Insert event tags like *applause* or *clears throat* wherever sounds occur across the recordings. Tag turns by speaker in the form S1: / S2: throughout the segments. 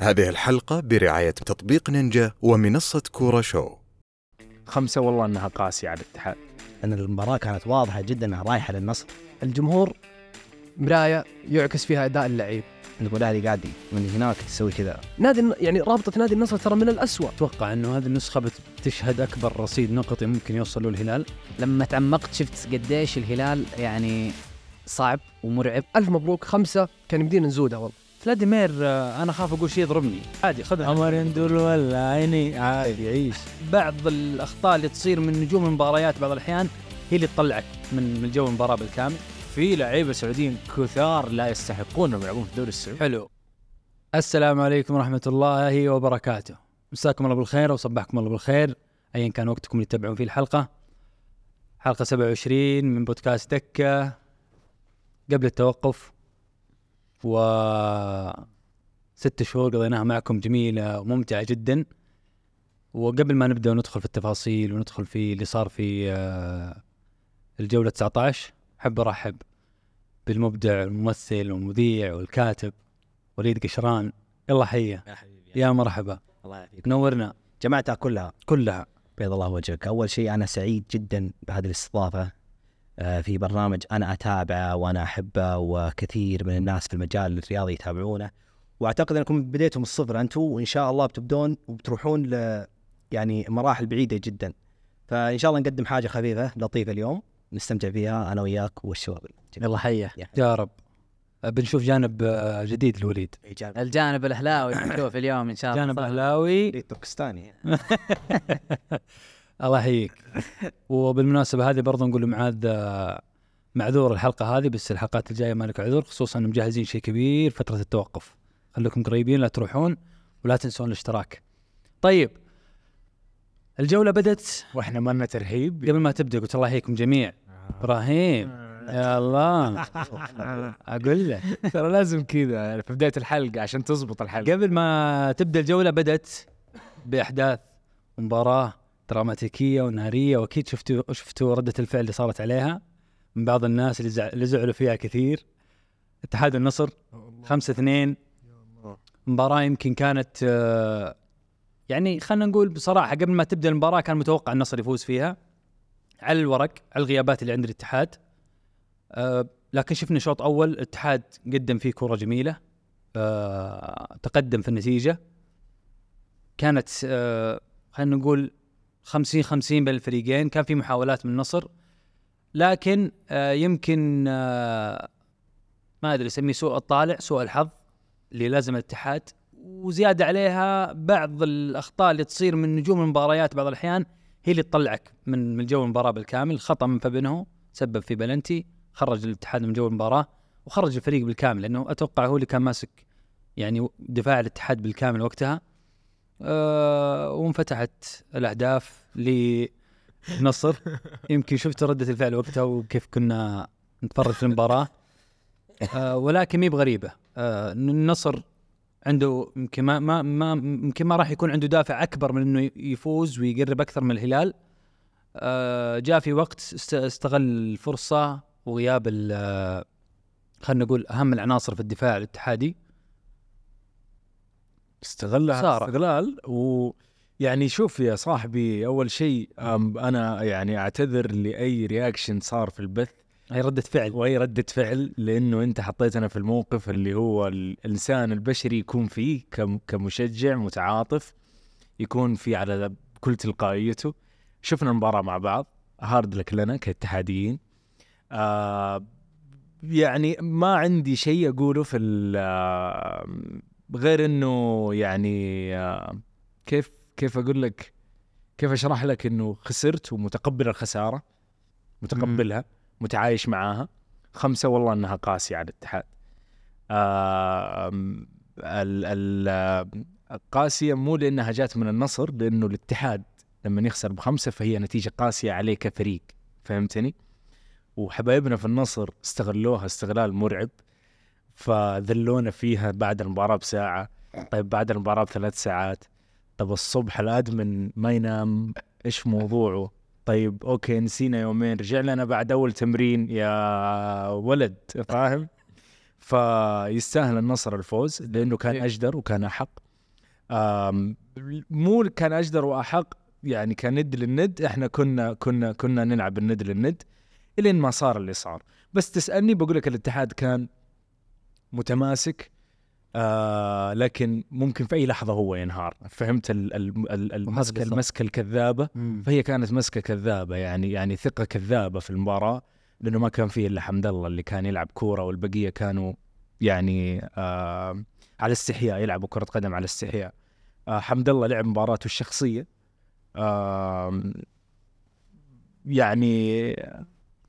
S1: هذه الحلقة برعاية تطبيق نينجا ومنصة كورة شو
S2: خمسة والله انها قاسية على الاتحاد
S3: ان المباراه كانت واضحه جدا انها رايحه للنصر الجمهور
S4: مرايه يعكس فيها اداء اللعيب
S3: نقول الاهلي قاعد من هناك تسوي كذا
S4: نادي الن- يعني رابطه نادي النصر ترى من الأسوأ
S5: اتوقع انه هذه النسخه بتشهد اكبر رصيد نقطي ممكن يوصل له الهلال
S6: لما تعمقت شفت قديش الهلال يعني صعب ومرعب
S4: الف مبروك خمسه كان يمدينا نزودها والله
S5: فلاديمير آه، انا اخاف اقول شيء يضربني عادي خذها عمر يندل ولا عيني عادي عيش بعض الاخطاء اللي تصير من نجوم المباريات بعض الاحيان هي اللي تطلعك من من جو المباراه بالكامل في لعيبه سعوديين كثار لا يستحقون انهم يلعبون في الدوري السعودي حلو السلام عليكم ورحمه الله وبركاته مساكم الله بالخير وصبحكم الله بالخير ايا كان وقتكم اللي تتابعون فيه الحلقه حلقه 27 من بودكاست دكه قبل التوقف و ست شهور قضيناها معكم جميلة وممتعة جدا وقبل ما نبدأ وندخل في التفاصيل وندخل في اللي صار في آه، الجولة 19 أحب أرحب بالمبدع والممثل والمذيع والكاتب وليد قشران يلا حية
S3: يا حبيبي
S5: يا مرحبا
S3: الله يعافيك
S5: نورنا
S3: جماعتها كلها
S5: كلها
S3: بيض الله وجهك اول شيء انا سعيد جدا بهذه الاستضافه آه، في برنامج انا اتابعه وانا احبه وكثير من الناس في المجال الرياضي يتابعونه واعتقد انكم بديتم الصفر انتم وان شاء الله بتبدون وبتروحون ل يعني مراحل بعيده جدا فان شاء الله نقدم حاجه خفيفه لطيفه اليوم نستمتع فيها انا وياك والشباب
S6: يلا حيه
S3: يا حبيبي.
S5: يا رب آه، بنشوف جانب آه، جديد لوليد
S3: *laughs*
S6: الجانب الاهلاوي نشوف اليوم ان شاء الله
S5: جانب
S6: صح.
S5: أهلاوي
S3: تركستاني
S5: الله يحييك وبالمناسبه هذه برضه نقول لمعاذ آه، معذور الحلقه هذه بس الحلقات الجايه مالك عذر خصوصا إن مجهزين شيء كبير فتره التوقف خليكم قريبين لا تروحون ولا تنسون الاشتراك طيب الجوله بدت
S2: واحنا مالنا ترهيب
S5: قبل ما تبدا قلت الله يحييكم جميع ابراهيم يا الله اقول لك
S2: *laughs* ترى لازم كذا في بداية الحلقة عشان تزبط الحلقة
S5: قبل ما تبدا الجوله بدت باحداث مباراه دراماتيكيه وناريه واكيد شفتوا شفتوا رده الفعل اللي صارت عليها من بعض الناس اللي زع- اللي زعلوا فيها كثير اتحاد النصر 5 2 مباراه يمكن كانت آه، يعني خلينا نقول بصراحه قبل ما تبدا المباراه كان متوقع النصر يفوز فيها على الورق على الغيابات اللي عند الاتحاد آه، لكن شفنا شوط اول الاتحاد قدم فيه كره جميله آه، تقدم في النتيجة كانت آه، خلينا نقول 50 50 بين الفريقين كان في محاولات من النصر لكن آه، يمكن آه، ما ادري اسميه سوء الطالع سوء الحظ اللي لازم الاتحاد وزياده عليها بعض الاخطاء اللي تصير من نجوم المباريات بعض الاحيان هي اللي تطلعك من من جو المباراه بالكامل خطا من فابينهو سبب في بلنتي خرج الاتحاد من جو المباراه وخرج الفريق بالكامل لانه اتوقع هو اللي كان ماسك يعني دفاع الاتحاد بالكامل وقتها أه وانفتحت الاهداف للنصر يمكن شفت رده الفعل وقتها وكيف كنا نتفرج في المباراه أه ولكن مي بغريبه أه النصر عنده يمكن ما ما ما يمكن ما راح يكون عنده دافع اكبر من انه يفوز ويقرب اكثر من الهلال أه جاء في وقت است- استغل الفرصه وغياب ال- خلينا نقول اهم العناصر في الدفاع الاتحادي
S2: استغلها
S5: سارة.
S2: استغلال و يعني شوف يا صاحبي اول شيء أم، انا يعني اعتذر لاي رياكشن صار في البث
S5: هي رده فعل
S2: واي رده فعل لانه انت حطيتنا في الموقف اللي هو الانسان البشري يكون فيه كم- كمشجع متعاطف يكون فيه على كل تلقائيته شفنا المباراه مع بعض هارد لك لنا كاتحاديين آه يعني ما عندي شيء اقوله في ال- آه، غير انه يعني آه كيف كيف اقول لك كيف اشرح لك انه خسرت ومتقبل الخساره متقبلها متعايش معاها خمسة والله انها قاسية على الاتحاد آم، ال ال قاسية مو لانها جات من النصر لانه الاتحاد لما يخسر بخمسة فهي نتيجة قاسية عليه كفريق فهمتني؟ وحبايبنا في النصر استغلوها استغلال مرعب فذلونا فيها بعد المباراة بساعة طيب بعد المباراة بثلاث ساعات طب الصبح الادمن ما ينام ايش موضوعه؟ طيب اوكي نسينا يومين رجع لنا بعد اول تمرين يا ولد فاهم فيستاهل النصر الفوز لانه كان
S5: إيه.
S2: اجدر وكان احق آم، مو كان اجدر واحق يعني كان ند للند احنا كنا كنا كنا نلعب الند للند الين ما صار اللي صار بس تسالني بقول لك الاتحاد كان متماسك آه لكن ممكن في اي لحظه هو ينهار فهمت ال- ال- ال-
S7: وهذا
S2: المسكه
S7: اللي صار.
S2: المسكه الكذابه
S5: نعم.
S2: فهي كانت مسكه كذابه يعني يعني ثقه كذابه في المباراه لانه ما كان فيه الا حمد الله اللي كان يلعب كوره والبقيه كانوا يعني آه على استحياء يلعبوا كره قدم على استحياء آه حمد الله لعب مباراته الشخصيه آه يعني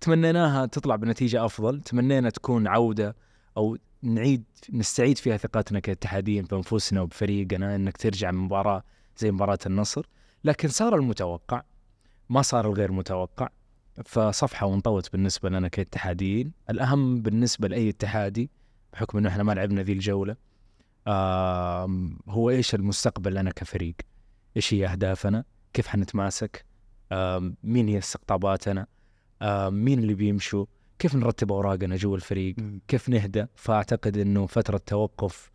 S2: تمنيناها تطلع بنتيجه افضل تمنينا تكون عوده او نعيد نستعيد فيها ثقتنا كاتحاديين بانفسنا وبفريقنا انك ترجع من مباراه زي مباراه النصر لكن صار المتوقع ما صار الغير متوقع فصفحه وانطوت بالنسبه لنا كاتحاديين الاهم بالنسبه لاي اتحادي بحكم انه احنا ما لعبنا ذي الجوله آم، هو ايش المستقبل لنا كفريق ايش هي اهدافنا كيف حنتماسك آم، مين هي استقطاباتنا آم، مين اللي بيمشوا كيف نرتب اوراقنا جوا الفريق كيف نهدى فاعتقد انه فتره توقف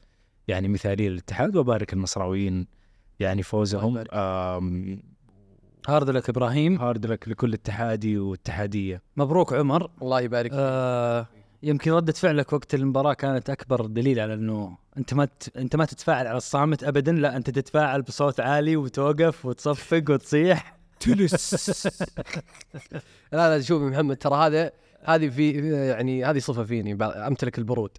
S2: يعني مثاليه للاتحاد وبارك المصراويين يعني فوزهم آم،
S7: هارد لك ابراهيم
S2: هارد لك لكل اتحادي واتحاديه
S7: مبروك عمر
S8: الله يبارك
S7: آه يمكن ردة فعلك وقت المباراة كانت أكبر دليل على أنه أنت ما ت... أنت ما تتفاعل على الصامت أبدا لا أنت تتفاعل بصوت عالي وتوقف وتصفق وتصيح
S8: لا لا شوف يا محمد ترى هذا هذه في يعني هذه صفه فيني ب- امتلك البرود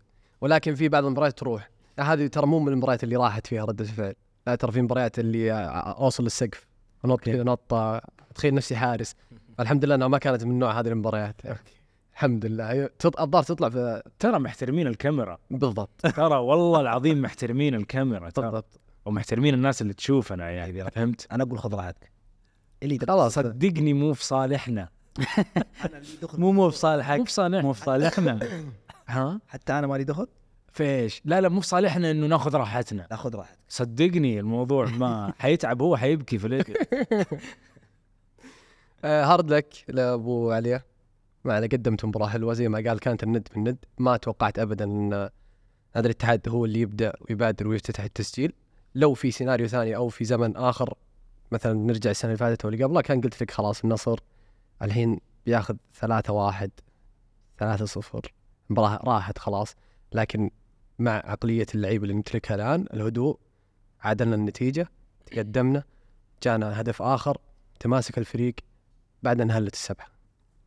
S8: ولكن في بعض المباريات تروح لا، هذه ترى مو من المباريات اللي راحت فيها رده الفعل لا ترى في مباريات اللي آه، اوصل للسقف انط كذا نطه اتخيل نفسي حارس الحمد لله انها ما كانت من نوع هذه المباريات الحمد لله هي تط- الظاهر تطلع في-
S2: ترى محترمين الكاميرا
S8: بالضبط
S2: ترى والله العظيم محترمين الكاميرا
S7: آه.
S2: ترى
S8: بالضبط
S2: ومحترمين الناس اللي تشوفنا يعني فهمت
S3: انا اقول خذ راحتك اللي دخل
S8: خلاص هذا-
S2: صدقني مو في صالحنا
S7: مو مو بصالحك
S2: مو في صالحنا
S7: مو في
S2: *laughs*
S7: صالحنا
S2: ها
S3: حتى انا مالي دخل
S2: فيش لا لا مو في صالحنا انه ناخذ راحتنا
S3: لا خذ راحتك
S2: صدقني الموضوع ما حيتعب هو حيبكي في الآخر.
S8: آه، هارد لك لابو علي ما انا قدمت مباراه حلوه زي ما قال كانت الند في الند ما توقعت ابدا ان هذا الاتحاد هو اللي يبدا ويبادر ويفتتح التسجيل لو في سيناريو ثاني او في زمن اخر مثلا نرجع السنه اللي فاتت واللي قبلها كان قلت لك خلاص النصر الحين بياخذ 3 1 3 0 مباراه راحت خلاص لكن مع عقليه اللعيبه اللي نمتلكها الان الهدوء عادلنا النتيجه تقدمنا جانا هدف اخر تماسك الفريق بعد ان هلت السبعه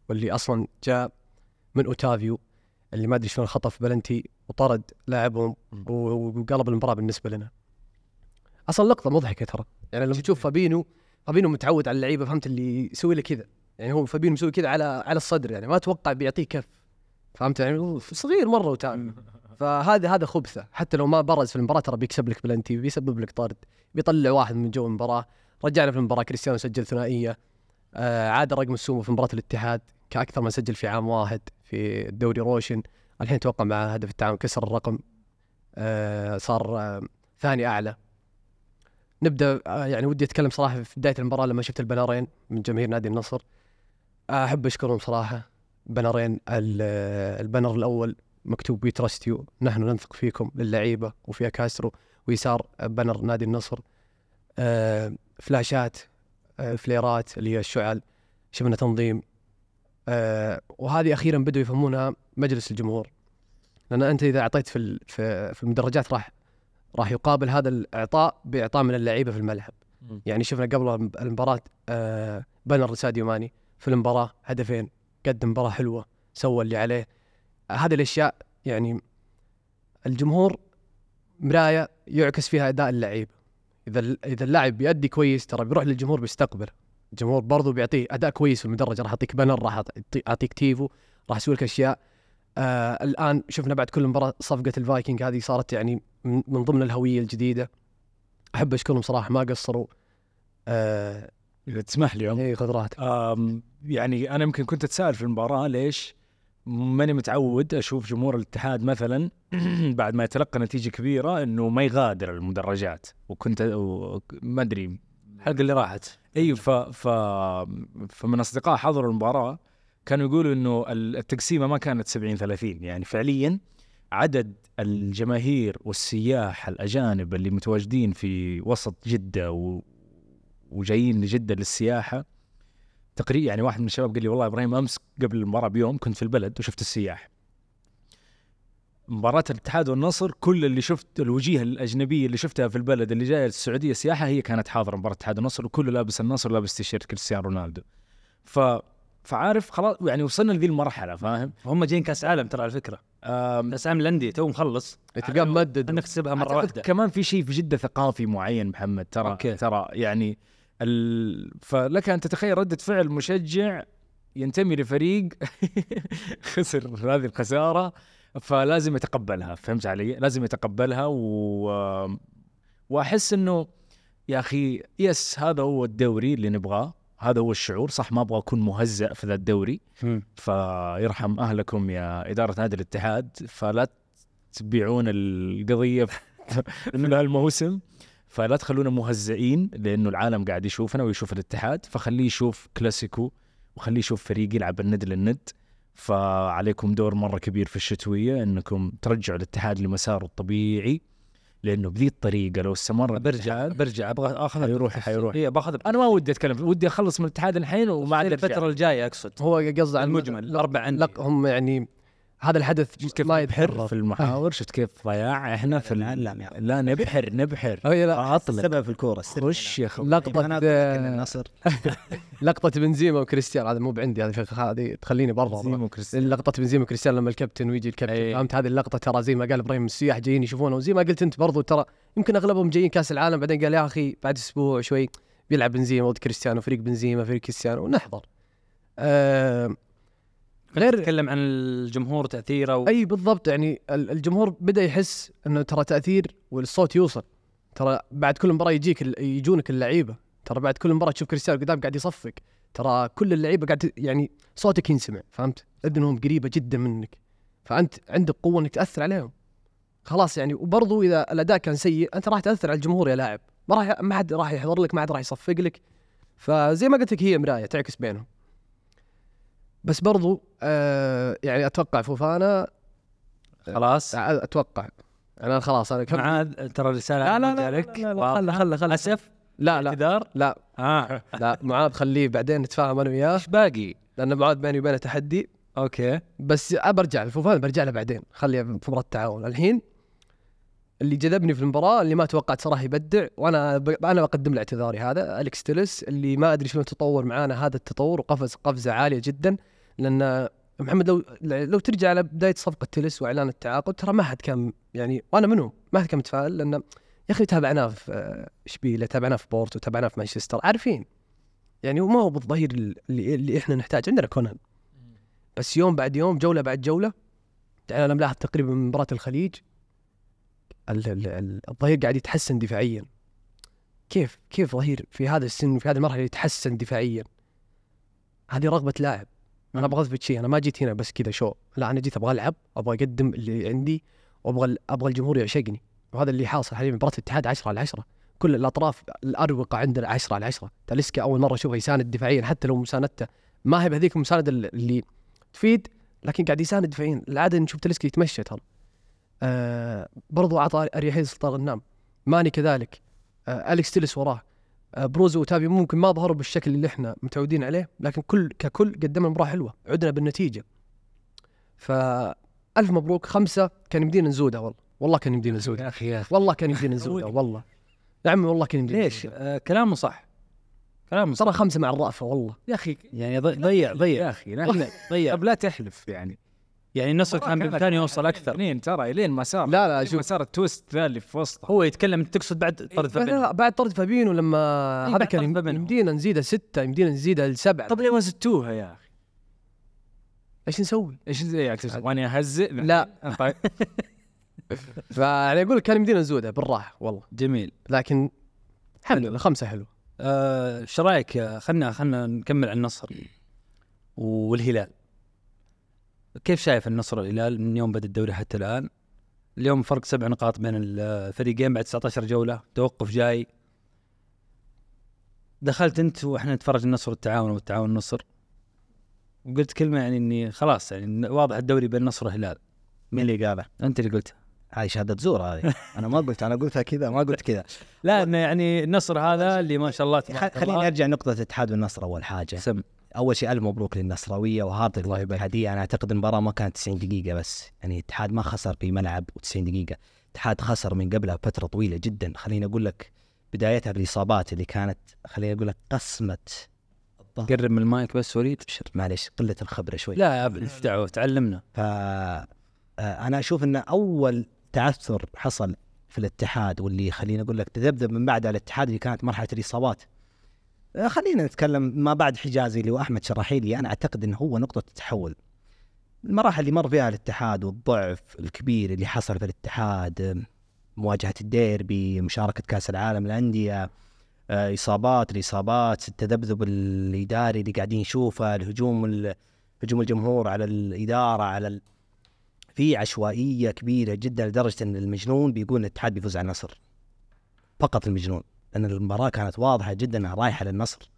S8: واللي اصلا جاء من اوتافيو اللي ما ادري شلون خطف بلنتي وطرد لاعبهم و- وقلب المباراه بالنسبه لنا. اصلا لقطه مضحكه ترى يعني لما تشوف فابينو فابينو متعود على اللعيبه فهمت اللي يسوي له كذا يعني هو فابينو مسوي كذا على على الصدر يعني ما اتوقع بيعطيه كف فهمت يعني هو صغير مره اوتافيو فهذا هذا خبثه حتى لو ما برز في المباراه ترى بيكسب لك بلنتي بيسبب لك طرد بيطلع واحد من جو المباراه رجعنا في المباراه كريستيانو سجل ثنائيه آه، عاد رقم السومه في مباراه الاتحاد كاكثر من سجل في عام واحد في الدوري روشن الحين اتوقع مع هدف التعاون كسر الرقم آه، صار آه، ثاني اعلى نبدا آه، يعني ودي اتكلم صراحه في بدايه المباراه لما شفت البنارين من جماهير نادي النصر آه، احب اشكرهم صراحه بنرين ال- آه، البنر الاول مكتوب وي تراست يو نحن نثق فيكم للعيبه وفيها كاسترو ويسار بنر نادي النصر آه، فلاشات آه، فليرات اللي هي الشعل شفنا تنظيم آه، وهذه اخيرا بدوا يفهمونها مجلس الجمهور لان انت اذا اعطيت في ال- في في المدرجات راح راح يقابل هذا الاعطاء باعطاء من اللعيبه في الملعب
S2: مم.
S8: يعني شفنا قبل الم- المباراه آه، بنر لساديو ماني في المباراه هدفين قدم مباراه حلوه سوى اللي عليه آه، هذه الاشياء يعني الجمهور مرايه يعكس فيها اداء اللعيب اذا ال- اذا اللاعب بيأدي كويس ترى بيروح للجمهور بيستقبل الجمهور برضو بيعطيه اداء كويس في المدرج راح يعطيك بنر راح أعطي- اعطيك تيفو راح اسوي لك اشياء آه الان شفنا بعد كل مباراه صفقه الفايكنج هذه صارت يعني من من ضمن الهويه الجديده احب اشكرهم صراحه ما قصروا آه
S2: اذا *laughs* تسمح لي عمر
S8: اي خذ راحتك
S2: أم، يعني انا يمكن كنت اتساءل في المباراه ليش ماني متعود اشوف جمهور الاتحاد مثلا *clears throat* بعد ما يتلقى نتيجه كبيره انه ما يغادر المدرجات وكنت و- ما ادري
S7: الحلقة اللي راحت
S2: ايوه ف ف فمن اصدقاء حضروا المباراه كانوا يقولوا انه التقسيمه ما كانت 70 30 يعني فعليا عدد الجماهير والسياح الاجانب اللي متواجدين في وسط جده و... وجايين لجده للسياحه تقريبا يعني واحد من الشباب قال لي والله ابراهيم امس قبل المباراه بيوم كنت في البلد وشفت السياح مباراة الاتحاد والنصر كل اللي شفت الوجيه الاجنبيه اللي شفتها في البلد اللي جايه السعوديه سياحه هي كانت حاضره مباراة الاتحاد والنصر وكله لابس النصر ولابس تيشيرت كريستيانو رونالدو ف فعارف خلاص يعني وصلنا لذي المرحله فاهم
S7: هم جايين كاس عالم ترى على فكره
S2: أم،
S7: كاس عالم الانديه تو مخلص
S8: إيه، تلقاه ممدد
S7: نحسبها مره
S2: أعتقد
S7: واحده
S2: كمان في شيء في جده ثقافي معين محمد ترى
S7: أوكي.
S2: أوكي. ترى يعني ال... فلك ان تتخيل رده فعل مشجع ينتمي لفريق *laughs* خسر هذه الخساره فلازم يتقبلها فهمت علي؟ لازم يتقبلها و... واحس انه يا اخي يس هذا هو الدوري اللي نبغاه هذا هو الشعور صح ما ابغى اكون مهزأ في ذا الدوري
S7: مم.
S2: فيرحم اهلكم يا اداره نادي الاتحاد فلا تبيعون *laughs* القضيه في في هالموسم فلا تخلونا مهزئين لانه العالم قاعد يشوفنا ويشوف الاتحاد فخليه يشوف كلاسيكو وخليه يشوف فريق يلعب الند للند فعليكم دور مره كبير في الشتويه انكم ترجعوا الاتحاد لمساره الطبيعي لانه بذي الطريقه لو استمر
S7: برجع برجع ابغى اخذ
S2: حيروح- حيروح.
S8: إيه،
S7: اي باخذ
S2: انا ما ودي اتكلم ودي اخلص من الاتحاد الحين وما عاد
S7: الفتره
S2: الفتره
S7: الجايه اقصد
S8: هو قصده عن
S7: المجمل
S8: لا-
S7: الاربع عندي
S8: لق هم يعني هذا الحدث
S2: كيف
S8: ما
S2: بحر
S8: يتحرر
S2: في المحاور شفت كيف ضياع احنا في ال-
S3: العلام يا
S2: لا نبحر نبحر
S8: أو لا
S2: اطلق
S3: السبب في الكوره السبب يعني
S2: خش يا اخو
S8: لقطة
S3: أنا
S8: آه،
S3: أتذكر النصر
S8: لقطة بنزيما وكريستيانو هذا مو بعندي هذا في- هذه تخليني برا
S2: زيمو كريستيانو.
S8: لقطة بنزيما وكريستيانو لما الكابتن ويجي الكابتن
S2: أي.
S8: فهمت هذه اللقطة ترى زي ما قال ابراهيم السياح جايين يشوفونه وزي ما قلت انت برضو ترى يمكن اغلبهم جايين كاس العالم بعدين قال يا اخي بعد اسبوع شوي بيلعب بنزيما ضد كريستيانو فريق بنزيما فريق كريستيانو ونحضر. آه
S7: غير نتكلم عن الجمهور تاثيره و...
S8: اي بالضبط يعني ال- الجمهور بدا يحس انه ترى تاثير والصوت يوصل ترى بعد كل مباراه يجيك ال- يجونك اللعيبه ترى بعد كل مباراه تشوف كريستيانو قدام قاعد يصفق ترى كل اللعيبه قاعد ت- يعني صوتك ينسمع فهمت؟ اذنهم قريبه جدا منك فانت عندك قوه انك تاثر عليهم خلاص يعني وبرضو اذا الاداء كان سيء انت راح تاثر على الجمهور يا لاعب ما راح ما حد راح يحضر لك ما حد راح يصفق لك فزي ما قلت لك هي مرايه تعكس بينهم بس برضو آه يعني اتوقع فوفانا
S7: خلاص
S8: اتوقع انا خلاص انا كم...
S7: معاذ ترى
S8: لا
S7: الرساله
S8: لا لا, لا,
S7: جالك.
S8: لا, لا خله خله خله
S7: اسف
S8: لا لا
S7: اعتذار
S8: لا
S7: اه
S8: لا معاذ خليه بعدين نتفاهم انا وياه
S7: ايش باقي؟
S8: لان معاذ بيني وبينه تحدي
S7: اوكي
S8: بس أه برجع الفوفان برجع له بعدين خليه في مباراه التعاون الحين اللي جذبني في المباراه اللي ما توقعت صراحه يبدع وانا ب... انا بقدم له اعتذاري هذا اليكس تيلس اللي ما ادري شلون تطور معانا هذا التطور وقفز قفزه عاليه جدا لان محمد لو لو ترجع على بدايه صفقه تيلس واعلان التعاقد ترى ما حد كان يعني وانا منهم ما حد كان متفائل لان يا اخي تابعناه في آه، اشبيليه تابعناه في بورتو تابعناه في مانشستر عارفين يعني ما هو بالظهير اللي, اللي احنا نحتاج عندنا كونان بس يوم بعد يوم جوله بعد جوله يعني انا ملاحظ تقريبا من مباراه الخليج ال- ال- ال- الظهير قاعد يتحسن دفاعيا كيف كيف ظهير في هذا السن في هذه المرحله يتحسن دفاعيا هذه رغبه لاعب انا ابغى اثبت شيء انا ما جيت هنا بس كذا شو لا انا جيت ابغى العب ابغى اقدم اللي عندي وابغى ال- ابغى الجمهور يعشقني وهذا اللي حاصل حاليا مباراه الاتحاد 10 على 10 كل الاطراف الاروقه عندنا 10 على 10 تاليسكا اول مره اشوفه يساند دفاعيا حتى لو مساندته ما هي بهذيك المسانده اللي تفيد لكن قاعد يساند دفاعيا العاده نشوف تلسكي يتمشى ترى آه برضو اعطى اريحيه سلطان النام ماني كذلك آه اليكس تلس وراه آه بروزو وتابي ممكن ما ظهروا بالشكل اللي احنا متعودين عليه لكن كل ككل قدمنا مباراه حلوه عدنا بالنتيجه ف الف مبروك خمسه كان يمدينا نزودها والله والله كان يمدينا نزودها
S2: يا اخي يا اخي
S8: والله كان يمدينا نزودها والله يا عمي والله كان يمدينا
S7: ليش؟
S8: نزودها.
S7: آه كلامه صح كلامه صح
S8: صراحه خمسه مع الرأفه والله
S2: يا اخي
S7: يعني ضي- ضيع ضيع
S2: يا اخي لا
S7: ضيع
S2: طب لا تحلف يعني
S7: يعني النصر كان بامكانه يوصل اكثر
S2: لين ترى لين ما صار
S8: لا لا
S2: لين ما
S8: شوف
S2: صار التويست ذا اللي في وسطه إيه،
S7: هو يتكلم تقصد بعد طرد فابينو
S8: بعد- بعد طرد فابينو لما
S7: إيه،
S8: هذا
S7: بعد
S8: كان
S7: طرد فابينو.
S8: يمدينا نزيدها سته يمدينا نزيدها لسبعه
S2: طب ليه ما زدتوها يا اخي؟
S8: ايش نسوي؟
S2: ايش زي يعني تبغاني اهزئ؟
S8: لا *laughs*
S2: طيب
S8: فيعني اقول لك كان يمدينا نزودها بالراحه والله
S7: جميل
S8: لكن الحمد لله خمسه حلو
S7: آه، ايش رايك آه، خلنا خلنا نكمل عن النصر والهلال كيف شايف النصر والهلال من يوم بدا الدوري حتى الان اليوم فرق سبع نقاط بين الفريقين بعد 19 جوله توقف جاي دخلت انت واحنا نتفرج النصر والتعاون والتعاون النصر وقلت كلمه يعني اني خلاص يعني واضح الدوري بين النصر والهلال
S3: من اللي قاله؟
S7: انت اللي قلت
S3: هذه شهاده زور *laughs* هذه انا ما قلت انا قلتها كذا ما قلت *laughs* كذا
S7: لا انه يعني النصر هذا اللي ما شاء الله تبارك
S3: خليني
S7: الله.
S3: ارجع نقطه الاتحاد والنصر اول حاجه
S7: سم
S3: اول شيء الف مبروك للنصراويه وهارد الله يبارك هديه انا اعتقد المباراه ما كانت 90 دقيقه بس يعني الاتحاد ما خسر في ملعب و90 دقيقه الاتحاد خسر من قبلها فتره طويله جدا خليني اقول لك بدايتها بالاصابات اللي كانت خليني اقول لك قسمه الظهر
S7: قرب من المايك بس وليد ابشر
S3: معليش قله الخبره شوي
S7: لا يا أبل، ايش دعوه تعلمنا
S3: ف آه، انا اشوف ان اول تعثر حصل في الاتحاد واللي خليني اقول لك تذبذب من بعد الاتحاد اللي كانت مرحله الاصابات آه، خلينا نتكلم ما بعد حجازي اللي واحمد شراحيلي انا اعتقد انه هو نقطه التحول المراحل اللي مر فيها الاتحاد والضعف الكبير اللي حصل في الاتحاد آه، مواجهه الديربي مشاركه كاس العالم للانديه آه، اصابات الاصابات التذبذب الاداري اللي قاعدين نشوفه الهجوم ال- هجوم الجمهور على الاداره على ال... في عشوائيه كبيره جدا لدرجه ان المجنون بيقول الاتحاد بيفوز على النصر فقط المجنون لان المباراه كانت واضحه جدا انها رايحه للنصر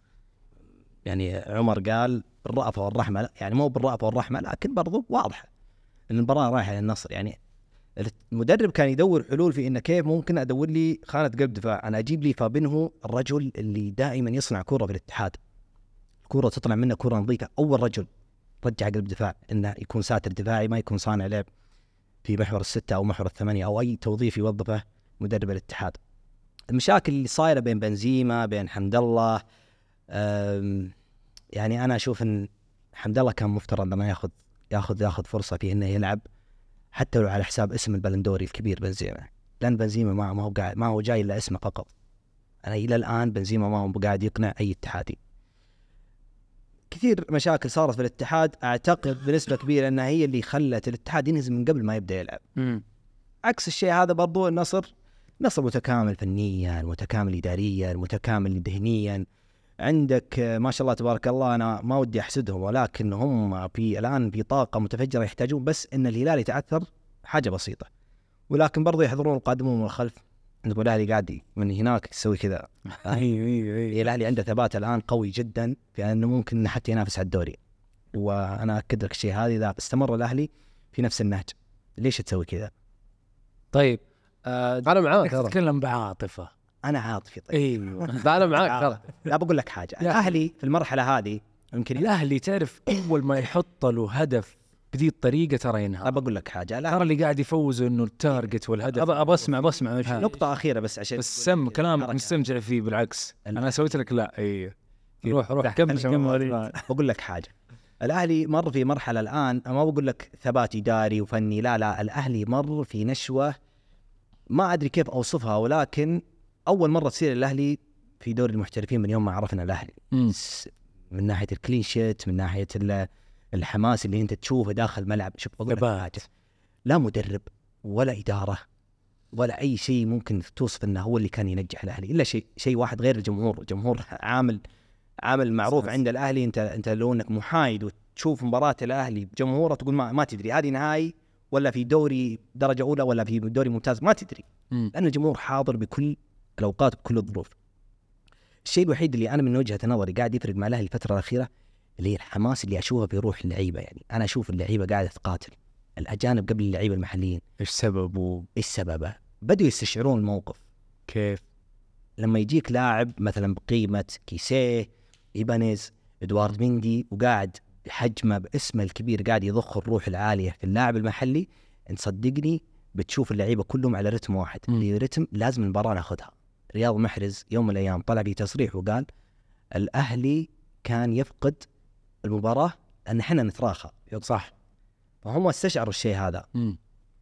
S3: يعني عمر قال بالرأفه والرحمه لا يعني مو بالرأفه والرحمه لكن برضو واضحه ان المباراه رايحه للنصر يعني المدرب كان يدور حلول في انه كيف ممكن ادور لي خانه قلب دفاع انا اجيب لي فابينهو الرجل اللي دائما يصنع كره في الاتحاد الكره تطلع منه كره نظيفه اول رجل رجع قلب دفاع انه يكون ساتر دفاعي ما يكون صانع لعب في محور السته او محور الثمانيه او اي توظيف يوظفه مدرب الاتحاد. المشاكل اللي صايره بين بنزيما بين حمد الله أم، يعني انا اشوف ان حمد الله كان مفترض انه ياخذ ياخذ ياخذ فرصه في انه يلعب حتى لو على حساب اسم البلندوري الكبير بنزيما لان بنزيما ما ما هو قاعد ما هو جاي الا اسمه فقط. انا الى الان بنزيما ما هو قاعد يقنع اي اتحادي. كثير مشاكل صارت في الاتحاد اعتقد بنسبه كبيره انها هي اللي خلت الاتحاد ينهزم من قبل ما يبدا يلعب عكس الشيء هذا برضو النصر نصر متكامل فنيا متكامل اداريا متكامل ذهنيا عندك آه، ما شاء الله تبارك الله انا ما ودي احسدهم ولكن هم في الان في طاقه متفجره يحتاجون بس ان الهلال يتعثر حاجه بسيطه ولكن برضو يحضرون القادمون من الخلف عندك الاهلي قاعد من هناك يسوي كذا
S7: ايوه ايوه
S3: إيه، الاهلي عنده ثبات الان قوي جدا في انه ممكن إنه حتى ينافس على الدوري وانا اكد لك الشيء هذا اذا استمر الاهلي في نفس النهج ليش تسوي كذا؟
S7: طيب آه،
S8: انا معاك
S5: إيه،
S8: ترى
S2: تتكلم بعاطفه
S3: انا عاطفي طيب
S2: ايوه
S8: لا انا معاك
S5: *laughs*
S8: ترى
S3: لا بقول لك حاجه
S2: يا
S3: الاهلي في المرحله هذه يمكن
S2: الاهلي تعرف اول ما يحط له هدف بذي الطريقه ترى
S3: انا
S2: ينهار
S3: بقول لك حاجه
S8: أه.
S2: ترى
S3: الأهلي-
S2: اللي قاعد يفوزه انه التارجت والهدف
S7: ابى ابى اسمع بسمع وش
S3: نقطه اخيره بس عشان
S2: بس سم كلامك
S3: حركة.
S2: مستمتع فيه بالعكس
S3: ال-
S2: انا سويت لك لا اي
S7: روح روح
S2: تحت
S7: كمل
S2: عشان
S7: كمل
S2: ما
S7: وليد.
S2: أطلع.
S3: *laughs* بقول لك حاجه الاهلي مر في مرحله الان أنا ما بقول لك ثبات اداري وفني لا لا الاهلي مر في نشوه ما ادري كيف اوصفها ولكن اول مره تصير الاهلي في دوري المحترفين من يوم ما عرفنا الاهلي س- من ناحيه الكلين شيت من ناحيه ال- الحماس اللي انت تشوفه داخل الملعب شوف بقول لك
S2: ثبات.
S3: حاجه لا مدرب ولا اداره ولا اي شيء ممكن توصف انه هو اللي كان ينجح الاهلي الا شيء شيء واحد غير الجمهور الجمهور عامل عامل معروف
S2: صح.
S3: عند الاهلي انت انت لو انك محايد وتشوف مباراه الاهلي بجمهوره تقول ما, ما تدري هذه نهائي ولا في دوري درجه اولى ولا في دوري ممتاز ما تدري
S2: مم.
S3: لان الجمهور حاضر بكل الاوقات بكل الظروف الشيء الوحيد اللي انا من وجهه نظري قاعد يفرق مع الاهلي الفتره الاخيره اللي هي الحماس اللي اشوفه في روح اللعيبه يعني انا اشوف اللعيبه قاعده تقاتل الاجانب قبل اللعيبه المحليين
S2: ايش سببه
S3: ايش سببه؟ بدوا يستشعرون الموقف
S2: كيف
S3: لما يجيك لاعب مثلا بقيمه كيسيه ايبانيز ادوارد مندي وقاعد بحجمه باسمه الكبير قاعد يضخ الروح العاليه في اللاعب المحلي انت صدقني بتشوف اللعيبه كلهم على رتم واحد
S2: مم.
S3: اللي رتم لازم المباراه ناخذها رياض محرز يوم من الايام طلع في تصريح وقال الاهلي كان يفقد المباراه ان احنا نتراخى صح فهم استشعروا الشيء هذا
S2: مم.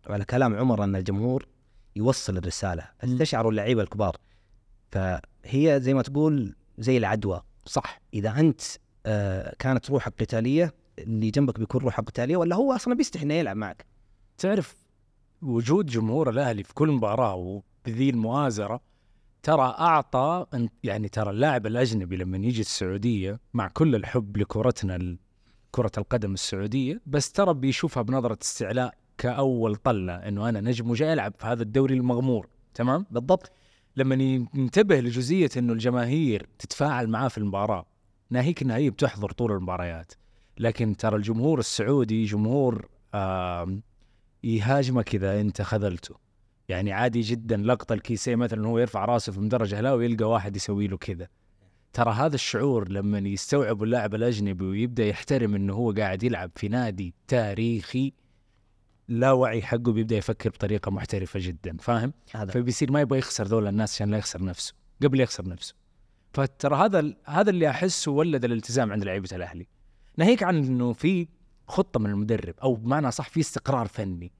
S3: وعلى كلام عمر ان الجمهور يوصل الرساله
S2: مم.
S3: استشعروا اللعيبه الكبار فهي زي ما تقول زي العدوى
S2: صح
S3: اذا انت آه كانت روحك قتاليه اللي جنبك بيكون روحه قتاليه ولا هو اصلا بيستحي انه يلعب معك
S2: تعرف وجود جمهور الاهلي في كل مباراه وبذي المؤازره ترى اعطى إن- يعني ترى اللاعب الاجنبي لما يجي السعوديه مع كل الحب لكرتنا ال- كره القدم السعوديه بس ترى بيشوفها بنظره استعلاء كاول طله انه انا نجم وجاي العب في هذا الدوري المغمور تمام
S3: بالضبط
S2: لما ينتبه لجزئيه انه الجماهير تتفاعل معاه في المباراه ناهيك انها هي بتحضر طول المباريات لكن ترى الجمهور السعودي جمهور آم، يهاجمك اذا انت خذلته يعني عادي جدا لقطه الكيسيه مثلا هو يرفع راسه في المدرج هلا ويلقى واحد يسوي له كذا ترى هذا الشعور لما يستوعب اللاعب الاجنبي ويبدا يحترم انه هو قاعد يلعب في نادي تاريخي لا وعي حقه بيبدا يفكر بطريقه محترفه جدا فاهم
S3: هذا
S2: فبيصير ما يبغى يخسر ذول الناس عشان لا يخسر نفسه قبل يخسر نفسه فترى هذا هذا اللي احسه ولد الالتزام عند لعيبه الاهلي ناهيك عن انه في خطه من المدرب او بمعنى صح في استقرار فني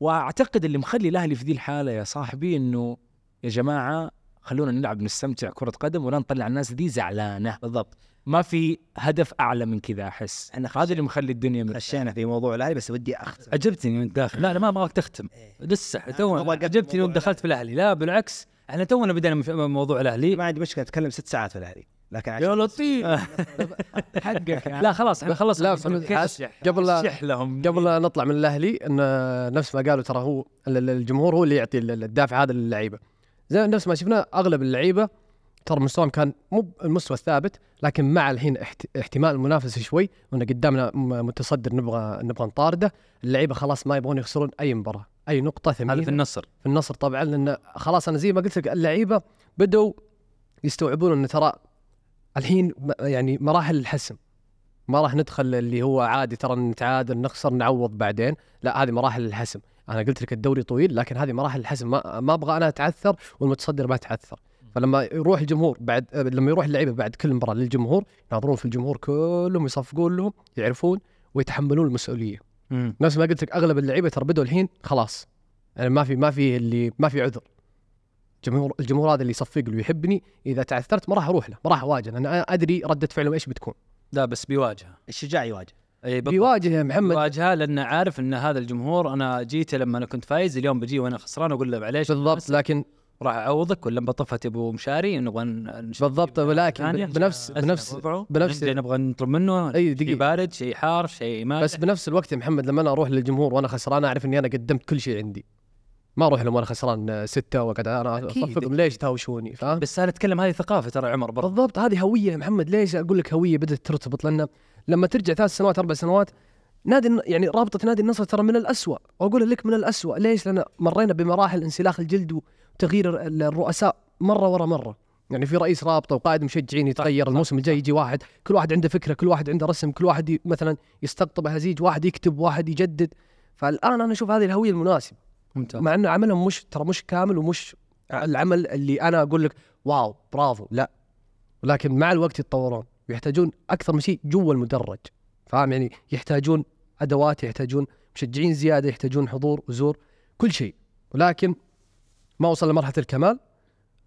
S2: واعتقد اللي مخلي الاهلي في ذي الحاله يا صاحبي انه يا جماعه خلونا نلعب نستمتع كره قدم ولا نطلع الناس دي زعلانه
S3: بالضبط
S2: ما في هدف اعلى من كذا احس
S3: احنا
S2: هذا اللي مخلي الدنيا من...
S3: خشينا في موضوع الاهلي بس ودي
S2: *laughs*
S3: اختم
S5: عجبتني وانت داخل لا لا ما ابغاك تختم
S2: إيه.
S8: أه،
S5: لسه تو
S3: أبغى أقفل
S5: عجبتني وانت
S3: موضوع
S5: دخلت في الاهلي لا بالعكس احنا تونا بدينا مش- موضوع الاهلي
S3: ما عندي مشكله اتكلم ست ساعات في الاهلي لكن عشان
S2: يا لطيف حقك
S5: لا خلاص احنا خلصنا
S8: لا، فهمت. قبل لا-
S2: رشح لهم
S8: قبل لا نطلع من الاهلي ان نفس ما قالوا ترى هو ال- ال- الجمهور هو اللي يعطي ال- الدافع هذا للعيبه زي نفس ما شفنا اغلب اللعيبه ترى مستواهم كان مو المستوى الثابت لكن مع الحين احت- احتمال المنافسه شوي وان قدامنا م- متصدر نبغى نبغى نطارده اللعيبه خلاص ما يبغون يخسرون اي مباراه اي نقطه
S5: هذا في
S8: ثمينه
S5: النصر
S8: في النصر طبعا لان خلاص انا زي ما قلت لك اللعيبه بدوا يستوعبون ان ترى الحين م- يعني مراحل الحسم ما راح ندخل اللي هو عادي ترى نتعادل نخسر نعوض بعدين لا هذه مراحل الحسم انا قلت لك الدوري طويل لكن هذه مراحل الحسم ما, ما ابغى انا اتعثر والمتصدر ما يتعثر فلما يروح الجمهور بعد آه، لما يروح اللعيبه بعد كل مباراه للجمهور يناظرون في الجمهور كلهم يصفقون لهم يعرفون ويتحملون المسؤوليه نفس ما قلت لك اغلب اللعيبه ترى بدوا الحين خلاص يعني ما في ما في اللي ما في عذر الجمهور الجمهور هذا اللي يصفق له يحبني اذا تعثرت ما راح اروح له ما راح اواجه لان انا ادري رده فعلهم ايش بتكون
S5: لا بس بيواجهه
S3: الشجاع يواجه
S5: اي بالضبط.
S8: بيواجه يا محمد
S5: بيواجهه لانه عارف ان هذا الجمهور انا جيته لما انا كنت فايز اليوم بجي وانا خسران اقول له معليش
S8: بالضبط لكن
S5: راح اعوضك ولا بطفت ابو مشاري نبغى ن- نشوف
S8: بالضبط
S5: ثانية.
S8: ولكن بنفس
S5: أسلم
S8: بنفس
S5: وضعه.
S8: بنفس-
S5: نبدأ نبغى نطلب منه
S8: أي
S5: شيء
S8: دقيقة.
S5: بارد شيء حار شيء ما
S8: بس بنفس الوقت يا محمد لما انا اروح للجمهور وانا خسران اعرف اني انا قدمت كل شيء عندي ما اروح لهم وانا خسران آه، سته وقعد انا
S5: أكيد،
S8: اصفقهم
S5: أكيد.
S8: ليش تهاوشوني فاهم
S5: بس انا اتكلم هذه ثقافه ترى يا عمر برضه
S8: بالضبط هذه هويه يا محمد ليش اقول لك هويه بدات ترتبط لان لما ترجع ثلاث سنوات اربع سنوات نادي الن- يعني رابطه نادي النصر ترى من الأسوأ واقول لك من الأسوأ ليش لان مرينا بمراحل انسلاخ الجلد وتغيير ال- الرؤساء مره ورا مره يعني في رئيس رابطه وقائد مشجعين يتغير الموسم الجاي يجي واحد كل واحد عنده فكره كل واحد عنده رسم كل واحد ي- مثلا يستقطب هزيج واحد يكتب واحد يجدد فالان انا اشوف هذه الهويه المناسبه
S5: ممتاز
S8: مع انه عملهم مش ترى مش كامل ومش العمل اللي انا اقول لك واو برافو لا ولكن مع الوقت يتطورون ويحتاجون اكثر من شيء جوا المدرج فاهم يعني يحتاجون ادوات يحتاجون مشجعين زياده يحتاجون حضور وزور كل شيء ولكن ما وصل لمرحله الكمال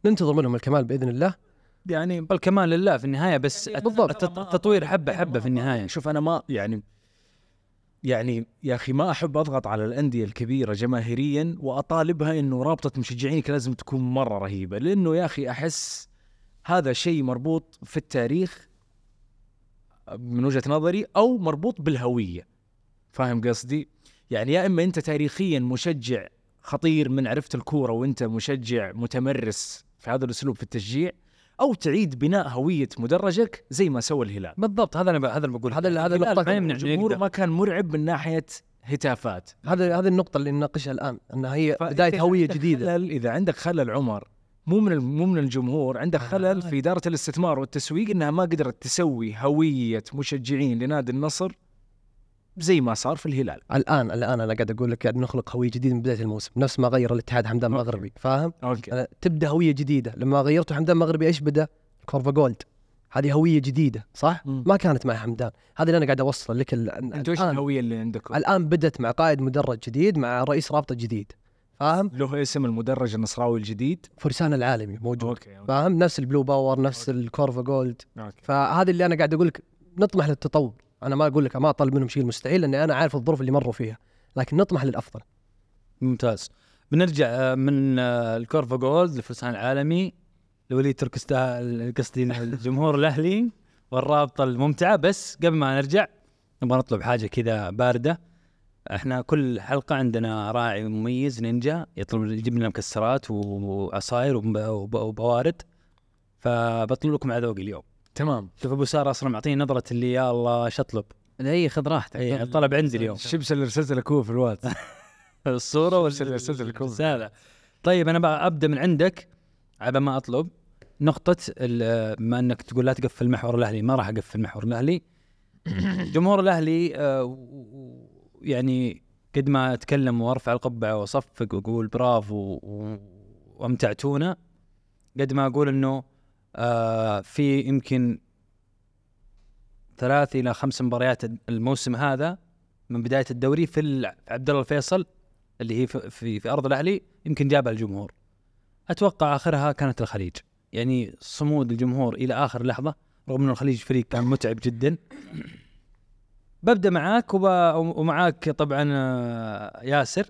S8: ننتظر منهم الكمال باذن الله
S5: يعني بل كمان لله في النهايه بس
S8: بالضبط.
S5: التطوير حبه حبه في النهايه
S2: إيه، شوف انا ما يعني يعني يا اخي ما احب اضغط على الانديه الكبيره جماهيريا واطالبها انه رابطه مشجعينك لازم تكون مره رهيبه لانه يا اخي احس هذا شيء مربوط في التاريخ من وجهه نظري او مربوط بالهويه فاهم قصدي؟ يعني يا اما انت تاريخيا مشجع خطير من عرفت الكوره وانت مشجع متمرس في هذا الاسلوب في التشجيع او تعيد بناء هويه مدرجك زي ما سوى الهلال
S5: بالضبط هذا انا ب- هذا اللي بقول
S8: هذا هذا
S5: الهلال ما
S8: النقطه
S5: يمنع
S2: الجمهور
S5: الجمهور
S2: ما كان مرعب من ناحيه هتافات
S8: هذا هذه النقطه اللي نناقشها الان انها هي
S2: فأنت
S8: بدايه
S2: إذا
S5: *laughs*
S8: هويه
S2: عندك
S8: جديده
S2: خلل اذا عندك خلل عمر مو من مو من الجمهور عندك خلل في اداره الاستثمار والتسويق انها ما قدرت تسوي هويه مشجعين لنادي النصر زي ما صار في الهلال
S8: الان الان انا قاعد اقول لك قاعد نخلق هويه جديده من بدايه الموسم نفس ما غير الاتحاد حمدان
S2: أوكي.
S8: المغربي فاهم
S2: اوكي
S8: أنا تبدا هويه جديده لما غيرته حمدان مغربي ايش بدا؟ كورفا جولد هذه هويه جديده صح؟
S2: مم.
S8: ما كانت مع حمدان هذا اللي انا قاعد اوصله لك ال-
S2: انتوا ايش
S8: الان
S2: الهويه اللي عندكم
S8: الان بدت مع قائد مدرج جديد مع رئيس رابطه جديد فاهم؟
S2: له اسم المدرج النصراوي الجديد
S8: فرسان العالمي موجود
S2: اوكي اوكي,
S8: فاهم؟ نفس البلو باور نفس الكورفا جولد
S2: أوكي.
S8: فهذا اللي انا قاعد اقول لك نطمح للتطور انا ما اقول لك ما اطلب منهم شيء المستحيل لاني انا عارف الظروف اللي مروا فيها لكن نطمح للافضل
S5: ممتاز بنرجع آه، من آه، الكورفا جولد للفرسان العالمي لولي تركستان قصدي الجمهور الاهلي والرابطه الممتعه بس قبل ما نرجع نبغى نطلب حاجه كذا بارده احنا كل حلقه عندنا راعي مميز نينجا يطلب يجيب لنا مكسرات و- وعصاير وب- وب- وبوارد فبطلب لكم على ذوقي اليوم
S2: تمام
S5: شوف ابو ساره اصلا معطيني نظره اللي يا الله شطلب
S9: اي إيه، خذ راحتك
S5: اي الطلب عندي اليوم
S2: الشبس اللي ارسلت لك هو في الواتس
S7: الصوره
S2: أرسل- أرسلت لكم.
S7: والرساله طيب انا بقى ابدا من عندك على ما اطلب نقطة ال- بما انك تقول لا تقفل محور الاهلي ما راح اقفل محور الاهلي جمهور الاهلي آه، و- و- يعني قد ما اتكلم وارفع القبعة واصفق واقول برافو و- وامتعتونا قد ما اقول انه آه، في يمكن ثلاث الى خمس مباريات الموسم هذا من بدايه الدوري في ال- عبد الله الفيصل اللي هي في, في, في ارض الاهلي يمكن جابها الجمهور. اتوقع اخرها كانت الخليج، يعني صمود الجمهور الى اخر لحظه رغم انه الخليج فريق كان متعب جدا. ببدا معاك وب... ومعاك طبعا آه، ياسر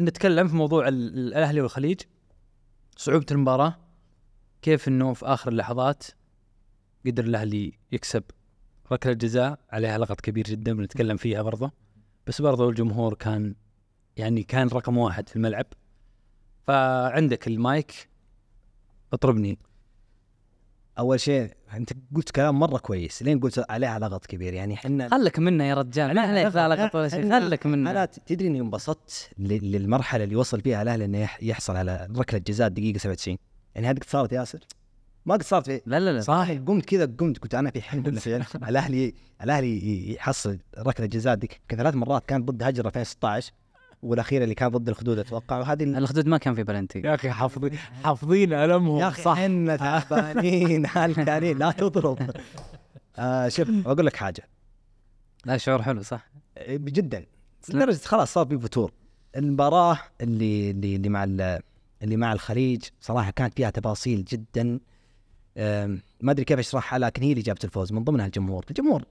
S7: نتكلم في موضوع ال- الاهلي والخليج صعوبه المباراه كيف انه في اخر اللحظات قدر الاهلي يكسب ركله جزاء عليها لغط كبير جدا بنتكلم فيها برضه بس برضه الجمهور كان يعني كان رقم واحد في الملعب فعندك المايك اطربني
S3: اول شيء انت قلت كلام مره كويس لين قلت عليها لغط كبير يعني احنا
S5: خلك منا يا رجال ما عليك لا لقط ولا شيء خلك
S3: انا
S5: منا
S3: ت- تدري اني انبسطت ل- للمرحله اللي وصل فيها الاهلي انه يح- يحصل على ركله جزاء الدقيقه 97 يعني هذه قد صارت ياسر ما قد صارت في
S5: لا لا لا
S3: صح قمت كذا قمت قلت انا في حين *laughs* الاهلي الاهلي ي- يحصل ركله جزاء دي يمكن ثلاث مرات كان ضد هجر 2016 والاخيره اللي كان ضد الخدود اتوقع وهذه ال-
S5: الخدود ما كان في بلنتي
S2: يا اخي حافظين حافظين المهم
S3: يا اخي صح *laughs* احنا تعبانين هلكانين لا *laughs* تضرب آه شوف اقول لك حاجه
S5: لا شعور حلو صح
S3: جدا لدرجه آه، خلاص صار في فتور المباراه اللي اللي, اللي مع ال- اللي مع الخليج صراحه كانت فيها تفاصيل جدا أم، ما ادري كيف اشرحها لكن هي اللي جابت الفوز من ضمنها الجمهور، الجمهور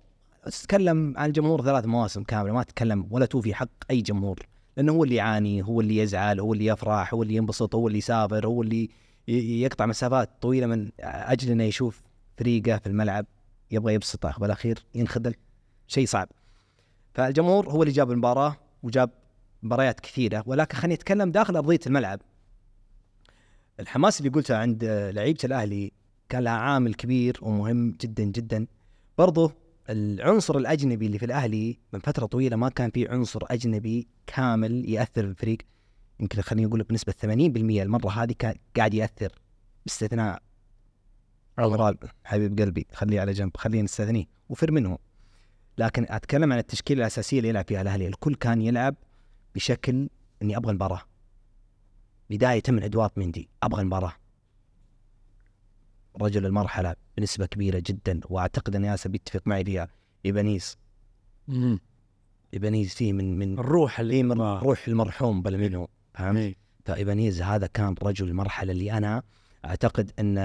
S3: تتكلم عن الجمهور ثلاث مواسم كامله ما تتكلم ولا توفي حق اي جمهور لانه هو اللي يعاني هو اللي يزعل هو اللي يفرح هو اللي ينبسط هو اللي يسافر هو اللي ي- يقطع مسافات طويله من اجل انه يشوف فريقه في الملعب يبغى يبسطه وبالاخير ينخذل شيء صعب. فالجمهور هو اللي جاب المباراه وجاب مباريات كثيره ولكن خليني اتكلم داخل ارضيه الملعب. الحماس اللي قلته عند آه، لعيبه الاهلي كان لها عامل كبير ومهم جدا جدا. برضه العنصر الاجنبي اللي في الاهلي من فتره طويله ما كان في عنصر اجنبي كامل ياثر في الفريق. يمكن خليني اقول لك بنسبه 80% المره هذه كان قاعد ياثر باستثناء عمران حبيب قلبي خليه على جنب خلينا نستثنيه وفيرمينو لكن اتكلم عن التشكيله الاساسيه اللي يلعب فيها الاهلي الكل كان يلعب بشكل اني ابغى المباراه بدايه من ادوار مندي ابغى المباراه رجل المرحله بنسبه كبيره جدا واعتقد ان ياسر بيتفق معي فيها ايبانيز ايبانيز فيه من من
S2: الروح اللي
S3: فيه من
S2: آه.
S3: روح المرحوم بلمينو فهمت؟
S2: إيه.
S3: فايبانيز هذا كان رجل المرحله اللي انا اعتقد ان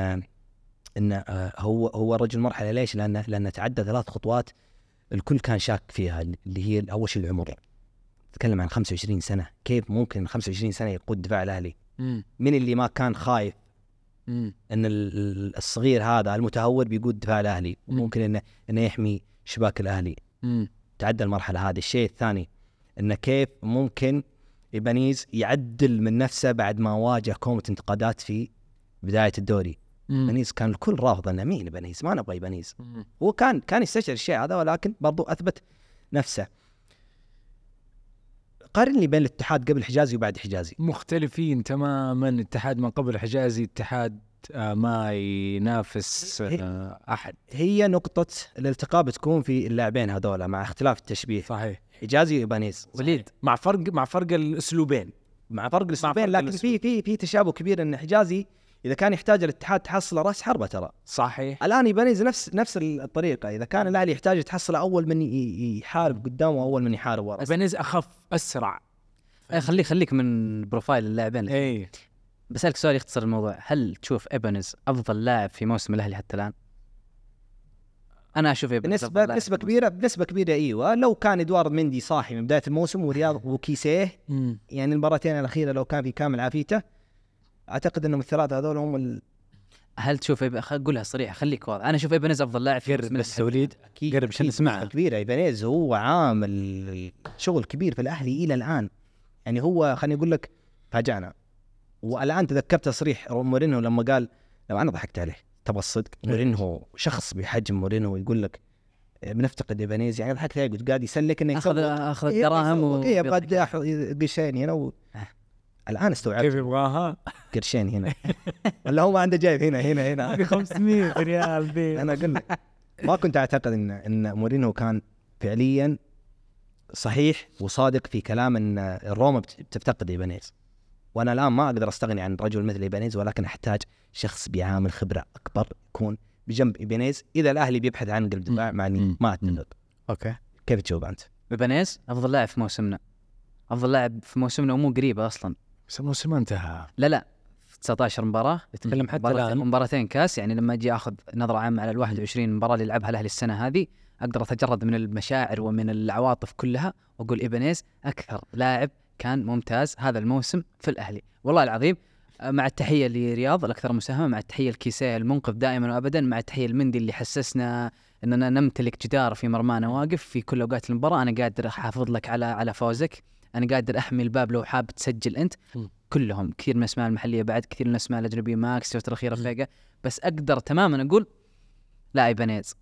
S3: ان آه، هو هو رجل المرحله ليش؟ لانه لانه تعدى ثلاث خطوات الكل كان شاك فيها اللي هي اول شيء العمر. تتكلم عن 25 سنه، كيف ممكن 25 سنه يقود دفاع الاهلي؟
S2: مم.
S3: من اللي ما كان خايف
S2: مم.
S3: ان ال- ال- الصغير هذا المتهور بيقود دفاع الاهلي
S2: مم.
S3: وممكن انه انه يحمي شباك الاهلي.
S2: مم.
S3: تعدى المرحله هذه، الشيء الثاني انه كيف ممكن ايبانيز يعدل من نفسه بعد ما واجه كومه انتقادات في بدايه الدوري،
S2: مم.
S3: ايبانيز كان الكل رافض انه مين ايبانيز؟ ما نبغى ايبانيز،
S2: مم.
S3: هو كان كان يستشعر الشيء هذا ولكن برضو اثبت نفسه. قارن لي بين الاتحاد قبل حجازي وبعد حجازي،
S2: مختلفين تماما اتحاد من قبل حجازي اتحاد آه، ما ينافس
S3: هي-
S2: آه، احد
S3: هي نقطه الالتقاء بتكون في اللاعبين هذولا مع اختلاف التشبيه،
S2: صحيح
S3: حجازي وايبانيز.
S2: وليد مع فرق مع فرق الاسلوبين
S3: مع فرق الاسلوبين
S2: فرق
S3: لكن في في في تشابه كبير ان حجازي اذا كان يحتاج الاتحاد تحصله راس حربه ترى
S2: صحيح
S3: الان يبانيز نفس نفس الطريقه اذا كان الاهلي يحتاج تحصله اول من ي- ي- يحارب قدامه واول من يحارب ورا
S2: بنز اخف اسرع
S5: إيه، خليك خليك من بروفايل اللاعبين
S7: إيه.
S2: اي
S5: بسألك سؤال يختصر الموضوع هل تشوف ايبنز افضل لاعب في موسم الاهلي حتى الان؟ انا اشوف ايبنز
S3: بنسبه بنسبه كبيره بنسبه كبيره ايوه لو كان ادوار مندي صاحي من بدايه الموسم ورياض وكيسيه يعني المباراتين الاخيره لو كان في كامل عافيته اعتقد انهم الثلاثه هذول هم ال-
S5: هل تشوف إيب... خل- قولها صريحه خليك واضح انا اشوف ايبنز افضل لاعب في موسم الأهلي.
S7: بس وليد
S3: اكيد
S7: قرب عشان
S3: أكيد
S7: نسمعها.
S3: نسبة كبيره ايبانيز هو عامل شغل كبير في الاهلي الى الان يعني هو خليني اقول لك فاجانا والان تذكرت تصريح مورينو لما قال لما انا ضحكت عليه تبغى الصدق مورينو شخص بحجم مورينو يقول لك آه، بنفتقد ايبانيز يعني ضحكت عليه قلت قاعد يسلك انه
S5: اخذ
S3: يسوق-
S5: اخذ الدراهم و
S3: يعني إيه، يبغى داح- قشين هنا و... الان استوعبت
S2: كيف يبغاها؟
S3: قرشين هنا ولا هو ما عنده جايب هنا هنا هنا
S2: 500 ريال ذي
S3: انا اقول لك ما كنت اعتقد ان ان مورينو كان فعليا صحيح وصادق في كلام ان روما بت- بتفتقد ايبانيز وانا الان ما اقدر استغني عن رجل مثل ايبانيز ولكن احتاج شخص بيعامل خبره اكبر يكون بجنب ايبانيز اذا الاهلي بيبحث عن قلب دفاع مع إني
S2: مم.
S3: ما اتفق
S7: اوكي
S3: كيف تشوف انت؟
S5: بنيز افضل لاعب في موسمنا افضل لاعب في موسمنا ومو قريبه اصلا
S2: بس الموسم انتهى
S5: لا لا في 19 مباراه
S7: نتكلم حتى
S5: مبارات-
S7: الان
S5: مباراتين كاس يعني لما اجي اخذ نظره عامه على ال 21 مباراه اللي لعبها الاهلي السنه هذه اقدر اتجرد من المشاعر ومن العواطف كلها واقول ايبانيز اكثر لاعب كان ممتاز هذا الموسم في الاهلي والله العظيم آه، مع التحيه لرياض الاكثر مساهمه مع التحيه لكيسيه المنقذ دائما وابدا مع التحيه لمندي اللي حسسنا اننا نمتلك جدار في مرمانا واقف في كل اوقات المباراه انا قادر احافظ لك على على فوزك انا قادر احمي الباب لو حاب تسجل انت كلهم كثير من الاسماء المحليه بعد كثير من الاسماء الاجنبيه ماكس الفتره الاخيره فيجا بس اقدر تماما اقول لا ايبانيز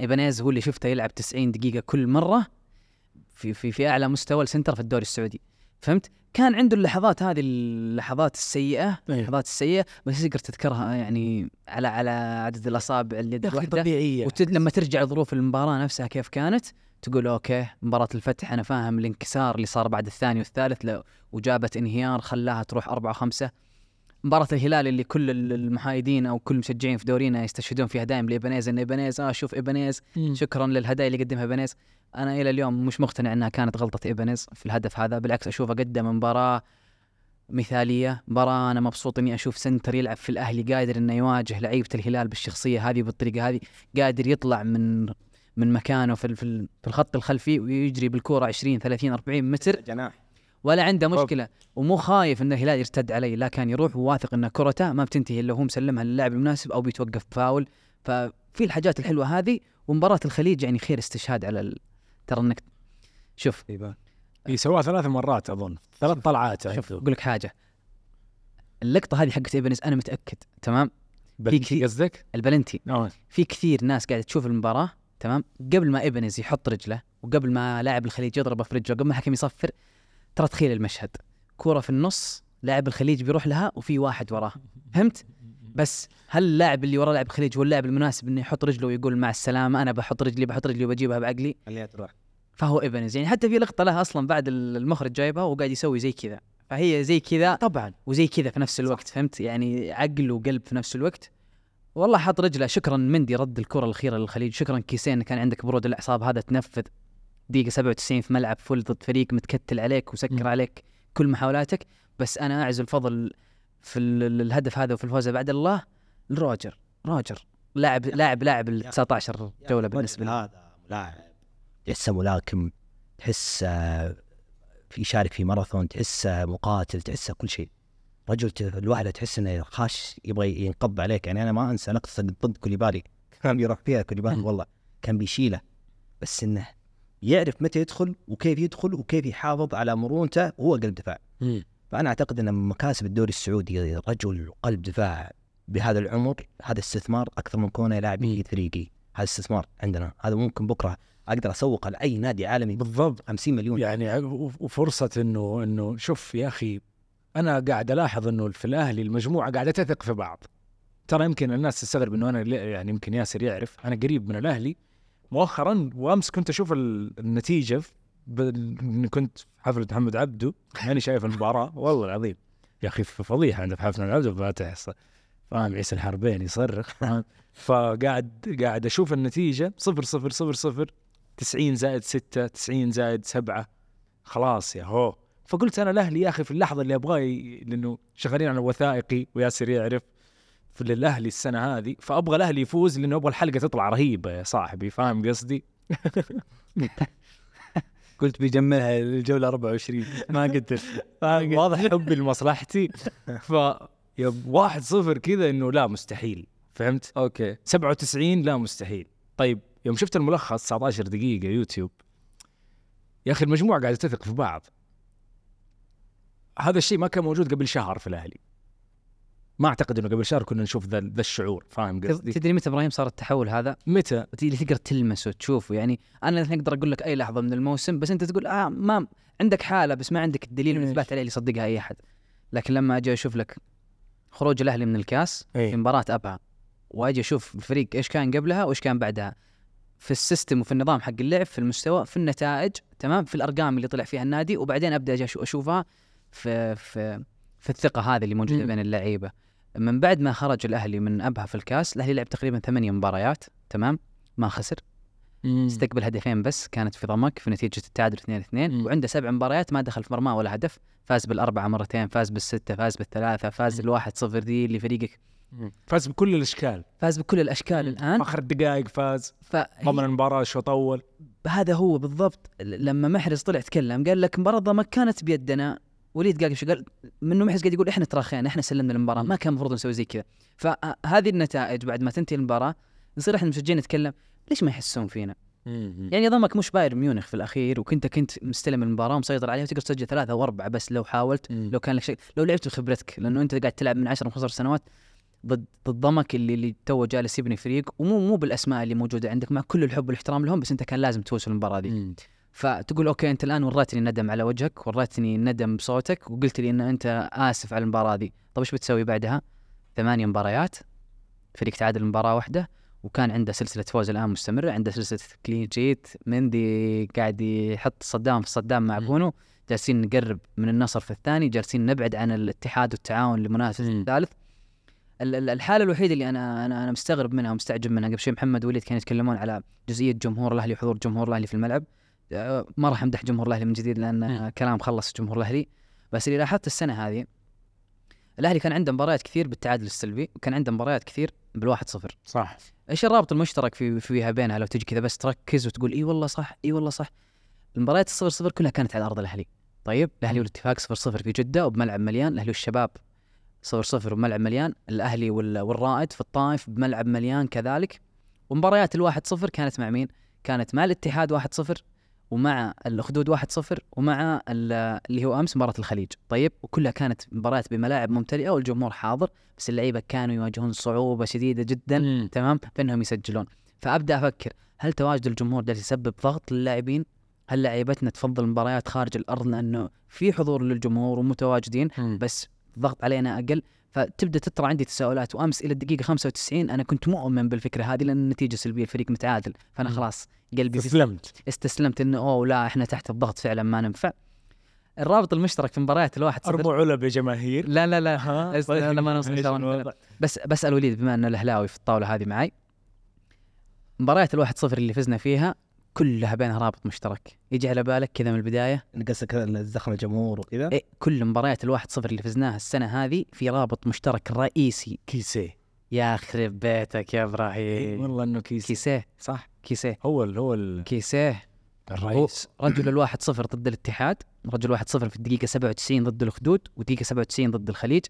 S5: ايبانيز هو اللي شفته يلعب 90 دقيقه كل مره في في في اعلى مستوى السنتر في الدوري السعودي فهمت كان عنده اللحظات هذه اللحظات السيئه
S8: طيب.
S5: اللحظات السيئه بس يقدر تذكرها يعني على على عدد الاصابع اليد الواحده
S7: طبيعيه
S5: وت... لما ترجع ظروف المباراة نفسها كيف كانت تقول اوكي مباراة الفتح انا فاهم الانكسار اللي صار بعد الثاني والثالث لو وجابت انهيار خلاها تروح أربعة وخمسة مباراة الهلال اللي كل ال- المحايدين او كل المشجعين في دورينا يستشهدون فيها دائم لإبنيز ان إبنيز اه شوف إبنيز شكرا للهدايا اللي قدمها إبنيز انا الى اليوم مش مقتنع انها كانت غلطة إبنيز في الهدف هذا بالعكس اشوفه قدم مباراة مثالية مباراة انا مبسوط اني اشوف سنتر يلعب في الاهلي قادر انه يواجه لعيبة الهلال بالشخصية هذه بالطريقة هذه قادر يطلع من من مكانه في ال- في ال- في الخط الخلفي ويجري بالكوره 20 30 40 متر
S3: جناح
S5: ولا عنده مشكله ومو خايف ان الهلال يرتد عليه لا كان يروح وواثق ان كرته ما بتنتهي الا هو مسلمها للاعب المناسب او بيتوقف فاول ففي الحاجات الحلوه هذه ومباراه الخليج يعني خير استشهاد على ال... ترى انك شوف
S2: إيه، سواها ثلاث مرات اظن ثلاث طلعات
S5: شوف اقول لك حاجه اللقطه هذه حقت ايبنز انا متاكد تمام
S2: بلنتي
S5: كي-
S2: قصدك؟
S5: البلنتي
S2: آه.
S5: في كثير ناس قاعده تشوف المباراه تمام قبل ما ابنز يحط رجله وقبل ما لاعب الخليج يضربه في رجله قبل ما الحكم يصفر ترى تخيل المشهد كوره في النص لاعب الخليج بيروح لها وفي واحد وراه فهمت بس هل اللاعب اللي وراه لاعب الخليج هو اللاعب المناسب انه يحط رجله ويقول مع السلامه انا بحط رجلي بحط رجلي وبجيبها بعقلي
S3: اللي تروح
S5: فهو ابنز يعني حتى في لقطه لها اصلا بعد المخرج جايبها وقاعد يسوي زي كذا فهي زي كذا
S7: طبعا
S5: وزي كذا في نفس الوقت فهمت يعني عقل وقلب في نفس الوقت والله حط رجله شكرا مندي رد الكره الاخيره للخليج شكرا كيسين إن كان عندك برود الاعصاب هذا تنفذ دقيقه 97 في ملعب فل ضد فريق متكتل عليك وسكر
S7: مم.
S5: عليك كل محاولاتك بس انا اعزل الفضل في ال- ال- الهدف هذا وفي الفوز بعد الله لروجر روجر لاعب لاعب لاعب ال 19 جوله بالنسبه لي
S3: هذا ملاعب تحسه ملاكم تحسه في يشارك في ماراثون تحسه مقاتل تحسه كل شيء رجل ت- لوحده تحس انه خاش يبغى ينقض عليك يعني انا ما انسى لقطه ضد كوليبالي *laughs* كان بيروح فيها كوليبالي والله كان بيشيله بس انه يعرف متى يدخل وكيف يدخل وكيف يحافظ على مرونته وهو قلب دفاع
S7: مم.
S3: فانا اعتقد ان من مكاسب الدوري السعودي رجل قلب دفاع بهذا العمر هذا استثمار اكثر من كونه لاعب افريقي هذا استثمار عندنا هذا ممكن بكره اقدر اسوق لاي نادي عالمي ب
S2: بالضبط
S3: 50 مليون
S2: يعني عقب- وف- وفرصه انه انه شوف يا اخي انا قاعد الاحظ انه في الاهلي المجموعه قاعده تثق في بعض ترى يمكن الناس تستغرب انه انا ليه- يعني يمكن ياسر يعرف انا قريب من الاهلي مؤخرا وامس كنت اشوف ال- النتيجه في- بال- إني كنت في حفله محمد عبده ماني شايف المباراه والله العظيم يا اخي في فضيحه عند حفله محمد عبده فاتح الص- فاهم عيسى الحربين يصرخ *laughs* فاهم فقاعد قاعد اشوف النتيجه 0 0 0 0 90 زائد 6 90 زائد 7 خلاص يا هو فقلت انا الاهلي يا اخي في اللحظه اللي ابغاه ي- لانه شغالين على وثائقي وياسر يعرف في الاهلي السنه هذه فابغى الاهلي يفوز لانه ابغى الحلقه تطلع رهيبه يا صاحبي فاهم قصدي؟
S7: قلت بيجملها الجوله 24
S2: *laughs* ما قدرت واضح *laughs* حبي لمصلحتي ف يب واحد صفر كذا انه لا مستحيل فهمت؟
S7: اوكي
S2: 97 لا مستحيل طيب يوم شفت الملخص 19 دقيقة يوتيوب يا أخي المجموعة قاعدة تثق في بعض هذا الشيء ما كان موجود قبل شهر في الأهلي ما اعتقد انه قبل شهر كنا نشوف ذا ذا الشعور فاهم قصدي؟
S5: تدري متى ابراهيم صار التحول هذا؟
S2: متى؟
S5: ت- اللي تقدر تلمسه تشوفه يعني انا الحين اقدر اقول لك اي لحظه من الموسم بس انت تقول اه ما عندك حاله بس ما عندك الدليل
S7: إيش.
S5: الاثبات عليه اللي يصدقها اي احد لكن لما اجي اشوف لك خروج الاهلي من الكاس
S2: إيه.
S5: في مباراه ابها واجي اشوف الفريق ايش كان قبلها وايش كان بعدها في السيستم وفي النظام حق اللعب في المستوى في النتائج تمام في الارقام اللي طلع فيها النادي وبعدين ابدا اجي أشو- اشوفها في في في الثقه هذه اللي موجوده
S7: مم.
S5: بين اللعيبه من بعد ما خرج الاهلي من ابها في الكاس الاهلي لعب تقريبا ثمانية مباريات تمام ما خسر استقبل هدفين بس كانت في ضمك في نتيجه التعادل 2 2
S2: مم.
S5: وعنده سبع مباريات ما دخل في مرماه ولا هدف فاز بالاربعه مرتين فاز بالسته فاز بالثلاثه فاز الواحد صفر دي لفريقك
S2: فاز بكل الاشكال
S5: فاز بكل الاشكال الان
S2: اخر الدقائق فاز ضمن
S5: فهذا
S2: المباراه شوط اول
S5: هو بالضبط ل- لما محرز طلع تكلم قال لك مباراه ضمك كانت بيدنا وليد قال شو قال منه محرز قاعد يقول احنا تراخينا احنا سلمنا المباراه ما كان المفروض نسوي زي كذا فهذه النتائج بعد ما تنتهي المباراه نصير احنا المشجعين نتكلم ليش ما يحسون فينا؟ يعني ضمك مش بايرن ميونخ في الاخير وكنت كنت مستلم المباراه ومسيطر عليها وتقدر تسجل ثلاثه واربعه بس لو حاولت
S2: مم.
S5: لو كان لك شيء لو لعبت بخبرتك لانه انت قاعد تلعب من 10 15 سنوات ضد ضد ضمك اللي اللي تو جالس يبني فريق ومو مو بالاسماء اللي موجوده عندك مع كل الحب والاحترام لهم بس انت كان لازم تفوز في المباراه دي فتقول اوكي انت الان وريتني الندم على وجهك وريتني الندم بصوتك وقلت لي ان انت اسف على المباراه دي طب ايش بتسوي بعدها ثمانية مباريات فريق تعادل مباراه واحده وكان عنده سلسله فوز الان مستمره عنده سلسله كلين شيت مندي قاعد يحط صدام في صدام مع
S2: مم.
S5: بونو جالسين نقرب من النصر في الثاني جالسين نبعد عن الاتحاد والتعاون لمنافسه
S2: مم.
S5: الثالث ال- ال- الحاله الوحيده اللي انا انا انا مستغرب منها ومستعجب منها قبل شوي محمد وليد كانوا يتكلمون على جزئيه جمهور الاهلي وحضور جمهور الاهلي في الملعب آه، ما راح امدح جمهور الاهلي من جديد لان آه، كلام خلص جمهور الاهلي بس اللي لاحظت السنه هذه الاهلي كان عنده مباريات كثير بالتعادل السلبي وكان عنده مباريات كثير بالواحد صفر
S2: صح
S5: ايش الرابط المشترك في فيها بينها لو تجي كذا بس تركز وتقول اي والله صح اي والله صح المباريات الصفر صفر كلها كانت على ارض الاهلي طيب الاهلي والاتفاق صفر صفر في جده وبملعب مليان الاهلي والشباب صفر صفر بملعب مليان الاهلي وال- والرائد في الطائف بملعب مليان كذلك ومباريات الواحد صفر كانت مع مين كانت مع الاتحاد واحد صفر ومع الاخدود واحد صفر ومع ال- اللي هو امس مباراه الخليج طيب وكلها كانت مباريات بملاعب ممتلئه والجمهور حاضر بس اللعيبه كانوا يواجهون صعوبه شديده جدا تمام بانهم يسجلون فابدا افكر هل تواجد الجمهور جالس يسبب ضغط للاعبين هل لعيبتنا تفضل مباريات خارج الارض لانه في حضور للجمهور ومتواجدين بس الضغط علينا اقل فتبدا تطرح عندي تساؤلات وامس الى الدقيقه 95 انا كنت مؤمن بالفكره هذه لان النتيجه سلبيه الفريق متعادل فانا
S2: مم.
S5: خلاص قلبي في
S2: استسلمت
S5: استسلمت انه اوه لا احنا تحت الضغط فعلا ما ننفع الرابط المشترك في مباريات الواحد صفر-
S2: اربع علب يا جماهير
S5: لا لا لا
S2: ها
S5: أس- لا، لا، ما نوصل إن شاء الله. بس بسال وليد بما انه الاهلاوي في الطاوله هذه معي مباريات الواحد صفر اللي فزنا فيها كلها بينها رابط مشترك يجي على بالك كذا من البدايه
S3: قصدك الزخم الجمهور وكذا
S5: إيه كل مباريات الواحد صفر اللي فزناها السنه هذه في رابط مشترك رئيسي
S7: إيه.
S2: كيسيه
S5: يا خرب بيتك يا ابراهيم
S2: والله انه كيسيه
S5: كيسيه
S2: صح
S5: كيسيه
S2: هو ال- هو ال-
S5: كيسيه
S7: الرئيس
S5: رجل الواحد صفر ضد الاتحاد رجل واحد صفر في الدقيقة 97 ضد الأخدود ودقيقة 97 ضد الخليج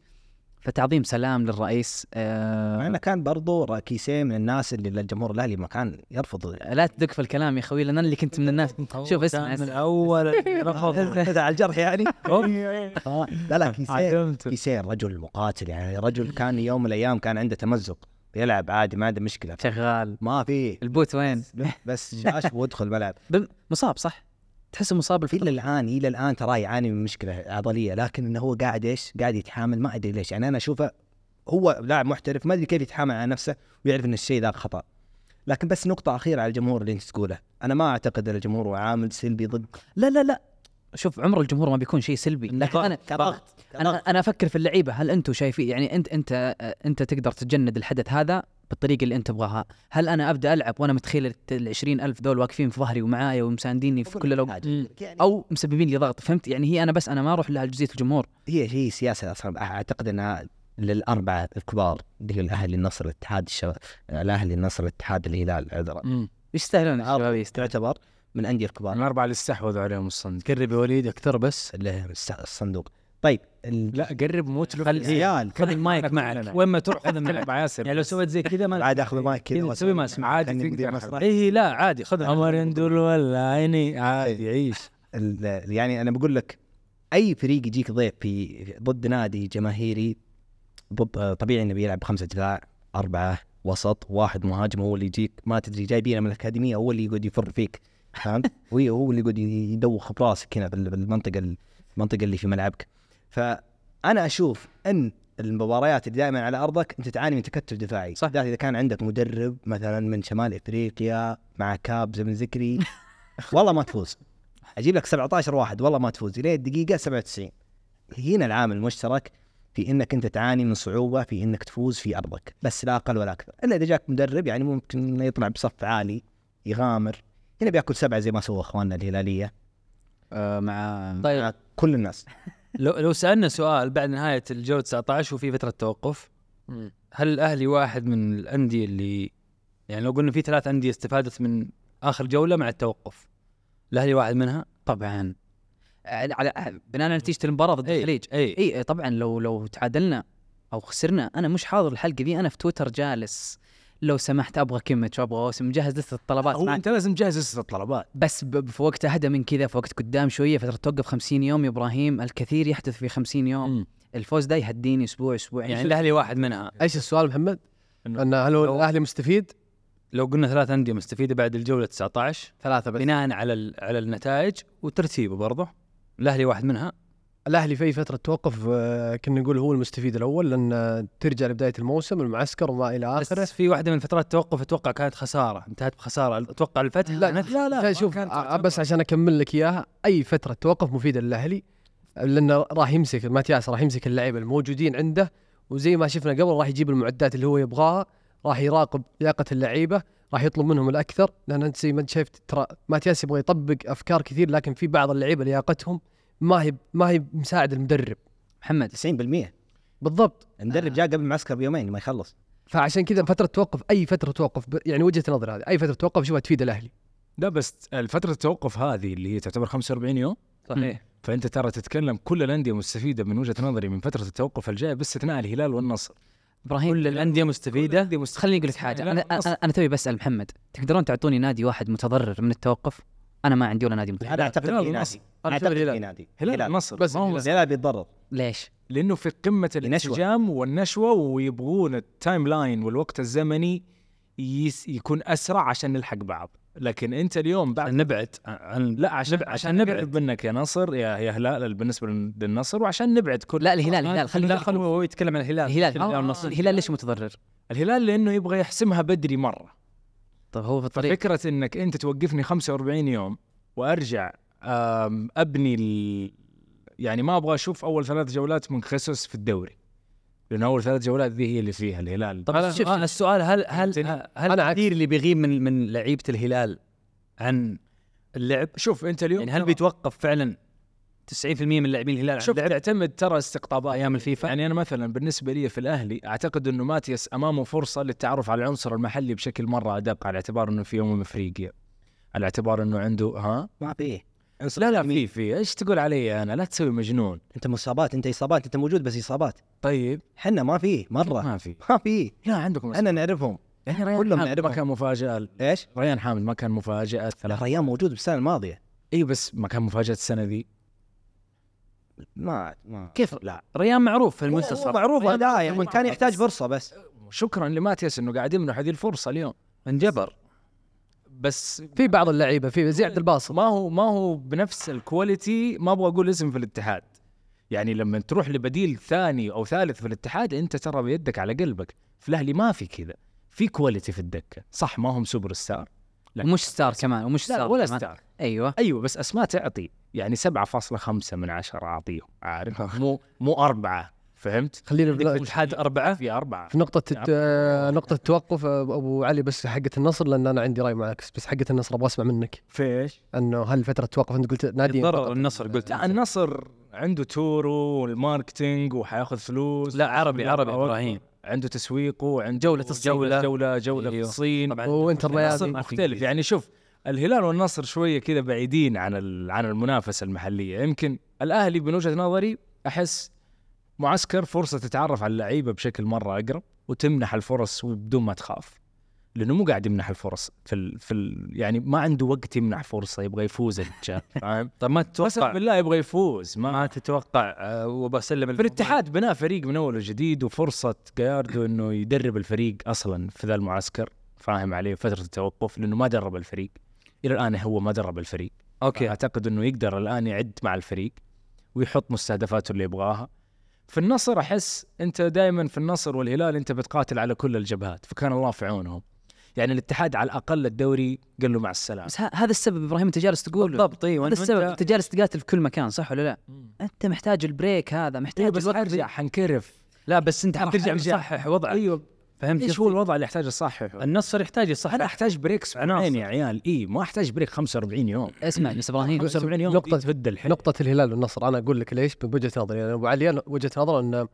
S5: فتعظيم سلام للرئيس
S3: مع
S5: آه
S3: انه كان برضو راكيسيه من الناس اللي الجمهور الاهلي ما كان يرفض
S5: لا تدق في الكلام يا خوي لأن أنا اللي كنت من الناس شوف اسمع
S7: من
S5: اسمع.
S7: اول رفض
S3: كذا على الجرح
S7: *laughs*
S3: يعني
S7: أوف.
S3: آه، لا لا كيسيه
S7: عدمت
S3: كيسيه رجل مقاتل يعني رجل كان يوم من الايام كان عنده تمزق يلعب عادي ما عنده مشكله
S5: شغال
S3: ما في
S5: البوت وين
S3: بس شاش وادخل ملعب
S5: بم- مصاب صح تحسه مصاب الف...
S3: الى الان الى الان تراه يعاني من مشكله عضليه لكن انه هو قاعد ايش؟ قاعد يتحامل ما ادري ليش يعني انا اشوفه هو لاعب محترف ما ادري كيف يتحامل على نفسه ويعرف ان الشيء ذا خطا لكن بس نقطة أخيرة على الجمهور اللي أنت تقوله، أنا ما أعتقد أن الجمهور هو عامل سلبي ضد
S5: لا لا لا شوف عمر الجمهور ما بيكون شيء سلبي لكن أنا
S3: كضغط
S5: انا انا افكر في اللعيبه هل انتم شايفين يعني انت انت انت تقدر تتجند الحدث هذا بالطريقه اللي انت تبغاها هل انا ابدا العب وانا متخيل ال 20 الف دول واقفين في ظهري ومعاي ومسانديني في كل الوقت
S3: أو
S5: او مسببين لي ضغط فهمت يعني هي انا بس انا ما اروح لها جزئيه الجمهور
S3: هي هي سياسة أصلا أعتقد أنها للأربعة الكبار اللي هو الأهلي النصر الاتحاد الشباب الأهلي النصر الاتحاد الهلال عذرا
S5: يستاهلون
S3: عارف.
S5: الشباب يستاهلون
S3: تعتبر من الأندية الكبار
S2: من اربعه اللي استحوذوا عليهم الصندوق
S7: قرب يا وليد اكثر بس
S3: اللي هي الس- الصندوق طيب ال-
S2: لا قرب مو تلف
S3: العيال
S7: خذ يعني المايك
S2: أنا
S7: معك
S2: كلنا.
S7: وين ما تروح خذ معك
S2: مع ياسر
S7: يعني لو سويت زي كذا ما
S3: عاد أخذ المايك كذا
S7: كذا تسوي ما اسمع
S2: عادي
S3: كأني مدير
S2: تقدر.
S3: مسرح.
S7: اي إيه، لا عادي خذ إيه. عمر يندل ولا عيني عادي عيش
S3: ال- يعني أنا بقول لك أي فريق يجيك ضيف في ضد نادي جماهيري بط- طبيعي انه بيلعب خمسه دفاع اربعه وسط واحد مهاجم هو اللي يجيك ما تدري جايبينه من الاكاديميه هو اللي يقعد يفر فيك فهمت؟ وهي- هو اللي يقعد يدوخ براسك هنا بال- بالمنطقه المنطقه اللي في ملعبك فانا اشوف ان المباريات اللي دائما على ارضك انت تعاني من تكتل دفاعي
S5: صح.
S3: بالذات اذا كان عندك مدرب مثلا من شمال افريقيا مع كابز من ذكري والله ما تفوز اجيب لك 17 واحد والله ما تفوز الى الدقيقه 97 هنا العامل المشترك في انك انت تعاني من صعوبه في انك تفوز في ارضك بس لا اقل ولا اكثر الا اذا جاك مدرب يعني ممكن انه يطلع بصف عالي يغامر هنا بياكل سبعه زي ما سوى اخواننا الهلاليه
S5: آه مع
S7: طيب
S3: مع كل الناس
S7: لو لو سالنا سؤال بعد نهايه الجوله 19 وفي فتره توقف هل الاهلي واحد من الانديه اللي يعني لو قلنا في ثلاث انديه استفادت من اخر جوله مع التوقف الاهلي واحد منها
S5: طبعا يعني على على- بناء على نتيجه المباراه ضد
S7: إيه.
S5: الخليج إيه،
S7: اي
S5: اي إي طبعا لو لو تعادلنا او خسرنا انا مش حاضر الحلقه ذي انا في تويتر جالس لو سمحت ابغى كيميتش وابغى اوسم مجهز لسته الطلبات
S2: هو
S5: معك
S2: انت لازم تجهز لسه الطلبات
S5: بس ب- في وقت اهدى من كذا في وقت قدام شويه فتره توقف 50 يوم يا ابراهيم الكثير يحدث في 50 يوم
S2: مم.
S5: الفوز ده يهديني اسبوع اسبوعين
S7: يعني الاهلي واحد منها
S8: ايش السؤال محمد؟
S2: إنه-
S8: ان هل هو
S7: لو-
S8: الاهلي مستفيد؟
S7: لو قلنا ثلاث انديه مستفيده بعد الجوله 19
S8: ثلاثه بس
S7: بناء على ال- على النتائج وترتيبه برضه الاهلي واحد منها
S8: الاهلي في فتره توقف آه، كنا نقول هو المستفيد الاول لان آه، ترجع لبدايه الموسم المعسكر وما الى اخره
S7: بس في واحده من فترات التوقف اتوقع كانت خساره انتهت بخساره اتوقع الفتح
S8: لا،
S7: كانت- لا
S8: لا شوف آه، بس عشان اكمل لك اياها اي فتره توقف مفيده للاهلي لانه راح يمسك ماتياس راح يمسك اللعيبه الموجودين عنده وزي ما شفنا قبل راح يجيب المعدات اللي هو يبغاها راح يراقب لياقه اللعيبه راح يطلب منهم الاكثر لان انت زي ما انت شايف ترى ماتياس يبغى يطبق افكار كثير لكن في بعض اللعيبه لياقتهم ما هي ما هي مساعد المدرب
S5: محمد
S3: 90%
S8: بالضبط
S2: آه.
S3: المدرب جاء قبل المعسكر بيومين ما يخلص
S8: فعشان كذا فتره توقف اي فتره توقف ب- يعني وجهه نظر هذه اي فتره توقف شوفها تفيد الاهلي
S2: لا بس فتره التوقف هذه اللي هي تعتبر 45 يوم
S7: صحيح
S2: فانت ترى تتكلم كل الانديه مستفيده من وجهه نظري من فتره التوقف الجايه باستثناء الهلال والنصر
S5: ابراهيم
S7: كل الانديه مستفيده
S5: خليني اقول لك حاجه
S2: لا،
S5: انا
S2: أصلاً.
S5: انا, أنا توي بسال محمد تقدرون تعطوني نادي واحد متضرر من التوقف انا ما عندي ولا نادي متضرر
S3: انا اعتقد
S2: هلال
S3: في
S2: والنصر.
S3: نادي
S8: أنا
S3: اعتقد
S8: أشوف
S3: في
S8: الهلال.
S3: نادي
S2: هلال
S3: هلال
S2: النصر
S8: بس
S2: ما هو
S8: الهلال.
S3: الهلال بيتضرر
S5: ليش
S2: لانه في قمه
S3: النشوة.
S2: الانسجام والنشوه ويبغون التايم لاين والوقت الزمني يس يكون اسرع عشان نلحق بعض لكن انت اليوم بعد
S7: نبعد عن
S2: لا عشان عشان نبعد
S7: نبعد.
S2: منك يا نصر يا يا هلال بالنسبه للنصر وعشان نبعد كل
S5: لا الهلال الهلال
S7: لا
S5: خلينا
S7: خل هو يتكلم عن الهلال
S5: الهلال
S7: الهلال
S5: آه،
S7: والنصر
S5: الهلال ليش متضرر؟
S2: الهلال لانه يبغى يحسمها بدري مره
S5: طيب هو في الطريق
S2: ففكره انك انت توقفني 45 يوم وارجع آم، ابني ال... يعني ما ابغى اشوف اول ثلاث جولات من خسوس في الدوري لان اول ثلاث جولات ذي هي اللي فيها الهلال
S7: طب
S5: أنا-
S7: شوف آه السؤال هل هل
S2: فهمتني؟
S7: هل
S8: أنا عكس.
S7: التقدير اللي بيغيب من من لعيبه الهلال عن اللعب
S2: شوف انت اليوم
S7: يعني هل
S2: ترى-
S7: بيتوقف فعلا 90% من لاعبين الهلال عن
S2: شوف
S7: اللعب
S2: تعتمد ترى استقطابات
S7: ايام الفيفا
S2: يعني انا مثلا بالنسبه لي في الاهلي اعتقد انه ماتياس امامه فرصه للتعرف على العنصر المحلي بشكل مره ادق على اعتبار انه في امم افريقيا على اعتبار انه عنده ها
S3: ما فيه
S2: لا لا
S7: يعني
S2: في في ايش تقول علي انا لا تسوي مجنون
S3: انت مصابات انت اصابات انت موجود بس اصابات
S2: طيب
S3: حنا ما فيه مره
S2: ما في
S3: ما فيه
S2: لا عندكم
S3: انا نعرفهم
S2: يعني ريان
S3: كلهم
S2: حامد ما
S3: نعرفهم.
S2: كان مفاجاه
S3: ايش؟
S2: ريان حامد ما كان مفاجاه ثلاث
S3: ريان موجود بالسنه الماضيه
S2: اي إيه، بس ما كان مفاجاه السنه ذي
S3: ما ما
S7: كيف لا ريان معروف في
S3: هو هو
S7: المنتصف
S3: معروف لا يعني كان يحتاج فرصه بس
S7: آه.
S2: شكرا لماتياس انه قاعد يمنح هذه الفرصه اليوم
S7: انجبر
S2: بس
S8: في بعض اللعيبه في زي عبد الباسط
S2: ما هو ما هو بنفس الكواليتي ما ابغى اقول اسم في الاتحاد يعني لما تروح لبديل ثاني او ثالث في الاتحاد انت ترى بيدك على قلبك في الاهلي ما في كذا في كواليتي في الدكه صح ما هم سوبر ستار لا.
S5: ومش ستار كمان ومش
S2: لا
S5: ستار
S2: ولا
S5: كمان.
S2: ستار
S5: ايوه
S2: ايوه بس اسماء تعطي يعني 7.5 من عشرة اعطيهم عارف *laughs* مو مو اربعه فهمت؟
S8: خلينا
S2: عندك في
S8: بلا-
S2: الاتحاد اربعه في اربعه
S8: في نقطة
S2: نعم.
S8: الت- آه، نقطة توقف آه، أبو علي بس حقة النصر لأن أنا عندي رأي معاكس بس حقة النصر أبغى أسمع منك
S2: في ايش؟
S8: أنه هل فترة توقف أنت قلت نادي
S7: يتضرر النصر طيب، قلت
S2: لا
S7: لا
S2: يعني النصر عنده تورو والماركتينج وحياخذ فلوس
S7: لا عربي عربي
S2: أوكي.
S7: ابراهيم
S2: عنده تسويقه عنده
S7: جولة الصين.
S2: جولة جولة, جولة في
S7: أيوه.
S2: الصين
S7: طبعاً
S8: وإنتر
S2: النصر
S8: ميامي
S2: مختلف يعني شوف الهلال والنصر شويه كذا بعيدين عن ال- عن المنافسه المحليه يمكن الاهلي من وجهه نظري احس معسكر فرصه تتعرف على اللعيبه بشكل مره اقرب وتمنح الفرص بدون ما تخاف لانه مو قاعد يمنح الفرص في ال... في ال... يعني ما عنده وقت يمنح فرصه يبغى يفوز الرجال
S7: *laughs*
S2: فاهم؟
S7: طيب ما
S2: قسم
S7: تتوقع
S2: بالله يبغى يفوز ما
S7: ما تتوقع آه، وبسلم
S2: في الاتحاد بناه فريق من اول وجديد وفرصه جاردو انه يدرب الفريق اصلا في ذا المعسكر فاهم عليه فتره التوقف لانه ما درب الفريق الى الان هو ما درب الفريق اوكي
S7: اوكي
S2: اعتقد انه يقدر الان يعد مع الفريق ويحط مستهدفاته اللي يبغاها في النصر احس انت دائما في النصر والهلال انت بتقاتل على كل الجبهات فكان الله في عونهم يعني الاتحاد على الاقل الدوري قال له مع السلامه
S5: بس ه- هذا السبب ابراهيم انت جالس تقول
S7: بالضبط أيوة. اي
S5: هذا السبب انت جالس تقاتل في كل مكان صح ولا لا؟ انت محتاج البريك هذا محتاج
S2: إيه بس ارجع حنكرف
S7: لا بس انت
S5: راح
S7: حترجع
S5: أرجع.
S7: تصحح وضعك
S2: ايوه
S7: فهمت
S2: ايش
S7: كيف؟
S2: هو الوضع اللي احتاج اصححه؟
S7: النصر يحتاج
S2: انا
S7: يصحح
S2: احتاج بريك اسبوعين يا عيال اي ما احتاج بريك 45 يوم
S7: إيه،
S5: اسمع بس ابراهيم
S2: 45 يوم
S8: نقطة-
S2: دي تفد الحين
S8: نقطة الهلال والنصر انا اقول لك ليش من وجهة نظري انا ابو علي أنا وجهة نظر ان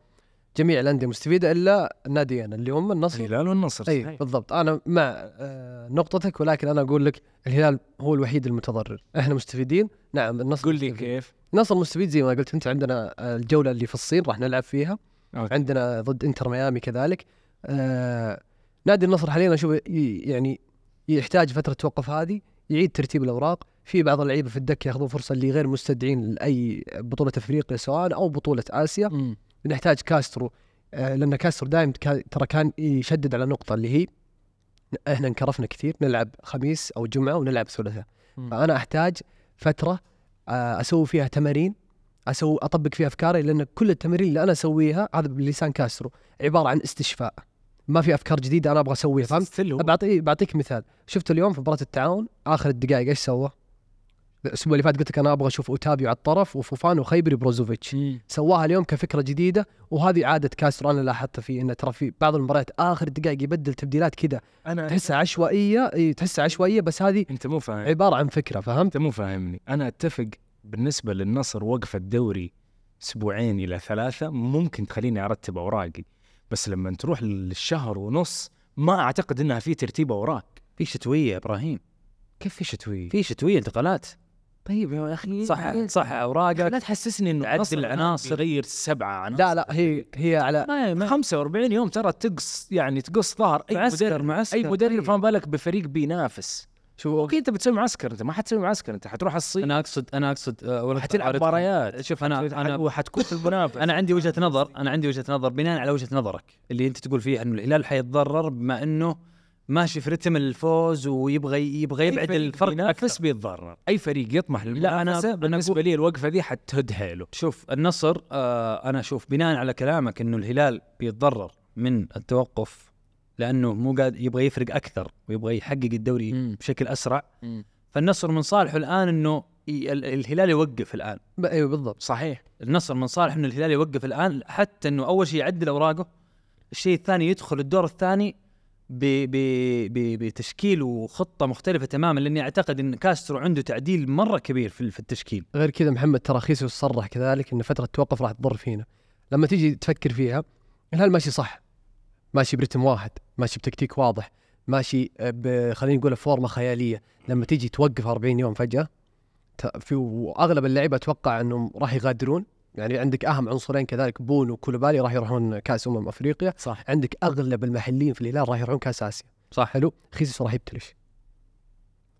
S8: جميع الاندية مستفيدة الا ناديين اللي هم النصر
S2: الهلال والنصر
S8: اي
S2: صحيح.
S8: إيه، بالضبط انا مع آه، نقطتك ولكن انا اقول لك الهلال هو الوحيد المتضرر احنا مستفيدين نعم النصر
S2: قول لي
S8: مستفيد.
S2: كيف
S8: النصر مستفيد زي ما قلت انت عندنا آه، الجولة اللي في الصين راح نلعب فيها
S2: أوكي.
S8: عندنا ضد انتر ميامي كذلك آه، نادي النصر حاليا اشوف ي- يعني يحتاج فترة توقف هذه يعيد ترتيب الاوراق في بعض اللعيبه في الدكه ياخذون فرصه اللي غير مستدعين لاي بطوله افريقيا سواء او بطوله اسيا نحتاج كاسترو آه، لان كاسترو دائم كا- ترى كان يشدد على نقطه اللي هي احنا انكرفنا كثير نلعب خميس او جمعه ونلعب ثلاثاء
S2: مم.
S8: فانا احتاج فتره آه، اسوي فيها تمارين اسوي اطبق فيها افكاري لان كل التمارين اللي انا اسويها هذا بلسان كاسترو عباره عن استشفاء ما في افكار جديده انا ابغى اسويها فهمت
S2: ستيل هو-
S8: بعطي بعطيك مثال شفت اليوم في مباراه التعاون اخر الدقائق ايش سوى؟ الاسبوع اللي فات قلت لك انا ابغى اشوف اوتابيو على الطرف وفوفان وخيبري بروزوفيتش
S2: مم.
S8: سواها اليوم كفكره جديده وهذه عاده كاسترو انا لاحظتها فيه انه ترى في بعض المباريات اخر الدقائق يبدل تبديلات كذا
S2: انا
S8: تحسها عشوائيه اي تحسها عشوائيه بس هذه
S2: انت إيه، مو فاهم
S8: عباره عن فكره فهمت؟
S2: انت مو فاهمني انا اتفق بالنسبه للنصر وقفه الدوري اسبوعين الى ثلاثه ممكن تخليني ارتب اوراقي بس لما تروح للشهر ونص ما اعتقد انها في ترتيب اوراق
S7: في شتويه يا ابراهيم
S2: كيف في شتوي
S7: في شتويه انتقالات
S2: طيب يا اخي
S7: صح صح اوراقك
S2: لا تحسسني انه
S7: عد
S2: النصر
S7: العناصر.
S2: غير سبعه عناصر
S8: لا لا هي هي على
S7: ما ما
S2: 45 يوم ترى تقص يعني تقص ظهر اي
S7: معسكر
S2: مدرب
S7: معسكر
S2: اي مدرب فما بالك بفريق بينافس
S8: شو
S2: اوكي انت بتسوي معسكر انت ما حتسوي معسكر انت حتروح الصين
S7: انا اقصد انا اقصد آه، ولا
S2: حتلعب
S7: أعرض-
S2: مباريات
S7: شوف انا انا
S2: وحتكون في المنافسه
S7: انا عندي وجهه نظر انا عندي وجهه نظر بناء على وجهه نظرك اللي انت تقول فيها انه الهلال حيتضرر بما انه ماشي في رتم الفوز ويبغى يبغى يبعد الفرق
S2: بس
S7: اكثر
S2: بيتضرر اي فريق يطمح
S7: لا، أنا-
S2: للمنافسه
S7: أنا
S2: بالنسبه
S7: أقول-
S2: لي الوقفه دي حتهدها له
S7: شوف النصر آه انا اشوف بناء على كلامك انه الهلال بيتضرر من التوقف لانه مو قاعد يبغى يفرق اكثر ويبغى يحقق الدوري بشكل اسرع
S2: مم.
S7: فالنصر من صالحه الان انه ي- ال- الهلال يوقف الان
S8: ايوه بالضبط
S2: صحيح
S7: النصر من صالح انه الهلال يوقف الان حتى انه اول شيء يعدل اوراقه الشيء الثاني يدخل الدور الثاني ب ب ب بتشكيل وخطه مختلفه تماما لاني اعتقد ان كاسترو عنده تعديل مره كبير في في التشكيل
S8: غير كذا محمد تراخيسي صرح كذلك ان فتره التوقف راح تضر فينا لما تيجي تفكر فيها الهلال ماشي صح ماشي برتم واحد ماشي بتكتيك واضح ماشي ب- خلينا نقول بفورمه خياليه لما تيجي توقف 40 يوم فجاه ت- في واغلب اللعيبه اتوقع انهم راح يغادرون يعني عندك اهم عنصرين كذلك بون وكولوبالي راح يروحون كاس امم افريقيا
S7: صح
S8: عندك اغلب المحليين في الهلال راح يروحون كاس اسيا
S7: صح
S8: حلو خيسوس راح يبتلش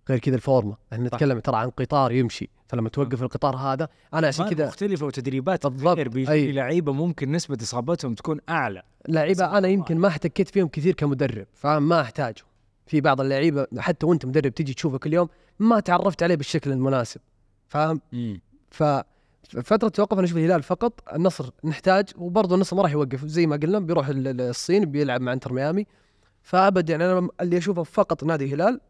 S8: غير كذا الفورمه احنا نتكلم ترى عن قطار يمشي فلما توقف القطار هذا انا عشان كذا
S2: مختلفه وتدريبات
S8: بالضبط،
S2: غير بيجي
S8: أي.
S2: لعيبه ممكن نسبه اصابتهم تكون اعلى
S8: لعيبه انا يمكن ما احتكيت فيهم كثير كمدرب فما احتاجه في بعض اللعيبه حتى وانت مدرب تيجي تشوفه كل يوم ما تعرفت عليه بالشكل المناسب فاهم ف فترة توقف انا اشوف الهلال فقط النصر نحتاج وبرضه النصر ما راح يوقف زي ما قلنا بيروح ال- ال- الصين بيلعب مع انتر ميامي فابد يعني انا اللي اشوفه فقط نادي الهلال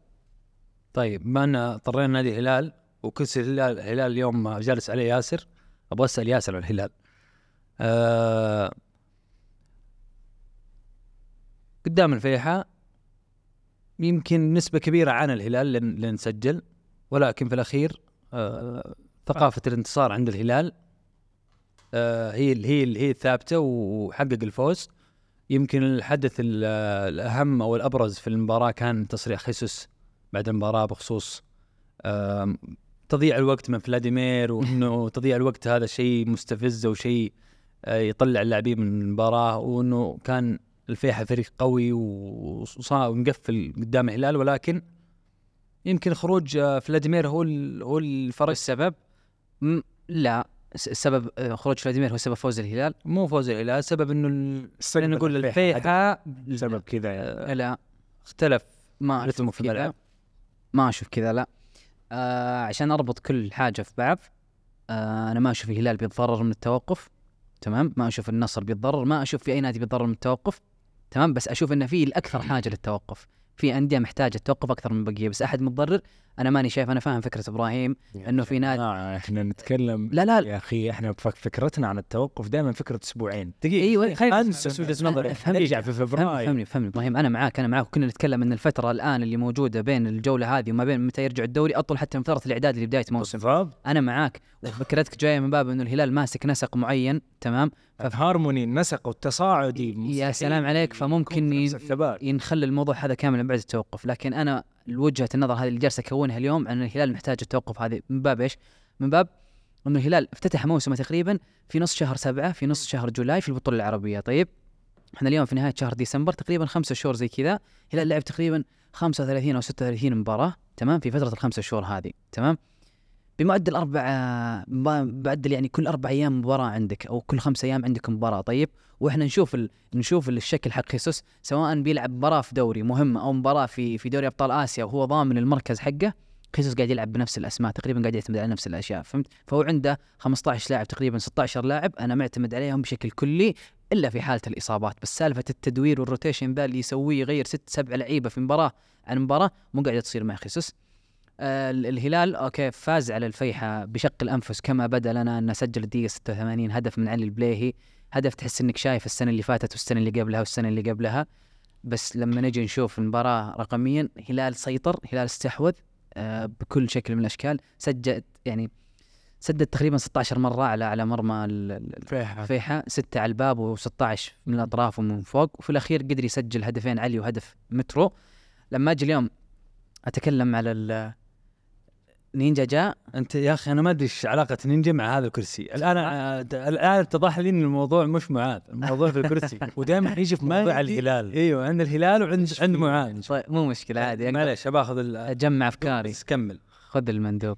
S7: طيب ما انا اضطرينا نادي الهلال وكسر الهلال الهلال اليوم جالس عليه ياسر ابغى اسال ياسر عن الهلال آه قدام الفيحاء يمكن نسبة كبيرة عن الهلال لن, لن سجل ولكن في الأخير آه ثقافة الانتصار عند الهلال آه هي ال- هي ال- هي الثابتة وحقق الفوز يمكن الحدث ال- الأهم أو الأبرز في المباراة كان تصريح خيسوس بعد المباراه بخصوص آم، تضييع الوقت من فلاديمير
S2: *laughs*
S7: وانه تضييع الوقت هذا شيء مستفز وشيء آه، يطلع اللاعبين من المباراه وانه كان الفيحاء فريق قوي وصا- ومقفل قدام الهلال ولكن يمكن خروج آه، فلاديمير هو ال- هو الفرق
S5: السبب م- لا س- السبب آه، خروج فلاديمير هو سبب فوز الهلال
S7: مو فوز الهلال سبب انه ال- خلينا نقول
S2: الفيحاء
S7: الفيحاء
S2: سبب كذا يعني
S5: لا
S7: اختلف
S5: ما
S7: رتمه
S5: أشوف
S7: في الملعب
S5: كذا ما اشوف كذا لا آه عشان اربط كل حاجه في بعض آه انا ما اشوف الهلال بيتضرر من التوقف تمام ما اشوف النصر بيتضرر ما اشوف في اي نادي بيتضرر من التوقف تمام بس اشوف ان في الاكثر حاجه للتوقف في انديه محتاجه التوقف اكثر من بقيه بس احد متضرر انا ماني شايف انا فاهم فكره ابراهيم انه في نادي
S2: آه احنا نتكلم
S5: لا لا, لا.
S2: يا اخي احنا بفك- فكرتنا عن التوقف دائما فكره اسبوعين
S7: دقيقه
S5: ايوه
S7: خلينا
S2: انسى
S7: نسمع
S2: وجهه
S7: بس
S2: نظري
S5: أفهمني.
S2: نرجع في
S5: فهمني
S2: فبراير
S5: فهمني فهمني ابراهيم انا معاك انا معاك كنا نتكلم ان الفتره الان اللي موجوده بين الجوله هذه وما بين متى يرجع الدوري اطول حتى من فتره الاعداد لبدايه موسم
S2: بالضبط
S5: انا معاك وفكرتك جايه من باب انه الهلال ماسك نسق معين تمام
S2: هارموني النسق والتصاعدي
S5: يا
S2: مستحيل
S5: سلام عليك
S2: يكون
S5: فممكن
S2: في
S5: ي-
S2: نفس الثبات
S5: ينخلى الموضوع هذا كاملا بعد التوقف لكن انا وجهه النظر هذه اللي جالس اكونها اليوم ان الهلال محتاج التوقف هذه من باب ايش؟ من باب انه الهلال افتتح موسمه تقريبا في نص شهر سبعه في نص شهر جولاي في البطوله العربيه طيب احنا اليوم في نهايه شهر ديسمبر تقريبا خمسة شهور زي كذا الهلال لعب تقريبا 35 او 36 مباراه تمام في فتره الخمسة شهور هذه تمام بمعدل اربع معدل يعني كل اربع ايام مباراه عندك او كل خمسة ايام عندك مباراه طيب واحنا نشوف ال... نشوف الشكل حق خيسوس سواء بيلعب مباراه في دوري مهمه او مباراه في في دوري ابطال اسيا وهو ضامن المركز حقه خيسوس قاعد يلعب بنفس الاسماء تقريبا قاعد يعتمد على نفس الاشياء فهمت فهو عنده 15 لاعب تقريبا 16 لاعب انا معتمد عليهم بشكل كلي الا في حاله الاصابات بس سالفه التدوير والروتيشن ذا اللي يسويه يغير ست سبع لعيبه في مباراه عن مباراه مو قاعده تصير مع خيسوس آه، ال- الهلال اوكي فاز على الفيحة بشق الانفس كما بدا لنا انه سجل الدقيقه 86 هدف من علي البليهي هدف تحس انك شايف السنه اللي فاتت والسنه اللي قبلها والسنه اللي قبلها بس لما نجي نشوف المباراه رقميا هلال سيطر هلال استحوذ آه، بكل شكل من الاشكال سجل يعني سدد تقريبا 16 مره على على مرمى ال- ال-
S7: فيحاء
S5: فيحة ستة على الباب و16 من الأطراف ومن فوق وفي الأخير قدر يسجل هدفين علي وهدف مترو لما أجي اليوم أتكلم على ال نينجا جاء
S7: انت يا اخي انا ما ادري ايش علاقه نينجا مع هذا الكرسي الان آه، د- الان اتضح لي ان الموضوع مش معاذ الموضوع
S2: *laughs*
S7: في الكرسي
S2: ودائما يجي في
S7: ما
S2: موضوع
S7: يدي-
S2: الهلال
S7: ايوه عند الهلال وعند عند معاذ
S5: طيب مو مشكلة
S2: يعني
S5: عادي أقدر
S7: معلش باخذ ال
S5: أجمع أفكاري
S7: بس كمل
S5: خذ المندوب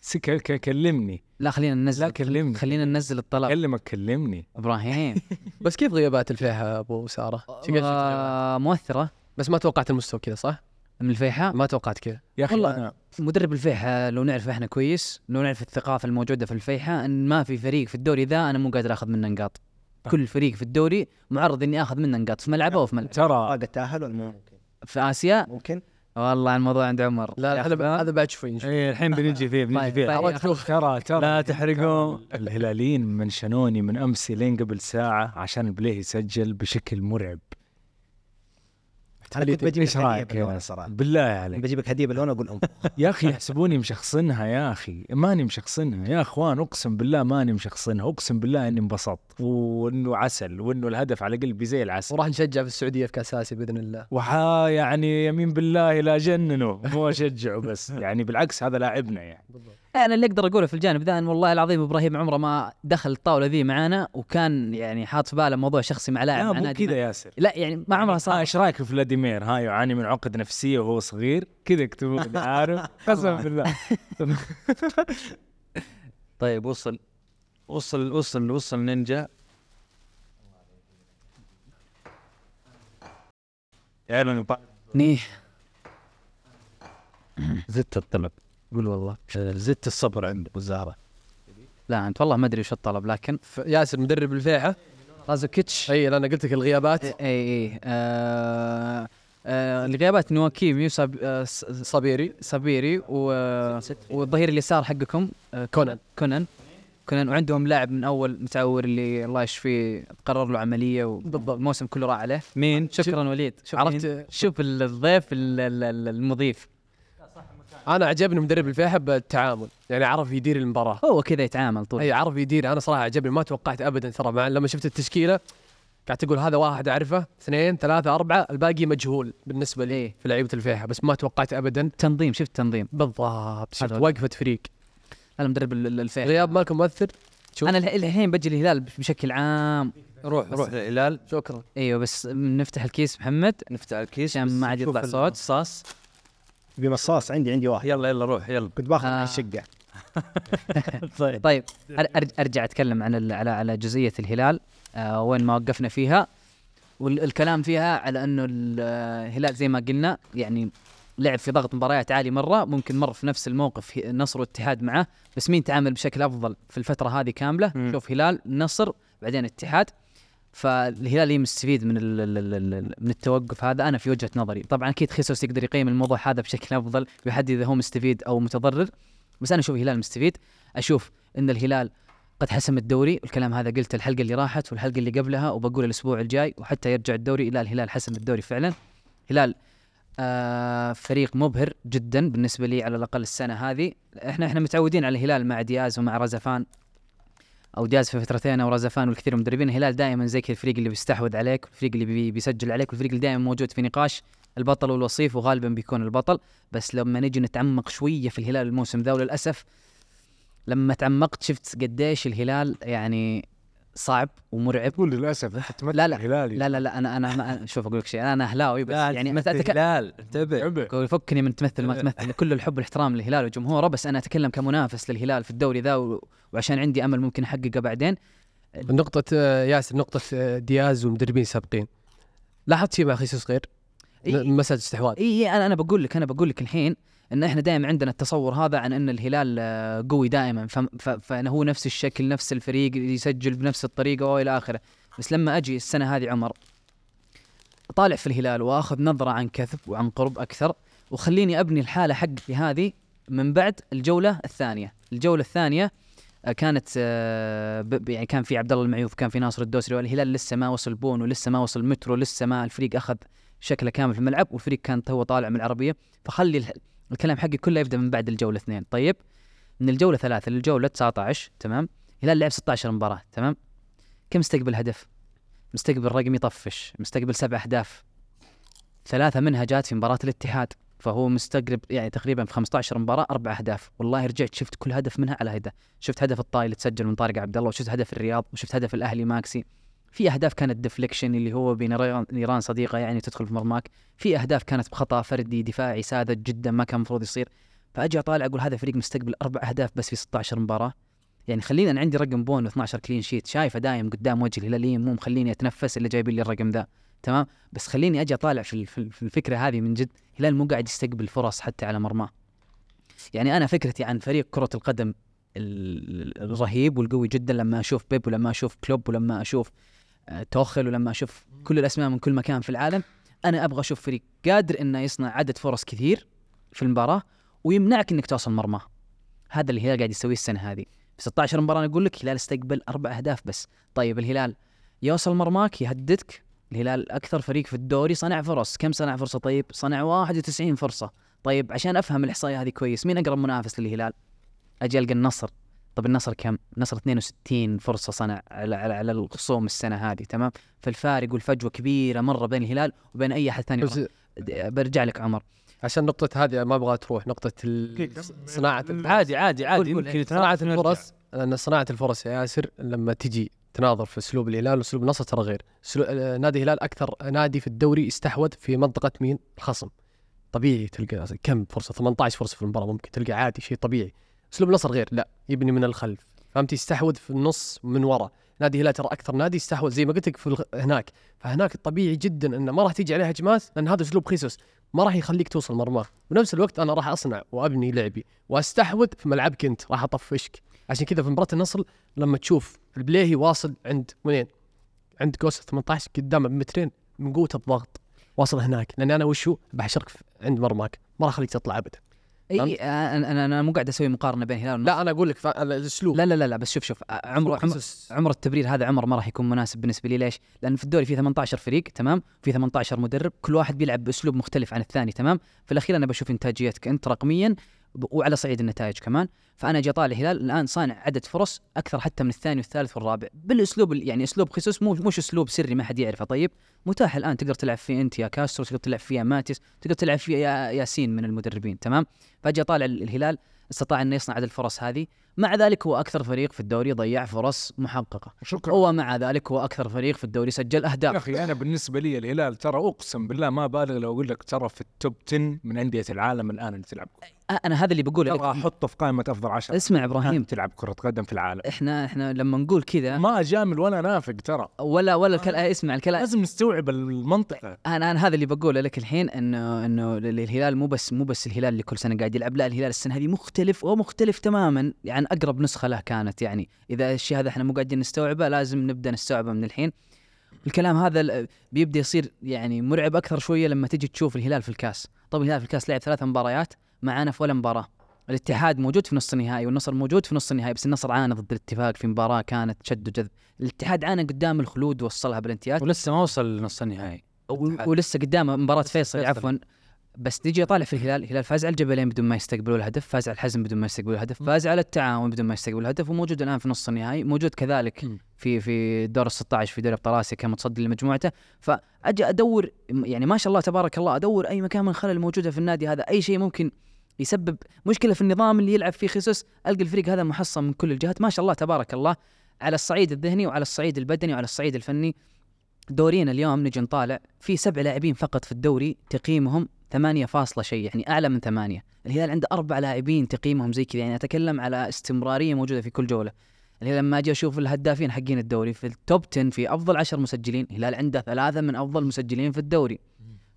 S2: سك- ك- كلمني
S5: لا خلينا ننزل
S2: لا كلمني.
S5: خلينا ننزل الطلب
S2: كلمك كلمني *laughs*
S5: إبراهيم
S8: بس كيف غيابات الفيحاء ابو ساره؟ شقد شفت غيابات؟
S5: آه، مؤثرة
S8: بس ما توقعت المستوى كذا صح؟
S5: من الفيحاء
S8: ما توقعت كذا
S2: يا اخي
S5: والله
S2: أنا
S5: مدرب الفيحاء لو نعرفه احنا كويس لو نعرف الثقافه الموجوده في الفيحاء ان ما في فريق في الدوري ذا انا مو قادر اخذ منه نقاط
S2: طيب.
S5: كل فريق في الدوري معرض اني اخذ منه نقاط في ملعبه وفي ملعب
S2: ترى
S3: قد تاهل ولا مو ممكن؟
S5: في اسيا
S3: ممكن؟
S5: والله الموضوع عند عمر
S8: لا لا، هذا هذا بعد شوي إن شاء
S2: إيه،
S7: اي الحين بنجي فيه بنجي
S5: طيب،
S7: فيه
S5: طيب.
S8: الله. عرفت؟
S2: ترى ترى
S7: لا تحرقوا
S2: *laughs* الهلاليين منشنوني من امس لين قبل ساعه عشان البليه يسجل بشكل مرعب
S3: انا كنت
S7: طيب.
S3: بجيب
S2: ايش رايك يا
S3: يا صراحه
S2: بالله عليك
S3: بجيبك هديه باللون اقول
S7: *laughs*
S3: أم.
S2: يا اخي يحسبوني مشخصنها يا اخي ماني مشخصنها يا اخوان اقسم بالله ماني مشخصنها اقسم بالله اني انبسطت وانه عسل وانه الهدف على قلبي زي العسل
S8: وراح نشجع في السعوديه في كاس اسيا باذن الله
S2: وحا يعني يمين بالله لا جننه مو اشجعه
S5: *laughs*
S2: بس يعني بالعكس هذا لاعبنا يعني
S5: انا اللي اقدر اقوله في الجانب ذا ان والله العظيم ابراهيم عمره ما دخل الطاوله ذي معانا وكان يعني حاط في باله موضوع شخصي مع لاعب
S2: لا
S5: مع
S2: مو
S5: نادي
S2: كذا
S5: ما-
S2: ياسر
S5: لا يعني ما عمرها
S2: آه،
S5: صار
S2: ايش رايك في فلاديمير ها يعاني من عقد نفسيه وهو صغير
S5: *laughs*
S2: كذا يكتبون عارف قسما بالله
S7: طيب وصل وصل وصل وصل نينجا اعلن
S2: طيب.
S5: نيه
S7: زدت الطلب
S5: قول والله
S7: زدت الصبر عند وزاره
S5: لا انت والله ما ادري وش الطلب لكن
S8: ف- ياسر مدرب الفيحاء
S5: رازوكيتش
S8: اي انا قلت لك الغيابات
S5: اي اي آه آه الغيابات نواكيمي وصب- آه، س-
S8: صبيري
S5: صبيري و... والظهير اليسار حقكم آه،
S8: كونان.
S5: كونان كونان وعندهم لاعب من اول متعور اللي الله يشفيه قرر له عمليه
S8: بالضبط.
S5: والموسم كله راح عليه
S7: مين
S5: شكرا وليد شوف
S8: عرفت
S5: شوف ال- الضيف ال- ال- ال- المضيف
S8: انا عجبني مدرب الفيحاء بالتعامل يعني عرف يدير المباراه
S5: هو كذا يتعامل طول
S8: اي عرف يدير انا صراحه عجبني ما توقعت ابدا ترى مع لما شفت التشكيله قاعد تقول هذا واحد اعرفه اثنين ثلاثه اربعه الباقي مجهول بالنسبه لي
S5: إيه.
S8: في لعيبه الفيحاء بس ما توقعت ابدا
S5: تنظيم شفت تنظيم
S8: بالضبط شفت
S5: هذا-
S8: وقفه فريق
S5: المدرب ال- ال- الفيحاء
S8: غياب مالكم مؤثر شوف.
S5: انا الح- الحين بجي الهلال بشكل عام
S7: روح روح للهلال
S8: شكرا
S5: ايوه بس نفتح الكيس محمد
S7: نفتح الكيس
S5: عشان ما
S7: بس
S5: عاد
S7: نشوف
S5: يطلع صوت.
S7: المصاص
S3: بمصاص عندي عندي واحد
S7: يلا يلا روح يلا
S3: كنت باخذ
S5: آه.
S3: آه. الشقه
S7: *laughs* طيب
S5: طيب أر- أر- ارجع اتكلم عن ال- على على جزئيه الهلال آه وين ما وقفنا فيها والكلام فيها على انه ال- آه، الهلال زي ما قلنا يعني لعب في ضغط مباريات عالي مره ممكن مر في نفس الموقف هي- النصر والاتحاد معه بس مين تعامل بشكل افضل في الفتره هذه كامله
S7: مم.
S5: شوف هلال نصر بعدين اتحاد فالهلال هي مستفيد من ال ال ال ال من التوقف هذا انا في وجهه نظري طبعا اكيد خيسوس يقدر يقيم الموضوع هذا بشكل افضل ويحدد اذا هو مستفيد او متضرر بس انا اشوف الهلال مستفيد اشوف ان الهلال قد حسم الدوري والكلام هذا قلت الحلقه اللي راحت والحلقه اللي قبلها وبقول الاسبوع الجاي وحتى يرجع الدوري الى الهلال حسم الدوري فعلا هلال آه فريق مبهر جدا بالنسبه لي على الاقل السنه هذه احنا احنا متعودين على الهلال مع دياز ومع رزفان او دياز في فترتين او رزفان والكثير من المدربين الهلال دائما زي كذا الفريق اللي بيستحوذ عليك الفريق اللي بي- بيسجل عليك والفريق اللي دائما موجود في نقاش البطل والوصيف وغالبا بيكون البطل بس لما نجي نتعمق شويه في الهلال الموسم ذا وللاسف لما تعمقت شفت قديش الهلال يعني صعب ومرعب
S2: تقول للاسف تتمتع
S5: لا لا
S2: الهلالي
S5: لا لا لا انا انا أنا- شوف اقول لك شيء انا اهلاوي بس
S7: لا
S5: يعني
S7: يعني
S5: أت- أتك...
S7: الهلال انتبه
S2: عبء.
S5: قول فكني من تمثل ما تمثل كل الحب والاحترام للهلال وجمهوره بس انا اتكلم كمنافس للهلال في الدوري ذا و... وعشان عندي امل ممكن احققه بعدين
S8: نقطة آه، ياسر نقطة آه، دياز والمدربين السابقين لاحظت شيء مع خيسوس غير
S5: إي-
S8: مسألة استحواذ
S5: اي إي، انا انا بقول لك انا بقول لك الحين ان احنا دائما عندنا التصور هذا عن ان الهلال آه، قوي دائما فم- ف- فانه هو نفس الشكل نفس الفريق يسجل بنفس الطريقه والى اخره بس لما اجي السنه هذه عمر طالع في الهلال واخذ نظره عن كثب وعن قرب اكثر وخليني ابني الحاله حقتي هذه من بعد الجوله الثانيه الجوله الثانيه آه، كانت آه، ب- ب- يعني كان في عبد الله المعيوف كان في ناصر الدوسري والهلال لسه ما وصل بون ولسه ما وصل مترو لسه ما الفريق اخذ شكله كامل في الملعب والفريق كان تو طالع من العربيه فخلي الح- الكلام حقي كله يبدا من بعد الجوله اثنين طيب من الجوله ثلاثه للجوله 19 تمام الهلال لعب 16 مباراه تمام كم استقبل هدف؟ مستقبل رقم يطفش مستقبل سبع اهداف ثلاثه منها جات في مباراه الاتحاد فهو مستقرب يعني تقريبا في 15 مباراه اربع اهداف والله رجعت شفت كل هدف منها على هدف شفت هدف الطاي اللي تسجل من طارق عبد الله وشفت هدف الرياض وشفت هدف الاهلي ماكسي في اهداف كانت ديفليكشن اللي هو بين نيران صديقه يعني تدخل في مرماك في اهداف كانت بخطا فردي دفاعي ساذج جدا ما كان المفروض يصير فاجي اطالع اقول هذا فريق مستقبل اربع اهداف بس في 16 مباراه يعني خلينا أنا عندي رقم بون 12 كلين شيت شايفه دايم قدام وجه الهلاليين مو مخليني اتنفس اللي جايبين لي الرقم ذا تمام بس خليني اجي اطالع في ال- في ال- في الفكره هذه من جد هلال مو قاعد يستقبل فرص حتى على مرماه يعني انا فكرتي عن فريق كره القدم ال- ال- الرهيب والقوي جدا لما اشوف بيب ولما اشوف كلوب ولما اشوف آه، توخل ولما اشوف كل الاسماء من كل مكان في العالم انا ابغى اشوف فريق قادر انه يصنع عدد فرص كثير في المباراه ويمنعك انك توصل مرماه هذا اللي الهلال قاعد يسويه السنه هذه في 16 مباراه انا اقول لك الهلال استقبل اربع اهداف بس طيب الهلال يوصل مرماك يهددك الهلال اكثر فريق في الدوري صنع فرص كم صنع فرصه طيب صنع 91 فرصه طيب عشان افهم الاحصائيه هذه كويس مين اقرب منافس للهلال اجي القى النصر طب النصر كم النصر 62 فرصه صنع على على, على الخصوم السنه هذه تمام فالفارق والفجوه كبيره مره بين الهلال وبين اي احد ثاني
S8: بس
S5: برجع لك عمر
S8: عشان نقطة هذه ما ابغى تروح نقطة ال- صناعة
S7: عادي عادي عادي
S5: قول- قول.
S7: يمكن
S8: صناعة
S7: يتناقش ونرجع.
S8: الفرص لأن صناعة الفرص يا ياسر لما تجي تناظر في اسلوب الهلال واسلوب النصر ترى غير أسلو- آه، نادي الهلال اكثر نادي في الدوري استحوذ في منطقة مين؟ الخصم طبيعي تلقى كم فرصة 18 فرصة في المباراة ممكن تلقى عادي شيء طبيعي اسلوب النصر غير لا يبني من الخلف فهمت يستحوذ في النص من ورا نادي الهلال ترى اكثر نادي يستحوذ زي ما قلت لك في الغ... هناك فهناك طبيعي جدا انه ما راح تيجي عليه هجمات لان هذا اسلوب خيسوس ما راح يخليك توصل مرماه بنفس الوقت انا راح اصنع وابني لعبي واستحوذ في ملعبك انت راح اطفشك عشان كذا في مباراه النصر لما تشوف البليهي واصل عند وين عند قوس 18 قدامه بمترين من قوه الضغط واصل هناك لان انا وشو بحشرك في- عند مرماك ما راح اخليك تطلع ابدا
S5: اي
S8: فهمت؟
S5: إي، آه، انا أنا- انا مو قاعد اسوي مقارنه بين الهلال والنصر.
S8: لا انا اقول لك فا- الاسلوب
S5: لا لا لا, لا بس شوف شوف آه، عمر عمر,
S8: خيسوس.
S5: عمر التبرير هذا عمر ما راح يكون مناسب بالنسبه لي ليش؟ لان في الدوري في 18 فريق تمام؟ في 18 مدرب كل واحد بيلعب باسلوب مختلف عن الثاني تمام؟ في الاخير انا بشوف انتاجيتك انت رقميا ب- وعلى صعيد النتائج كمان فانا جاي طالع الهلال الان صانع عدد فرص اكثر حتى من الثاني والثالث والرابع بالاسلوب ال- يعني اسلوب خصوص مو مش اسلوب سري ما حد يعرفه طيب متاح الان تقدر تلعب فيه انت يا كاسترو تقدر تلعب فيه يا ماتيس تقدر تلعب فيه يا ياسين من المدربين تمام فاجي طالع الهلال استطاع انه يصنع عدد الفرص هذه مع ذلك هو اكثر فريق في الدوري ضيع فرص محققه
S2: شكرا
S5: ومع ذلك هو اكثر فريق في الدوري سجل
S2: يا
S5: اهداف
S2: اخي انا بالنسبه لي الهلال ترى اقسم بالله ما بالغ لو اقول لك ترى في التوب 10 من انديه العالم الان اللي تلعب كرة.
S5: أ- انا هذا اللي بقوله
S2: ترى
S5: لك
S2: احطه في قائمه افضل 10
S5: اسمع ابراهيم
S2: تلعب كره قدم في العالم
S5: احنا احنا لما نقول كذا
S2: ما جامل ولا نافق ترى
S5: ولا ولا الكلا اسمع الكلام
S2: لازم نستوعب المنطقه
S5: انا انا هذا اللي بقوله لك الحين انه انه ال- الهلال مو بس مو بس الهلال اللي كل سنه قاعد يلعب لا الهلال السنه هذه مختلف ومختلف تماما يعني اقرب نسخه له كانت يعني اذا الشيء هذا احنا مو قاعدين نستوعبه لازم نبدا نستوعبه من الحين الكلام هذا ال- بيبدا يصير يعني مرعب اكثر شويه لما تجي تشوف الهلال في الكاس طب الهلال في الكاس لعب ثلاث مباريات معانا في ولا مباراه الاتحاد موجود في نص النهائي والنصر موجود في نص النهائي بس النصر عانى ضد الاتفاق في مباراه كانت شد وجذب الاتحاد عانى قدام الخلود ووصلها بالانتيات
S7: ولسه ما وصل لنص النهائي
S5: و-
S7: الاتحاد.
S5: ولسه قدامه مباراة فيصل
S7: فيصل.
S5: عفوا بس تيجي طالع في الهلال، الهلال فاز على الجبلين بدون ما يستقبلوا الهدف، فاز على الحزم بدون ما يستقبلوا الهدف، فاز على التعاون بدون ما يستقبلوا الهدف وموجود الان في نص النهائي، موجود كذلك
S7: مم.
S5: في في دور ال 16 في دوري ابطال اسيا كمتصدي لمجموعته، فاجي ادور يعني ما شاء الله تبارك الله ادور اي مكان من الخلل الموجوده في النادي هذا، اي شيء ممكن يسبب مشكله في النظام اللي يلعب فيه خيسوس، القى الفريق هذا محصن من كل الجهات، ما شاء الله تبارك الله على الصعيد الذهني وعلى الصعيد البدني وعلى الصعيد الفني دورينا اليوم نجي نطالع في سبع لاعبين فقط في الدوري تقييمهم ثمانية فاصلة شيء يعني أعلى من ثمانية الهلال عنده أربع لاعبين تقييمهم زي كذا يعني أتكلم على استمرارية موجودة في كل جولة الهلال لما أجي أشوف الهدافين حقين الدوري في التوب 10 في أفضل عشر مسجلين الهلال عنده ثلاثة من أفضل المسجلين في الدوري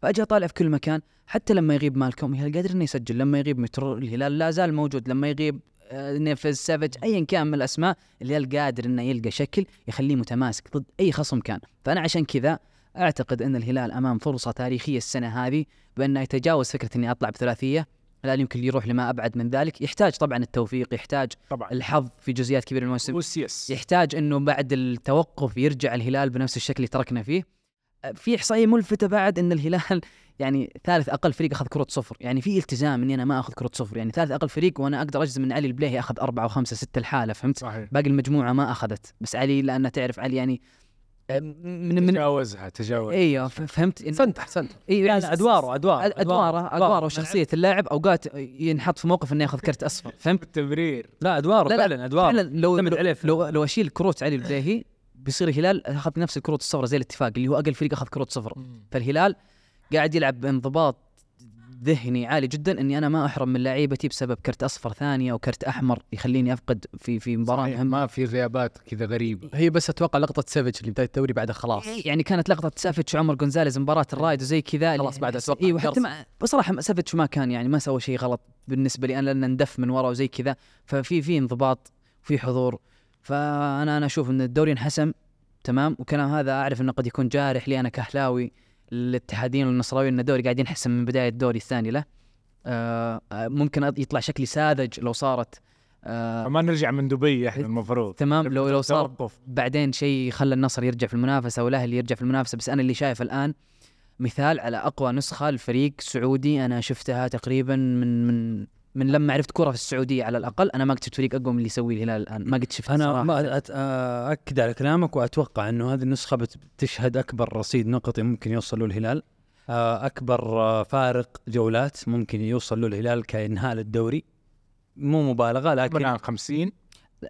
S5: فأجي أطالع في كل مكان حتى لما يغيب مالكم الهلال قادر إنه يسجل لما يغيب مترو الهلال لا زال موجود لما يغيب آه، نيفز سافج ايا كان من الاسماء الهلال قادر انه يلقى شكل يخليه متماسك ضد اي خصم كان فانا عشان كذا اعتقد ان الهلال امام فرصه تاريخيه السنه هذه بانه يتجاوز فكره اني اطلع بثلاثيه الهلال يمكن يروح لما ابعد من ذلك يحتاج طبعا التوفيق يحتاج
S2: طبعا
S5: الحظ في جزئيات كبيره من الموسم
S2: وسيس
S5: يحتاج انه بعد التوقف يرجع الهلال بنفس الشكل اللي تركنا فيه أه، في احصائيه ملفته بعد ان الهلال *laughs* يعني ثالث اقل فريق اخذ كره صفر يعني في التزام اني انا ما اخذ كره صفر يعني ثالث اقل فريق وانا اقدر اجزم ان علي البليهي اخذ أربعة وخمسة ستة الحاله فهمت
S2: صحيح
S5: باقي المجموعه ما اخذت بس علي لانه تعرف علي يعني أه، من من
S2: تجاوزها تجاوز
S5: ايوه ف- فهمت إن-
S8: احسنت احسنت
S5: ايوه
S7: يعني ادواره ادواره
S5: أد- ادواره ادواره وشخصيه اللاعب اوقات ينحط في موقف انه ياخذ كرت اصفر فهمت
S2: بالتمرير
S7: لا ادواره
S5: لا، لا،
S7: فعلا
S5: فعلا
S7: ادواره
S5: لو
S7: اعتمد عليه فعلاً.
S5: لو لو اشيل كروت علي البليهي بيصير الهلال اخذ نفس الكروت الصفراء زي الاتفاق اللي هو اقل فريق اخذ كروت صفراء فالهلال قاعد يلعب بانضباط ذهني عالي جدا اني انا ما احرم من لعيبتي بسبب كرت اصفر ثاني او كرت احمر يخليني افقد في في مباراه
S2: صحيح،
S5: مهمه
S2: ما في غيابات كذا غريبه
S8: هي بس اتوقع لقطه سيفج اللي بدايه الدوري بعدها خلاص إيه.
S5: يعني كانت لقطه سافيتش عمر جونزاليز مباراه الرايد وزي كذا
S8: خلاص بعد أتوقع
S5: ايوه حتى
S8: درس.
S5: ما بصراحه ما- سافيتش ما كان يعني ما سوى شيء غلط بالنسبه لي انا لانه اندف من ورا وزي كذا ففي في انضباط في حضور فانا انا اشوف ان الدوري انحسم تمام وكلام هذا اعرف انه قد يكون جارح لي انا كهلاوي الاتحادين والنصراويين ان الدوري قاعد ينحسم من بدايه الدوري الثاني له آه آه، ممكن أط- يطلع شكلي ساذج لو صارت آه
S2: فما نرجع من دبي احنا المفروض
S5: تمام لو لو صار
S2: توقف
S5: بعدين شيء خلى النصر يرجع في المنافسه والاهلي يرجع في المنافسه بس انا اللي شايف الان مثال على اقوى نسخه لفريق سعودي انا شفتها تقريبا من من من لما عرفت كره في السعوديه على الاقل انا ما قد شفت فريق اقوى من اللي يسويه الهلال الان ما قد شفت
S7: انا
S5: صراحة.
S7: ما أت- اكد على كلامك واتوقع انه هذه النسخه بت- بتشهد اكبر رصيد نقطي ممكن يوصل له الهلال آه، اكبر آه، فارق جولات ممكن يوصل له الهلال كانهاء للدوري مو مبالغه لكن
S2: من الان 50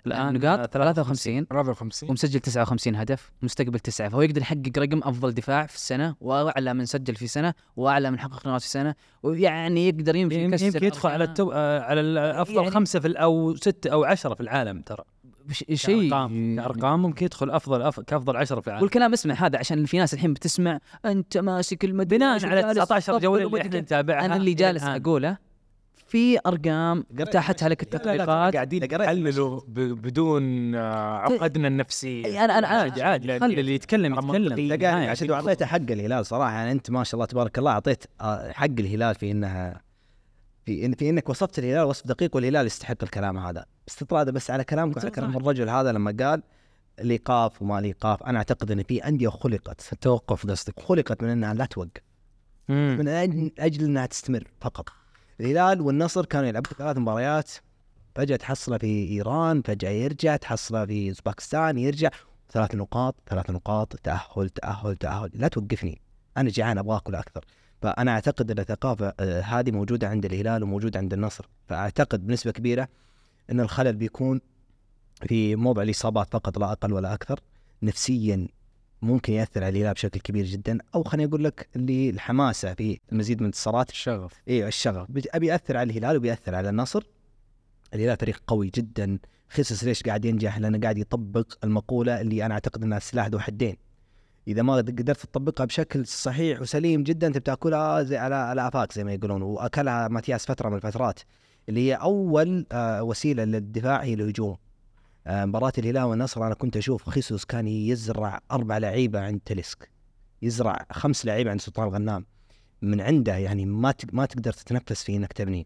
S5: الان نقاط 53
S2: 54
S5: ومسجل 59 هدف مستقبل تسعه فهو يقدر يحقق رقم افضل دفاع في السنه واعلى من سجل في سنه واعلى من حقق نقاط في سنه ويعني يقدر يمشي
S7: يمكن,
S5: يكسر
S7: يمكن يدخل على
S5: 40.
S7: التو... آه، على الافضل
S5: يعني-
S7: يعني خمسه في ال- او سته او عشره في العالم ترى
S5: ش- شيء
S7: كأرقام- كارقام ممكن يدخل افضل أف... كافضل عشره في العالم
S5: والكلام اسمع هذا عشان في ناس الحين بتسمع انت ماسك المدري
S7: بناء
S5: إيش
S7: يعني على
S5: وجالس
S7: 19
S5: تطبل
S7: جوله اللي آه.
S5: ومدري
S7: احنا
S5: كيف.
S7: نتابعها
S5: انا اللي
S7: إلى
S5: جالس
S7: الآن.
S5: اقوله في ارقام تحتها لك التطبيقات
S2: قاعدين يحللوا ب- بدون آه،
S7: طيب.
S2: عقدنا النفسيه
S5: أي، أنا- أنا-
S7: عادي عادي
S5: خلي-
S7: اللي يتكلم يتكلم
S2: منطقية.
S7: دقائق.
S3: عشان لو اعطيته حق الهلال صراحه يعني انت ما شاء الله تبارك الله اعطيت آه، حق الهلال في انها في إن في انك وصفت الهلال وصف دقيق والهلال يستحق الكلام هذا استطرادا بس على كلامك اكثر من الرجل هذا لما قال الايقاف وما الايقاف انا اعتقد ان في انديه خلقت التوقف قصدك خلقت من انها لا توقف
S7: مم.
S3: من أجل- اجل انها تستمر فقط الهلال والنصر كانوا يلعبوا ثلاث مباريات فجاه تحصله في ايران فجاه يرجع تحصله في باكستان يرجع ثلاث نقاط ثلاث نقاط تاهل تاهل تاهل لا توقفني انا جعان ابغى اكل اكثر فانا اعتقد ان الثقافه آه، هذه موجوده عند الهلال وموجوده عند النصر فاعتقد بنسبه كبيره ان الخلل بيكون في موضع الاصابات فقط لا اقل ولا اكثر نفسيا ممكن ياثر على الهلال بشكل كبير جدا او خليني اقول لك اللي الحماسه في المزيد من الانتصارات
S2: الشغف
S3: ايوه الشغف بت- ابي ياثر على الهلال وبيأثر على النصر الهلال فريق قوي جدا خسس ليش قاعد ينجح لانه قاعد يطبق المقوله اللي انا اعتقد انها سلاح ذو حدين اذا ما قدرت تطبقها بشكل صحيح وسليم جدا انت بتاكلها زي على على افاك زي ما يقولون واكلها ماتياس فتره من الفترات اللي هي اول آه، وسيله للدفاع هي الهجوم آه، مباراه الهلال والنصر انا كنت اشوف خيسوس كان يزرع اربع لعيبه عند تلسك يزرع خمس لعيبه عند سلطان غنام من عنده يعني ما تق- ما تقدر تتنفس فيه انك تبنيه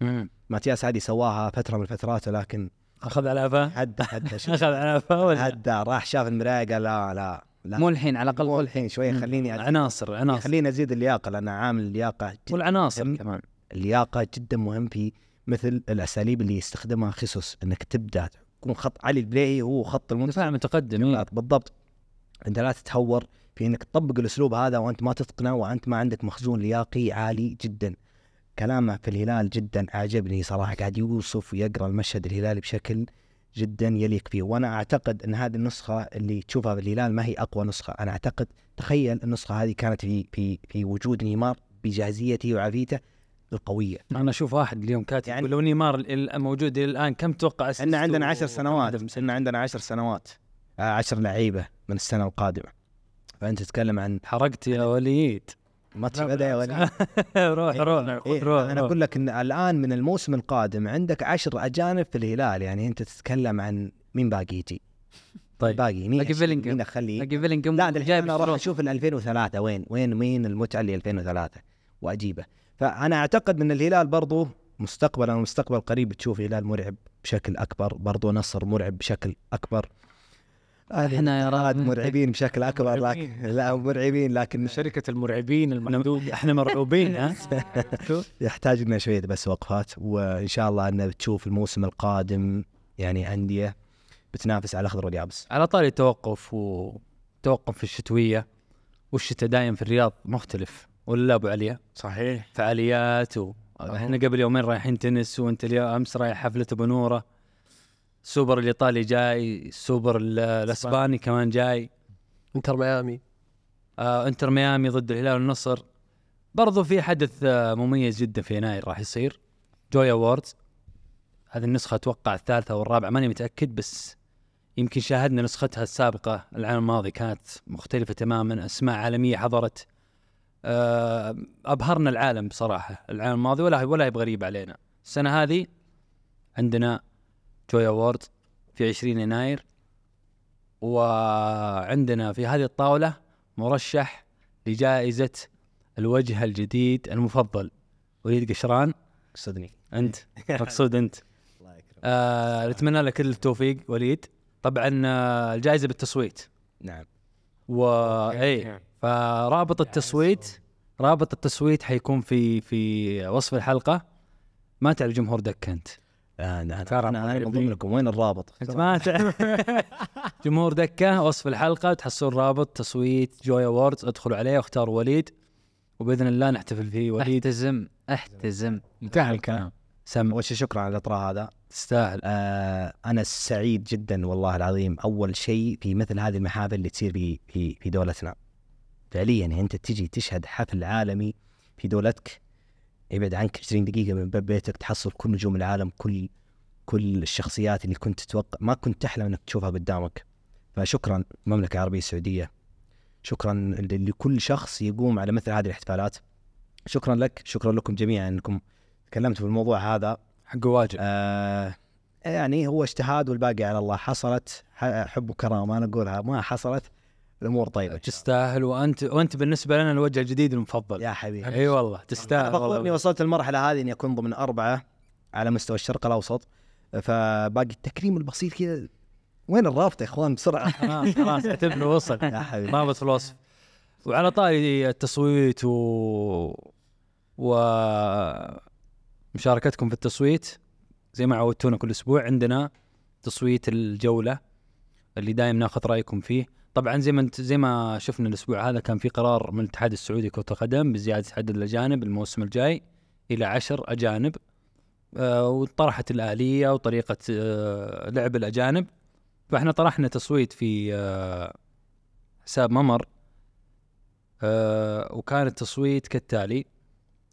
S3: ماتياس عادي سواها فتره من الفترات ولكن
S7: اخذ على *laughs* قفاه
S3: حد حد
S2: *laughs*
S3: شوف-
S7: اخذ على قفاه ولا
S3: حد راح شاف المرايه قال لا لا لا
S5: مو الحين على الاقل
S3: مو الحين شوي
S7: مم.
S3: خليني أ-
S7: عناصر عناصر
S3: خليني ازيد اللياقه لان عامل اللياقه جد
S7: والعناصر
S3: هم-
S7: كمان
S3: اللياقه جدا مهم في مثل الاساليب اللي يستخدمها خيسوس انك تبدا تكون خط علي البليهي هو خط المنتخب
S7: دفاع متقدم إيه.
S3: بالضبط انت لا تتهور في انك تطبق الاسلوب هذا وانت ما تتقنه وانت ما عندك مخزون لياقي عالي جدا كلامه في الهلال جدا اعجبني صراحه قاعد يوصف ويقرا المشهد الهلالي بشكل جدا يليق فيه وانا اعتقد ان هذه النسخه اللي تشوفها في الهلال ما هي اقوى نسخه انا اعتقد تخيل النسخه هذه كانت في في في وجود نيمار بجاهزيته وعافيته القويه
S7: انا اشوف واحد اليوم كاتب
S3: يعني-
S7: يعني لو نيمار ال- موجود الى الان كم تتوقع assist
S3: احنا عندنا
S7: و-
S3: عشر
S7: وكم هدف
S3: سنوات
S7: مسجل؟
S3: احنا عندنا عشر سنوات آه، عشر لعيبه من السنه القادمه فانت تتكلم عن
S7: حرقت يا وليد *laughs*
S3: ماتش بدا يا وليد
S7: روح
S3: إيه،
S7: روح
S3: إيه،
S7: روح
S3: انا
S7: روح.
S3: اقول لك ان الان من الموسم القادم عندك عشر اجانب في الهلال يعني انت تتكلم عن مين باقي يجي
S7: طيب
S3: باقي مين
S5: باقي
S3: أشيل؟
S5: بيلينغهام.
S3: مين اخليه
S5: اجيب بيلينغهام
S3: لا ده الحين
S5: جايب
S3: انا اروح
S5: الشروط.
S3: اشوف ال 2003 وين وين مين المتعه اللي 2003 واجيبه فانا اعتقد ان الهلال برضو مستقبلا ومستقبل قريب تشوف هلال مرعب بشكل اكبر برضو نصر مرعب بشكل اكبر
S5: احنا يا
S3: الاتحاد
S5: رب
S3: مرعبين بشكل اكبر لكن
S2: مرعبين.
S3: لا مرعبين لكن
S2: شركه المرعبين
S7: *laughs*
S2: المحدود
S7: إحنا- احنا مرعوبين ها
S3: *laughs* يحتاج لنا شويه بس وقفات وان شاء الله ان بتشوف الموسم القادم يعني انديه بتنافس على الاخضر واليابس
S7: على طاري التوقف وتوقف الشتويه والشتاء دايم في الرياض مختلف ولا لا ابو عليا
S2: صحيح
S7: فعاليات و... احنا قبل يومين رايحين تنس وانت اليوم امس رايح حفله ابو نوره السوبر الايطالي جاي السوبر ال- الاسباني كمان جاي
S8: انتر ميامي
S7: آه انتر ميامي ضد الهلال والنصر برضو في حدث آه مميز جدا في يناير راح يصير جوي اووردز هذه النسخة اتوقع الثالثة او الرابعة ماني متأكد بس يمكن شاهدنا نسختها السابقة العام الماضي كانت مختلفة تماما اسماء عالمية حضرت آه ابهرنا العالم بصراحة العام الماضي ولا ولا هي بغريب علينا السنة هذه عندنا جوي اووردز في 20 يناير وعندنا في هذه الطاولة مرشح لجائزة الوجه الجديد المفضل وليد قشران
S3: صدني *laughs*
S7: انت مقصود انت
S3: الله يكرمك
S7: آه، نتمنى لك كل التوفيق وليد طبعا آه، الجائزة بالتصويت
S3: نعم
S7: و اي فرابط التصويت رابط التصويت حيكون في في وصف الحلقة ما تعرف جمهور دك انت
S3: آه انا
S7: ترى
S3: انا, أنا من ضمنكم وين الرابط؟
S7: انت
S3: *laughs*
S7: ما تعرف *laughs* جمهور دكه وصف الحلقه تحصل رابط تصويت جوي اووردز ادخلوا عليه واختاروا وليد وباذن الله نحتفل فيه وليد
S5: احتزم احتزم
S2: انتهى الكلام
S7: سم
S3: اول شيء شكرا على الاطراء هذا
S7: تستاهل
S3: آه انا سعيد جدا والله العظيم اول شيء في مثل هذه المحافل اللي تصير في في في دولتنا فعليا يعني انت تجي تشهد حفل عالمي في دولتك يبعد عنك 20 دقيقه من باب بيتك تحصل كل نجوم العالم كل كل الشخصيات اللي كنت تتوقع ما كنت تحلم انك تشوفها قدامك فشكرا المملكه العربيه السعوديه شكرا ل- لكل شخص يقوم على مثل هذه الاحتفالات شكرا لك شكرا لكم جميعا انكم تكلمتوا في الموضوع هذا
S7: حقه واجب
S3: آه يعني هو اجتهاد والباقي على الله حصلت ح- حب وكرامه انا اقولها ما حصلت الامور طيبه
S7: تستاهل وانت وانت بالنسبه لنا الوجه الجديد المفضل
S3: يا حبيبي
S7: اي
S2: أيوة.
S7: والله
S3: أنا
S7: تستاهل
S3: فخور اني
S7: والله
S3: وصلت المرحله هذه اني اكون ضمن اربعه على مستوى الشرق الاوسط فباقي التكريم البسيط كذا وين الرابط يا اخوان
S2: *laughs*
S3: بسرعه
S7: خلاص آه، خلاص اعتبره وصل
S3: يا حبيبي
S7: رابط في الوصف وعلى طاري التصويت و و مشاركتكم في التصويت زي ما عودتونا كل اسبوع عندنا تصويت الجوله اللي دايم ناخذ رايكم فيه طبعا زي ما انت زي ما شفنا الاسبوع هذا كان في قرار من الاتحاد السعودي لكره القدم بزياده عدد الاجانب الموسم الجاي الى عشر اجانب آه، وطرحت الآلية وطريقة آه، لعب الأجانب فاحنا طرحنا تصويت في آه، حساب ممر آه، وكان التصويت كالتالي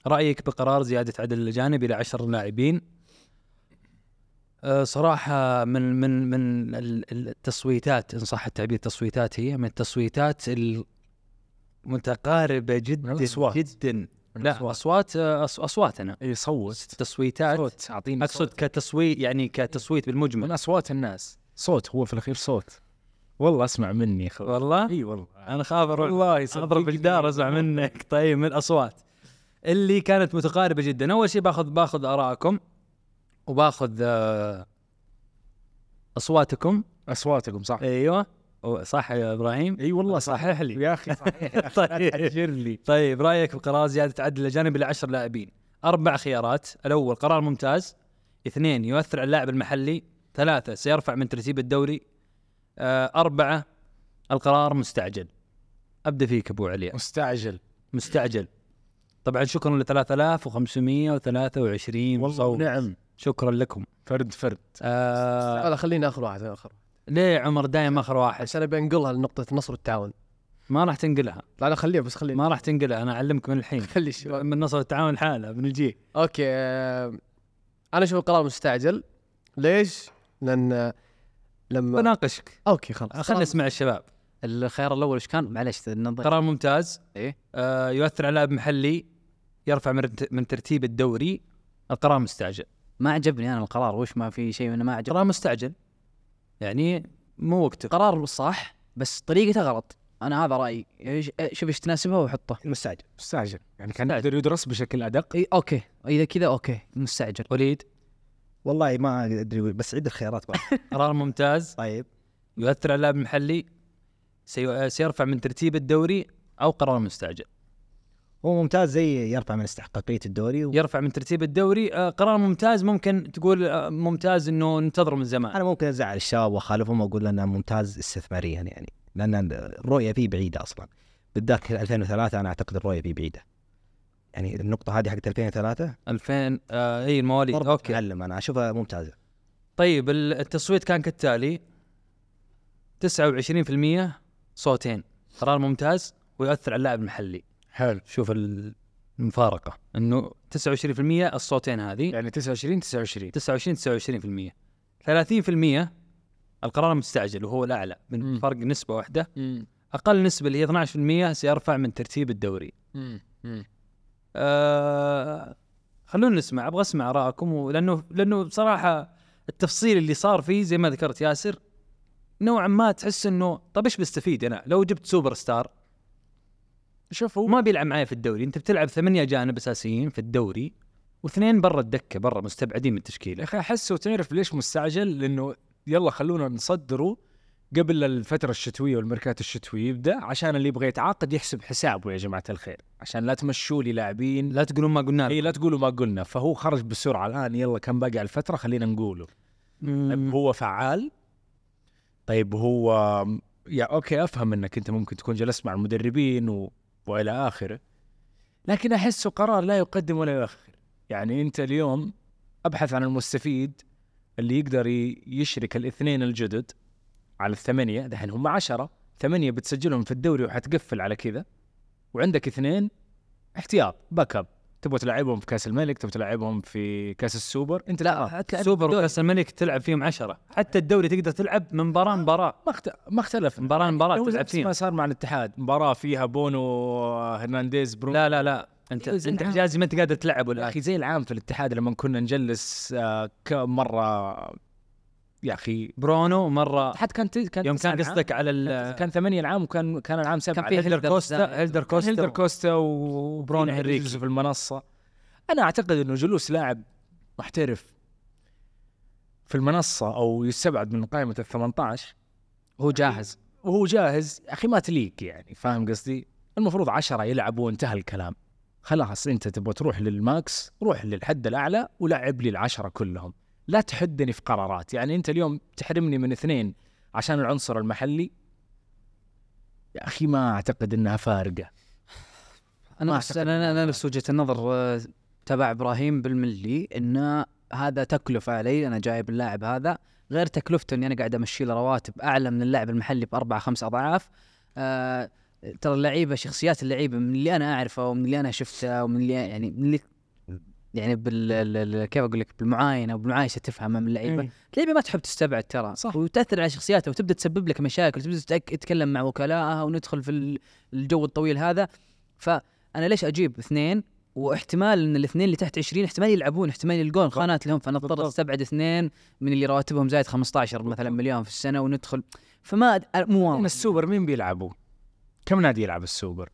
S7: رأيك بقرار زيادة عدد الأجانب إلى عشر لاعبين آه، صراحة من من من ال- ال- التصويتات إن صح التعبير تصويتات هي من التصويتات المتقاربة جدا
S2: الأصوات.
S7: جدا لا
S2: الأصوات.
S7: أصوات آه، أص- أصواتنا
S2: اي صوت
S7: تصويتات
S2: صوت اعطيني
S7: اقصد
S2: صوت.
S7: كتصويت يعني كتصويت
S2: من
S7: بالمجمل
S2: اصوات الناس صوت هو في الاخير صوت والله اسمع مني خلاص
S7: والله
S2: اي والله
S7: انا خاف اروح
S2: والله
S7: اضرب الجدار ازعل منك طيب من الاصوات اللي كانت متقاربه جدا اول شيء باخذ باخذ ارائكم وباخذ آه، اصواتكم
S2: اصواتكم صح
S3: إيه،
S7: ايوه أو- صح يا ابراهيم
S2: اي والله
S7: صحح لي
S2: يا اخي صحيح
S7: طيب
S2: اجر لي
S7: طيب رايك بقرار زياده عدد الاجانب الى 10 لاعبين اربع خيارات الاول قرار ممتاز اثنين يؤثر على اللاعب المحلي ثلاثه سيرفع من ترتيب الدوري آه، اربعه القرار مستعجل ابدا فيك ابو علي
S2: مستعجل
S7: مستعجل طبعا شكرا ل 3523
S2: والله
S7: مصوت.
S2: نعم
S7: شكرا لكم
S2: فرد فرد
S7: آه
S8: لا خلينا اخر واحد اخر
S7: ليه إيه، عمر دائما اخر واحد
S8: عشان ابي انقلها لنقطه النصر والتعاون
S7: ما راح تنقلها
S8: لا لا خليها بس خليها
S7: ما راح تنقلها انا اعلمك من الحين
S8: خلي الشباب
S7: من نصر التعاون حالها بنجيه
S8: اوكي آه، انا اشوف القرار مستعجل ليش؟ لان آه، لما
S7: بناقشك
S8: اوكي خلاص
S7: خلينا نسمع الشباب
S5: الخيار الاول ايش كان؟ معلش
S2: طيب.
S5: ننظر
S7: قرار ممتاز
S5: إيه.
S7: آه يؤثر على لاعب محلي يرفع من, من ترتيب الدوري القرار مستعجل
S5: ما عجبني انا القرار وش ما في شيء انه ما عجبني
S7: قرار مستعجل يعني مو وقته
S5: قرار صح بس طريقته غلط انا هذا رايي إيش- شوف ايش تناسبها وحطه
S3: مستعجل
S2: مستعجل يعني كان يقدر يدرس بشكل ادق
S5: اي اوكي اذا كذا اوكي مستعجل
S7: وليد
S3: والله ما ادري بس عد الخيارات بعد
S7: *laughs* قرار ممتاز
S3: طيب
S7: يؤثر على اللاعب المحلي سي... آه، سيرفع من ترتيب الدوري او قرار مستعجل
S3: هو ممتاز زي يرفع من استحقاقيه الدوري و...
S7: يرفع من ترتيب الدوري آه قرار ممتاز ممكن تقول آه ممتاز انه ننتظره من زمان
S3: انا ممكن ازعل الشباب واخالفهم واقول انه ممتاز استثماريا يعني لان الرؤيه فيه بعيده اصلا بالذات 2003 انا اعتقد الرؤيه فيه بعيده يعني النقطه هذه حقت 2003
S7: 2000 آه اي المواليد
S3: برضه
S7: اوكي
S3: تعلم انا اشوفها ممتازه
S7: طيب ال- التصويت كان كالتالي 29% صوتين قرار ممتاز ويؤثر على اللاعب المحلي
S2: حلو
S7: شوف ال- المفارقة انه 29% الصوتين هذه
S2: يعني 29 29
S7: 29 29% 30% القرار مستعجل وهو الاعلى من
S2: مم.
S7: فرق نسبة واحدة اقل نسبة اللي هي 12% سيرفع من ترتيب الدوري أه خلونا نسمع ابغى اسمع ارائكم ولانه لانه بصراحه التفصيل اللي صار فيه زي ما ذكرت ياسر نوعا ما تحس انه طب ايش بستفيد انا لو جبت سوبر ستار شوف هو ما بيلعب معي في الدوري انت بتلعب ثمانية اجانب اساسيين في الدوري واثنين برا الدكه برا مستبعدين من
S2: يا
S7: التشكيله
S2: اخي احسه تعرف ليش مستعجل؟ لانه يلا خلونا نصدره قبل الفترة الشتوية والميركات الشتوي يبدا عشان اللي يبغى يتعاقد يحسب حسابه يا جماعة الخير، عشان لا تمشوا لي لاعبين
S7: لا تقولون ما قلنا
S2: اي
S7: لكم.
S2: لا تقولوا ما قلنا، فهو خرج بسرعة الان يلا كم باقي على الفترة خلينا نقوله. طيب
S7: مم.
S2: هو فعال طيب هو يا اوكي افهم انك انت ممكن تكون جلست مع المدربين و... والى اخره لكن احسه قرار لا يقدم ولا يؤخر يعني انت اليوم ابحث عن المستفيد اللي يقدر ي- يشرك الاثنين الجدد على الثمانيه دحين هم عشرة ثمانيه بتسجلهم في الدوري وحتقفل على كذا وعندك اثنين احتياط باك اب تبغى تلعبهم في كاس الملك تبغى تلعبهم في كاس السوبر انت لا
S5: حتلعب
S7: سوبر وكاس الملك تلعب فيهم عشرة حتى الدوري تقدر تلعب من مباراه مباراه
S2: ما اخت- ما اختلف
S7: مباراه مباراه
S2: لو
S7: تلعب
S2: نفس
S7: فيهم
S2: ما صار مع الاتحاد مباراه فيها بونو آه، هرنانديز برونو
S7: لا لا لا انت
S2: إيه، زي
S7: انت
S2: العام.
S7: حجازي ما انت قادر تلعب
S2: يا
S7: ولا
S2: اخي زي العام في الاتحاد لما كنا نجلس آه، كم مره يا اخي
S7: برونو مره
S2: الاتحاد كان ت- كان
S7: يوم
S2: تسع
S7: كان
S2: العام.
S7: قصدك على ال
S2: كان- كان ثمانية العام وكان كان العام
S5: كان
S2: سبعة
S5: فيه
S7: هيلدر
S5: هيلدر
S7: كوستا
S5: زايد.
S7: هيلدر
S2: كوستا هيلدر
S7: كوستا
S2: كوستا وبرون
S7: فينا
S2: هنريك
S7: يجلسوا
S2: في المنصه انا اعتقد انه جلوس لاعب محترف في المنصه او يستبعد من قائمه ال 18
S5: هو جاهز
S2: وهو جاهز يا اخي ما تليك يعني فاهم قصدي؟ المفروض عشرة يلعبوا وانتهى الكلام خلاص انت تبغى تروح للماكس روح للحد الاعلى ولعب لي العشرة كلهم لا تحدني في قرارات يعني انت اليوم تحرمني من اثنين عشان العنصر المحلي يا اخي ما اعتقد انها فارقه
S5: انا
S2: ما
S5: نفس
S2: أعتقد
S5: انا انا نفس وجهه النظر آه، تبع ابراهيم بالملي انه هذا تكلفه علي انا جايب اللاعب هذا غير تكلفته اني انا قاعد امشي له رواتب اعلى من اللاعب المحلي باربع خمس اضعاف آه ترى اللعيبه شخصيات اللعيبه من اللي انا اعرفه ومن اللي انا شفته ومن اللي يعني من اللي يعني بال ال- ال- كيف اقول لك بالمعاينه وبالمعايشه تفهم من
S2: إيه.
S7: إيه.
S5: اللعيبه، اللعيبه ما تحب تستبعد ترى
S2: صح.
S5: وتاثر على شخصيتها وتبدا تسبب لك مشاكل وتبدا تتك- تتكلم مع وكلائها وندخل في ال- الجو الطويل هذا فانا ليش اجيب اثنين واحتمال ان الاثنين اللي تحت 20 احتمال يلعبون احتمال يلقون خانات لهم فانا اضطر
S2: بالضبط.
S5: استبعد اثنين من اللي رواتبهم زايد 15 مثلا مليون في السنه وندخل فما أد- مو
S2: الحين
S5: واضح
S2: السوبر مين بيلعبوا؟ كم نادي يلعب السوبر؟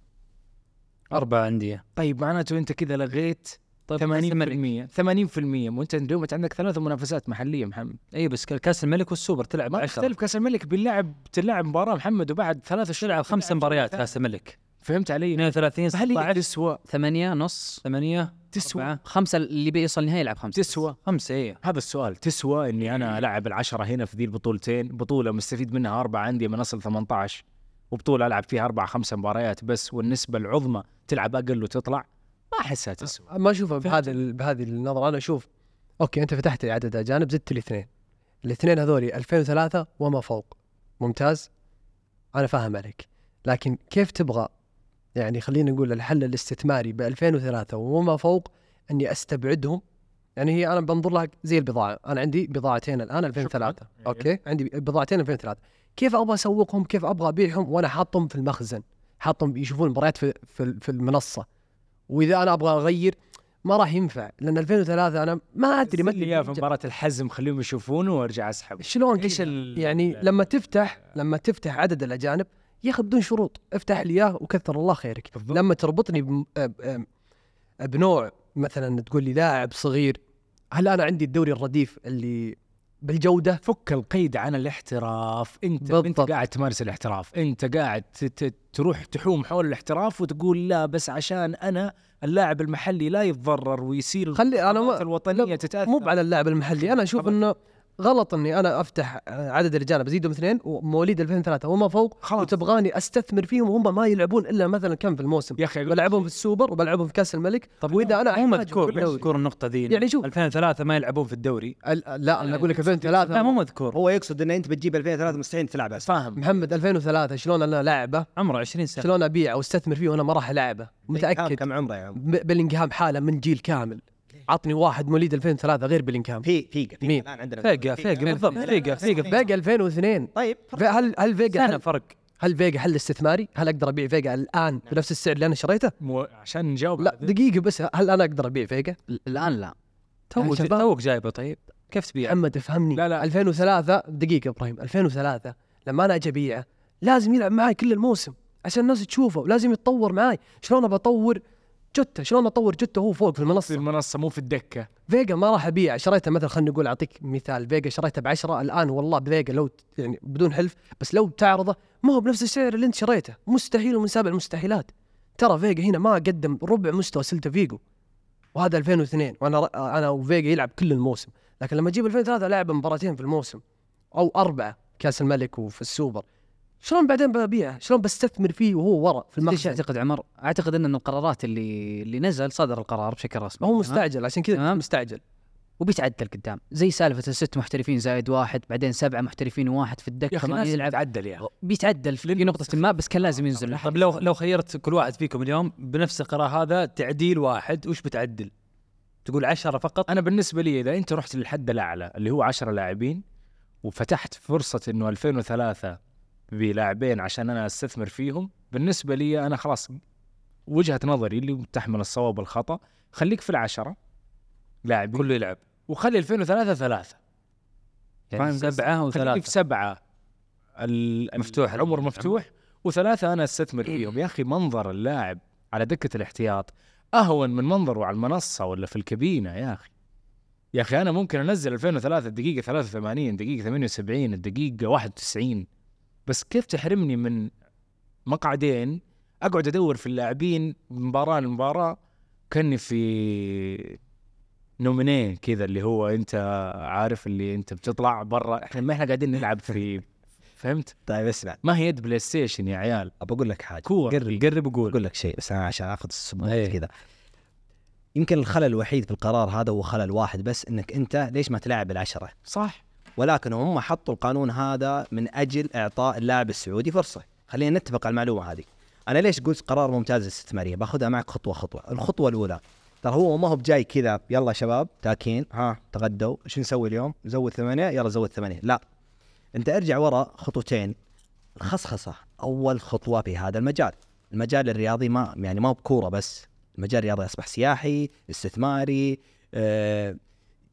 S7: اربع انديه
S2: طيب معناته انت كذا لغيت
S7: طيب،
S2: 80% 80% مو انت دومت عندك ثلاث منافسات محليه محمد
S5: إيه،
S7: اي بس كاس الملك والسوبر تلعب
S2: ما
S7: 10
S2: تختلف كاس الملك بنلعب تلعب مباراه محمد وبعد ثلاث اشهر
S7: تلعب خمس مباريات كاس الملك
S2: فهمت علي؟
S7: 32
S2: هل هي
S7: 16
S2: تسوى
S5: 8 نص
S7: 8
S2: تسوى
S7: أربعة.
S5: خمسة اللي بيوصل النهائي يلعب خمسة إيه.
S2: تسوى
S7: 5 اي
S2: هذا السؤال تسوى اني
S8: إيه.
S2: انا العب العشره هنا في ذي البطولتين بطوله مستفيد منها اربع انديه من اصل 18 وبطوله العب فيها اربع خمس مباريات بس والنسبه العظمى تلعب اقل وتطلع ما احسها تسوى
S8: ما اشوفها بهذا ال- بهذه النظره انا اشوف اوكي انت فتحت لي عدد اجانب زدت لي اثنين الاثنين هذولي 2003 وما فوق ممتاز انا فاهم عليك لكن كيف تبغى يعني خلينا نقول الحل الاستثماري ب 2003 وما فوق اني استبعدهم يعني هي انا بنظر لها زي البضاعه انا عندي بضاعتين الان 2003
S2: شكراً.
S8: اوكي عندي بضاعتين 2003 كيف ابغى اسوقهم كيف ابغى ابيعهم وانا حاطهم في المخزن حاطهم يشوفون المباريات في في, في المنصه واذا انا ابغى اغير ما راح ينفع لان 2003 انا ما ادري ما
S2: مثل اياه في
S8: ادري
S2: مباراه الحزم خليهم يشوفونه وارجع اسحب
S8: شلون
S2: ايش
S8: كذا؟
S2: ال-
S8: يعني
S2: ال-
S8: لما تفتح لما تفتح عدد الاجانب يا اخي بدون شروط افتح لي اياه وكثر الله خيرك
S2: بالضبط.
S8: لما تربطني بم- ب- ب- بنوع مثلا تقول لي لاعب صغير هل انا عندي الدوري الرديف اللي بالجوده
S2: فك القيد عن الاحتراف انت انت
S8: بالضبط.
S2: قاعد تمارس الاحتراف انت قاعد ت- ت- تروح تحوم حول الاحتراف وتقول لا بس عشان انا اللاعب المحلي لا يتضرر ويصير
S8: خلي انا
S2: القنوات
S8: ما
S2: الوطنيه
S8: لا،
S2: تتاثر
S8: مو على اللاعب المحلي انا اشوف
S2: خبر.
S8: انه غلط اني انا افتح عدد الاجانب ازيدهم اثنين ومواليد 2003 وما فوق
S2: خلاص.
S8: وتبغاني استثمر فيهم وهم ما يلعبون الا مثلا كم في الموسم
S2: يا اخي أقول-
S8: بلعبهم في السوبر وبلعبهم في كاس الملك
S7: طب
S8: واذا انا
S7: مو
S8: أحتاج
S7: مذكور
S8: أقول لك-
S7: مو مذكور النقطه ذي
S8: يعني شوف
S7: 2003 ما يلعبون في الدوري
S8: ال- لا انا اقول لك 2003
S7: أه، لا مو مذكور
S3: هو يقصد ان انت بتجيب 2003 مستحيل تلعبها إيه،
S2: فاهم
S8: محمد 2003 شلون انا لاعبه
S7: عمره 20 سنه
S8: شلون ابيعه واستثمر فيه وانا ما راح
S7: طيب،
S8: العبه
S3: كم-
S8: متاكد
S3: كم عمره يعني. يا عمر؟
S8: ب- بلينغهام حاله من جيل كامل عطني واحد مواليد 2003 غير بلينغهام
S3: في فيجا فيجا
S8: مين؟
S3: الان عندنا
S7: فيجا فيجا بالضبط فيجا فيجا
S8: فيجا 2002
S3: طيب
S8: في- هل هل فيجا
S7: سنه
S8: هل,
S7: فرق
S8: هل فيجا حل استثماري؟ هل اقدر ابيع فيجا الان بنفس السعر اللي انا شريته؟
S2: مو عشان نجاوب
S8: لا دقيقه بس هل انا اقدر ابيع فيجا؟
S5: ال- الان لا
S8: يا
S7: توك
S8: شباب.
S7: توك جايبه طيب كيف تبيع؟
S8: محمد افهمني
S2: يعني لا، لا.
S8: 2003 دقيقه ابراهيم 2003 لما انا اجي ابيعه لازم يلعب معي كل الموسم عشان الناس تشوفه ولازم يتطور معي شلون بطور جته شلون اطور جته وهو فوق في
S2: في
S8: المنصه
S2: المنصه مو في الدكه
S8: فيجا ما راح ابيع شريته مثلا خلينا نقول اعطيك مثال فيجا شريته ب 10 الان والله بفيجا لو ت- يعني بدون حلف بس لو تعرضه ما هو بنفس السعر اللي انت شريته مستحيل ومن سابع المستحيلات ترى فيجا هنا ما قدم ربع مستوى سيلتا فيجو وهذا 2002 وانا ر- انا وفيجا يلعب كل الموسم لكن لما اجيب 2003 لعب مباراتين في الموسم او اربعه كاس الملك وفي السوبر شلون بعدين ببيعه؟ شلون بستثمر فيه وهو ورا في
S5: ليش
S8: المخزن؟
S5: اعتقد عمر؟ اعتقد ان القرارات اللي اللي نزل صدر القرار بشكل رسمي
S8: هو
S5: تمام؟
S8: مستعجل عشان كذا
S5: تمام.
S8: مستعجل
S5: وبيتعدل قدام زي سالفه الست محترفين زائد واحد بعدين سبعه محترفين وواحد في
S2: يا
S5: الدكه
S2: اخي
S5: ما
S2: لازم
S5: يلعب
S2: يتعدل يا اخي
S5: بيتعدل في في نقطه ما بس كان لازم ينزل
S7: طب لو لو خيرت كل واحد فيكم اليوم بنفس القرار هذا تعديل واحد وش بتعدل؟ تقول 10 فقط
S2: انا بالنسبه لي اذا انت رحت للحد الاعلى اللي هو 10 لاعبين وفتحت فرصه انه 2003 بلاعبين عشان انا استثمر فيهم بالنسبه لي انا خلاص وجهه نظري اللي تحمل الصواب والخطا خليك في العشره لاعبين
S7: كله يلعب
S2: وخلي 2003 ثلاثه
S7: يعني سبعه
S2: خليك في
S7: وثلاثه
S2: سبعه ال- ال-
S7: مفتوح
S2: العمر
S7: العمر.
S2: مفتوح وثلاثه انا استثمر فيهم يا اخي منظر اللاعب على دكه الاحتياط اهون من منظره على المنصه ولا في الكابينه يا اخي يا اخي انا ممكن انزل 2003 الدقيقه 83 الدقيقه 78 الدقيقه 91 بس كيف تحرمني من مقعدين اقعد ادور في اللاعبين مباراه لمباراه كاني في نومينيه كذا اللي هو انت عارف اللي انت بتطلع برا احنا ما احنا قاعدين نلعب في فهمت؟
S3: طيب اسمع
S2: ما هي يد بلاي ستيشن يا عيال إيه.
S3: ابى اقول لك حاجه
S2: كور
S3: قرب
S2: قرب وقول
S3: اقول لك شيء بس انا عشان اخذ السموم
S7: إيه.
S3: كذا يمكن الخلل الوحيد في القرار هذا هو خلل واحد بس انك انت ليش ما تلعب العشره؟
S5: صح
S3: ولكن هم حطوا القانون هذا من اجل اعطاء اللاعب السعودي فرصه، خلينا نتفق على المعلومه هذه. انا ليش قلت قرار ممتاز استثماريه؟ باخذها معك خطوه خطوه، الخطوه الاولى ترى هو ما هو بجاي كذا يلا شباب تاكين ها تغدوا شو نسوي اليوم؟ زود ثمانيه يلا زود ثمانيه، لا انت ارجع ورا خطوتين الخصخصه اول خطوه في هذا المجال، المجال الرياضي ما يعني ما هو بكوره بس، المجال الرياضي اصبح سياحي، استثماري، أه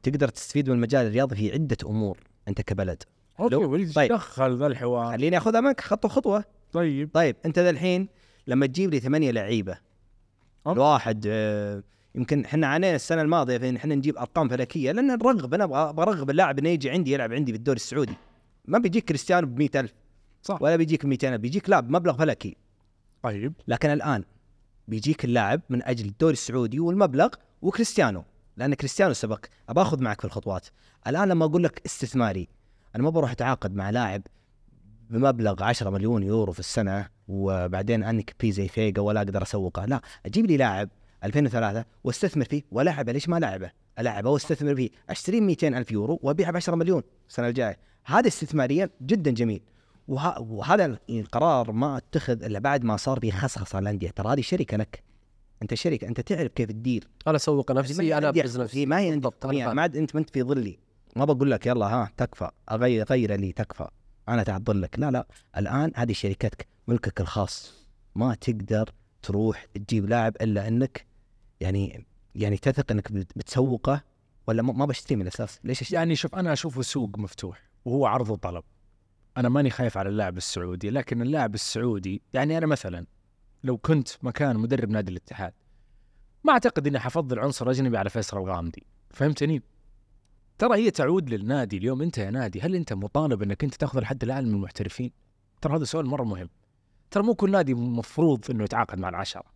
S3: تقدر تستفيد من المجال الرياضي في عده امور انت كبلد
S2: اوكي
S3: لو-
S2: وليش
S3: طيب.
S2: دخل ذا الحوار
S3: خليني اخذها معك خطوه خطوه
S2: طيب
S3: طيب انت ذا الحين لما تجيب لي ثمانيه لعيبه
S2: أم.
S3: الواحد آه، يمكن احنا عانينا السنه الماضيه في ان احنا نجيب ارقام فلكيه لان نرغب انا ابغى ابغى ارغب اللاعب انه يجي عندي يلعب عندي بالدوري السعودي ما بيجيك كريستيانو ب 100000
S2: صح.
S3: ولا بيجيك ب 200000 بيجيك لاعب بمبلغ فلكي
S2: طيب
S3: لكن الان بيجيك اللاعب من اجل الدوري السعودي والمبلغ وكريستيانو لان كريستيانو سبق ابى اخذ معك في الخطوات الان لما اقول لك استثماري انا ما بروح اتعاقد مع لاعب بمبلغ 10 مليون يورو في السنه وبعدين انك بي زي فيجا ولا اقدر اسوقه لا اجيب لي لاعب 2003 واستثمر فيه ولاعبه ليش ما لاعبه العبه واستثمر فيه اشتريه 200 الف يورو وابيعه ب 10 مليون السنه الجايه هذا استثماريا جدا جميل وه... وهذا القرار ما اتخذ الا بعد ما صار في خصخصه على الانديه ترى هذه شركه لك انت شركه انت تعرف كيف تدير
S8: انا اسوق
S3: يعني
S8: نفسي
S3: ما هي
S8: انا
S3: أندية
S8: ابرز
S3: حكومية،
S8: نفسي
S3: ما هي أندية
S8: بالضبط
S3: حكومية،
S8: أنا
S3: ما
S8: فاهم.
S3: عاد انت ما انت في ظلي ما بقول لك يلا ها تكفى اغير غير لي تكفى انا تعطل لك لا لا الان هذه شركتك ملكك الخاص ما تقدر تروح تجيب لاعب الا انك يعني يعني تثق انك بت- بتسوقه ولا ما ما بشتري من الاساس ليش أشتري؟
S2: يعني شوف انا اشوفه سوق مفتوح وهو عرض وطلب انا ماني خايف على اللاعب السعودي لكن اللاعب السعودي يعني انا مثلا لو كنت مكان مدرب نادي الاتحاد ما اعتقد اني حفضل عنصر اجنبي على فيصل الغامدي فهمتني ترى هي تعود للنادي اليوم انت يا نادي هل انت مطالب انك انت تاخذ الحد الاعلى من المحترفين ترى هذا سؤال مره مهم ترى مو كل نادي مفروض انه يتعاقد مع العشره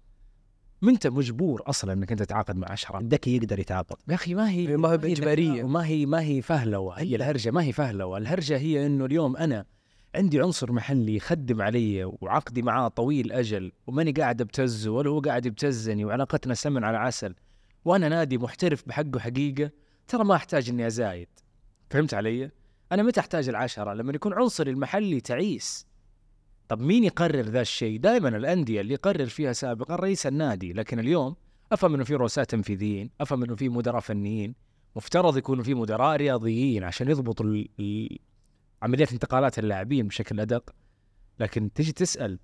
S2: ما انت مجبور اصلا انك انت تتعاقد مع عشره
S3: الذكي يقدر يتعاقد
S2: يا اخي ما هي
S8: هي ما هي بإجبارية.
S2: ذكاء وما هي ما هي فهلوه هي الهرجه ما هي فهلوه الهرجه هي انه اليوم انا عندي عنصر محلي يخدم علي وعقدي معاه طويل اجل وماني قاعد ابتزه ولا هو قاعد يبتزني وعلاقتنا سمن على عسل وانا نادي محترف بحقه حقيقه ترى ما احتاج اني ازايد فهمت علي؟ انا متى احتاج العشره؟ لما يكون عنصري المحلي تعيس طب مين يقرر ذا الشيء؟ دائما الانديه اللي يقرر فيها سابقا رئيس النادي لكن اليوم افهم انه في رؤساء تنفيذيين، افهم انه في مدراء فنيين، مفترض يكونوا في مدراء رياضيين عشان يضبطوا ال- ال- عمليه انتقالات اللاعبين بشكل ادق. لكن تجي تسال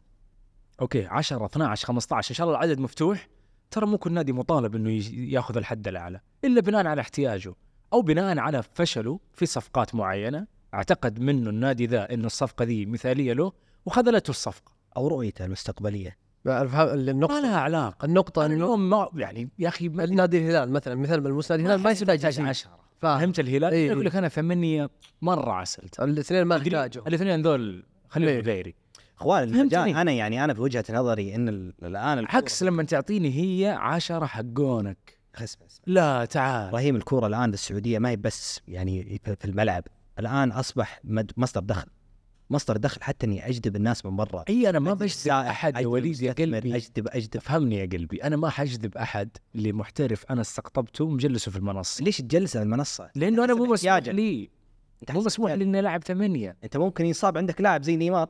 S2: اوكي 10 12 15 ان شاء الله العدد مفتوح ترى مو كل نادي مطالب انه يج- ياخذ الحد الاعلى الا بناء على احتياجه او بناء على فشله في صفقات معينه اعتقد منه النادي ذا انه الصفقه ذي مثاليه له وخذلته الصفقه
S3: او رؤيته المستقبليه
S8: ما أعرف ها-
S2: ما
S8: النقطه
S2: لها علاقه
S8: النقطه انه
S2: اليوم ما يعني يا اخي ما
S8: النادي الهلال مثلا مثال ملموس نادي الهلال ما يحتاج شيء.
S2: 10
S8: فاهم
S2: فهمت الهلال
S8: إيه.
S2: يقول لك انا ثمانيه مره عسلت
S8: الاثنين ما
S2: مدري-
S8: نحتاجه
S2: الاثنين ذول خليهم غيري
S3: اخوان المجال
S2: فهمتني.
S3: انا يعني انا في وجهه نظري ان ال- الان الكورة-
S2: عكس لما تعطيني هي عشرة حقونك
S3: خس- خس-
S2: لا تعال
S3: ابراهيم الكوره الان للسعوديه ما هي بس يعني في في الملعب الان اصبح مد- مصدر دخل مصدر دخل حتى اني اجذب الناس من برا
S2: اي انا ما
S3: أجذب
S2: بجذب
S3: سائح،
S2: احد يا
S3: أجذب
S2: وليد يا
S3: مستثمر،
S2: قلبي
S3: اجذب اجذب
S2: تفهمني يا قلبي انا ما حجذب احد لمحترف انا استقطبته مجلسه في المنصه
S3: ليش تجلس على المنصه؟
S2: لانه انا مو
S3: حسب
S2: مسموح
S3: احتياجك.
S2: لي
S3: أنت
S2: مو
S3: حسب
S2: مسموح لي
S3: احتياجك.
S2: اني العب ثمانيه
S3: انت ممكن يصاب عندك لاعب زي نيمار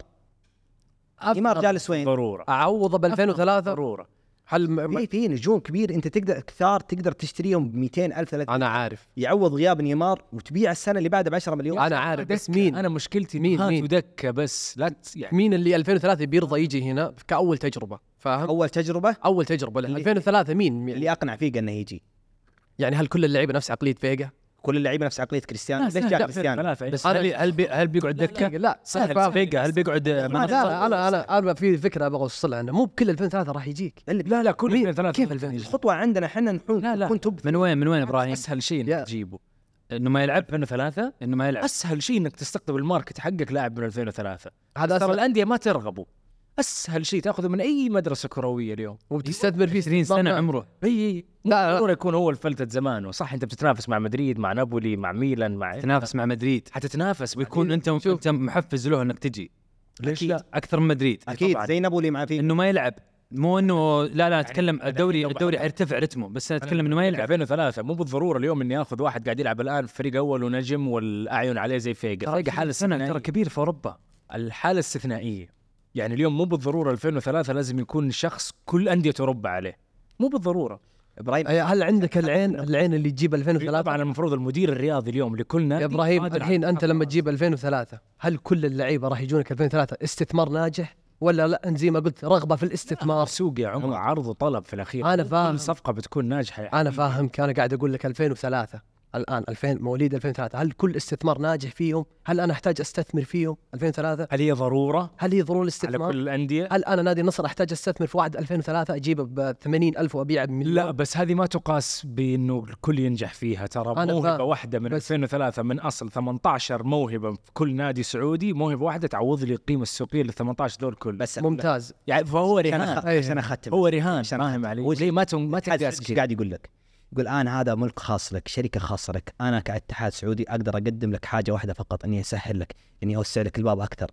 S3: نيمار
S2: أفهم
S3: جالس وين؟
S2: ضروره
S8: اعوضه ب 2003
S2: ضروره
S8: هل م- م-
S3: في في نجوم كبير انت تقدر كثار تقدر تشتريهم ب 200 الف 300
S8: انا عارف
S3: يعوض غياب نيمار وتبيع السنه اللي بعدها ب 10 مليون
S8: انا عارف بس مين
S2: انا مشكلتي
S8: مين-
S2: مين هات
S8: مين؟
S2: ودكه بس لا تس- يعني
S8: مين اللي 2003 بيرضى يجي هنا كاول تجربه فاهم
S3: اول تجربه
S8: اول تجربه له
S3: اللي-
S8: 2003 مين
S3: اللي اقنع فيجا انه يجي
S8: يعني هل كل اللعيبه نفس عقليه فيجا
S3: كل اللعيبه نفس عقليه كريستيانو
S2: لا،
S3: ليش
S2: سهل،
S3: جاء
S2: لا،
S3: كريستيانو؟
S2: ثلاثة.
S7: بس
S8: أنا-
S7: هل هل بي هل بيقعد دكه؟
S8: لا
S7: سهل
S8: فاهم.
S7: فيجا هل بيقعد
S8: لا لا انا انا انا في فكره ابغى اوصلها انه مو بكل 2003 راح يجيك
S2: لا لا كل اثنين ثلاثة
S8: كيف
S2: اثنين.
S3: الخطوه عندنا احنا نحون
S2: لا، لا.
S3: نكون توب
S7: من وين من وين ابراهيم؟
S2: اسهل شيء
S8: يا-
S2: انك تجيبه
S7: انه ما يلعب انه ثلاثه انه ما يلعب
S2: اسهل شيء انك تستقطب الماركت حقك لاعب من 2003
S8: هذا
S2: ترى
S8: اسهل
S2: الانديه ما ترغبه اسهل شيء تاخذه من اي مدرسه كرويه اليوم أيوة.
S8: وبتستثمر فيه
S7: 20 سنه عمره
S2: اي اي
S8: أيوة. لا، لا.
S2: ضروري يكون هو الفلتة زمانه صح انت بتتنافس مع مدريد مع نابولي مع ميلان مع
S7: تنافس مع مدريد
S2: حتتنافس
S7: ويكون انت انت محفز له انك تجي
S2: ليش لا
S7: اكثر من مدريد
S3: اكيد
S2: طبعاً.
S3: زي نابولي مع فيجا
S7: انه ما يلعب مو انه لا لا اتكلم
S2: إيه. يعني أنا
S7: الدوري
S2: لو بحط-
S7: الدوري حيرتفع رتمه بس انا
S2: أنا
S7: اتكلم انه ما
S2: يلعب
S7: يلعب
S2: 2003 مو بالضروره اليوم اني اخذ واحد قاعد يلعب الان في فريق اول ونجم والاعين عليه زي فيجا
S7: ترى
S2: فيجا حاله
S7: السنه ترى
S2: استثنائيه
S7: كبير في اوروبا
S2: الحاله استثنائيه يعني اليوم مو بالضروره 2003 لازم يكون شخص كل انديه اوروبا عليه مو بالضروره
S3: ابراهيم
S8: أي- هل عندك العين العين اللي تجيب 2003
S2: طبعا المفروض المدير الرياضي اليوم لكل نادي
S8: يا ابراهيم
S2: قادر على
S8: الحين انت
S2: الحفاظ.
S8: لما تجيب 2003 هل كل اللعيبه راح يجونك 2003 استثمار ناجح ولا لا انت زي ما قلت رغبه في الاستثمار
S2: سوق يا عمر عرض وطلب في الاخير
S8: أنا
S2: مو
S8: فاهم.
S2: كل صفقه بتكون ناجحه يا
S8: انا
S2: حبيبي.
S8: فاهمك انا قاعد اقول لك 2003 الان 2000 مواليد 2003 هل كل استثمار ناجح فيهم؟ هل انا احتاج استثمر فيهم 2003؟
S2: هل هي ضروره
S8: هل هي ضروري
S2: على
S8: الاستثمار؟
S2: كل الانديه؟
S8: هل انا نادي النصر احتاج استثمر في واحد 2003 اجيبه ب 80000 وابيعه بمليون؟
S2: لا بس هذه ما تقاس بانه الكل ينجح فيها ترى
S8: أنا
S2: موهبه
S8: فاهم.
S2: واحده من
S8: بس-
S2: 2003 من اصل 18 موهبه في كل نادي سعودي موهبه واحده تعوض لي القيمه السوقيه لل 18 دول كل
S3: بس
S8: ممتاز أيه.
S2: يعني فهو
S3: عشان
S2: رهان
S3: أخ- عشان اختم
S2: هو رهان
S3: عشان
S2: فاهم علي؟
S3: هو
S2: ليه ما تم- ما
S3: الاتحاد
S2: تقاس
S3: السعودي ايش
S2: كذا؟
S3: قاعد يقول لك؟ يقول انا هذا ملك خاص لك، شركه خاصه لك، انا كاتحاد سعودي اقدر اقدم لك حاجه واحده فقط اني اسهل لك، اني اوسع لك الباب اكثر.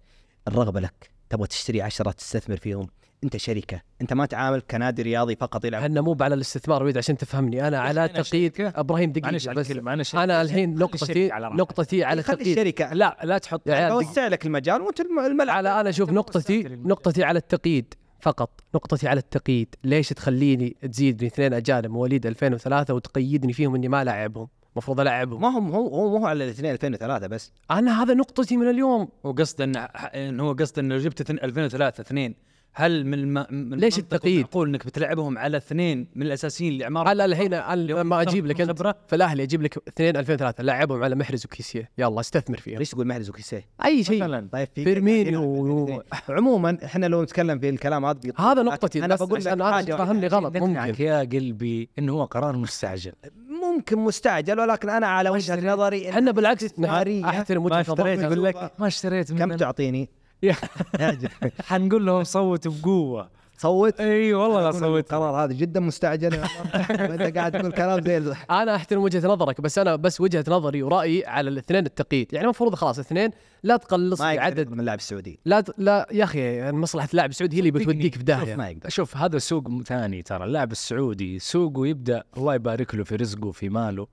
S3: الرغبه لك، تبغى تشتري عشرة تستثمر فيهم، انت شركه، انت ما تعامل كنادي رياضي فقط
S7: طيب.
S3: يلعب
S8: احنا مو على الاستثمار وليد عشان تفهمني انا على
S2: أنا
S8: تقييد
S2: شركة.
S8: ابراهيم
S2: معلش
S8: دقيقه
S2: على
S8: بس
S2: الكلمه انا شركة.
S8: انا الحين
S2: خلي
S8: نقطتي
S2: الشركة على راحتها.
S8: نقطتي على
S3: خلي
S8: التقييد
S3: الشركه لا
S2: لا لا تحط
S8: يا عيال
S3: اوسع لك المجال وانت الم- الملعب
S8: على انا اشوف نقطتي
S2: المجال.
S8: نقطتي على التقييد فقط نقطتي على التقييد ليش تخليني تزيدني اثنين اجانب مواليد 2003 وتقيدني فيهم اني ما لاعبهم المفروض العبهم
S3: ما هم هو هو مو هو على الاثنين 2003 بس
S8: انا هذا نقطتي من اليوم
S7: وقصد ان ان هو قصد انه لو جبت اثنين- 2003 اثنين هل من الم... من
S8: ليش
S7: المنطق
S8: التقييد؟
S7: والمعقول انك بتلعبهم على اثنين من الاساسيين اللي اعمارهم
S8: انا الحين أنا لما اجيب لك انت
S7: خبره
S8: فالاهلي اجيب لك اثنين 2003 لاعبهم على محرز وكيسيه يلا استثمر فيهم
S3: ليش تقول محرز وكيسيه؟
S8: اي شيء
S2: مثلا
S3: طيب في
S8: فيرمينيو و-
S3: عموما احنا لو نتكلم في الكلام هذا بيطول.
S8: هذا نقطتي
S3: انا
S8: بس
S3: بقول لك
S8: عشان لا
S3: حاجه
S8: تفهمني غلط
S2: نقنعك
S8: ممكن
S2: يا قلبي انه هو قرار مستعجل
S3: ممكن مستعجل ولكن انا على وجهه نظري إن-
S8: احنا بالعكس نحن
S3: استثمارية.
S8: احترم وجهه
S3: ما
S8: نظرك
S3: اشتريت.
S2: اقول لك ما اشتريت
S3: كم
S2: منه
S3: تعطيني؟
S2: يا- حنقول لهم صوتوا بقوه
S3: صوت
S2: اي
S8: أيوة،
S2: والله لا
S3: أقول
S2: صوت
S3: القرار هذا جدا
S2: *laughs*
S3: مستعجل يا عمر. انت قاعد تقول كلام زي الزح-
S8: انا احترم وجهه نظرك بس انا بس وجهه نظري ورايي على الاثنين التقييد يعني المفروض خلاص اثنين لا تقلص
S3: ما
S8: لي
S3: يعدد
S8: عدد
S3: من اللاعب السعودي
S8: لا ت... لا يا اخي مصلحه اللاعب السعودي هي اللي بتوديك في
S3: شوف
S8: داهيه
S3: ما يقدر
S2: شوف هذا سوق م- ثاني ترى اللاعب السعودي سوقه يبدا الله يبارك له في رزقه في ماله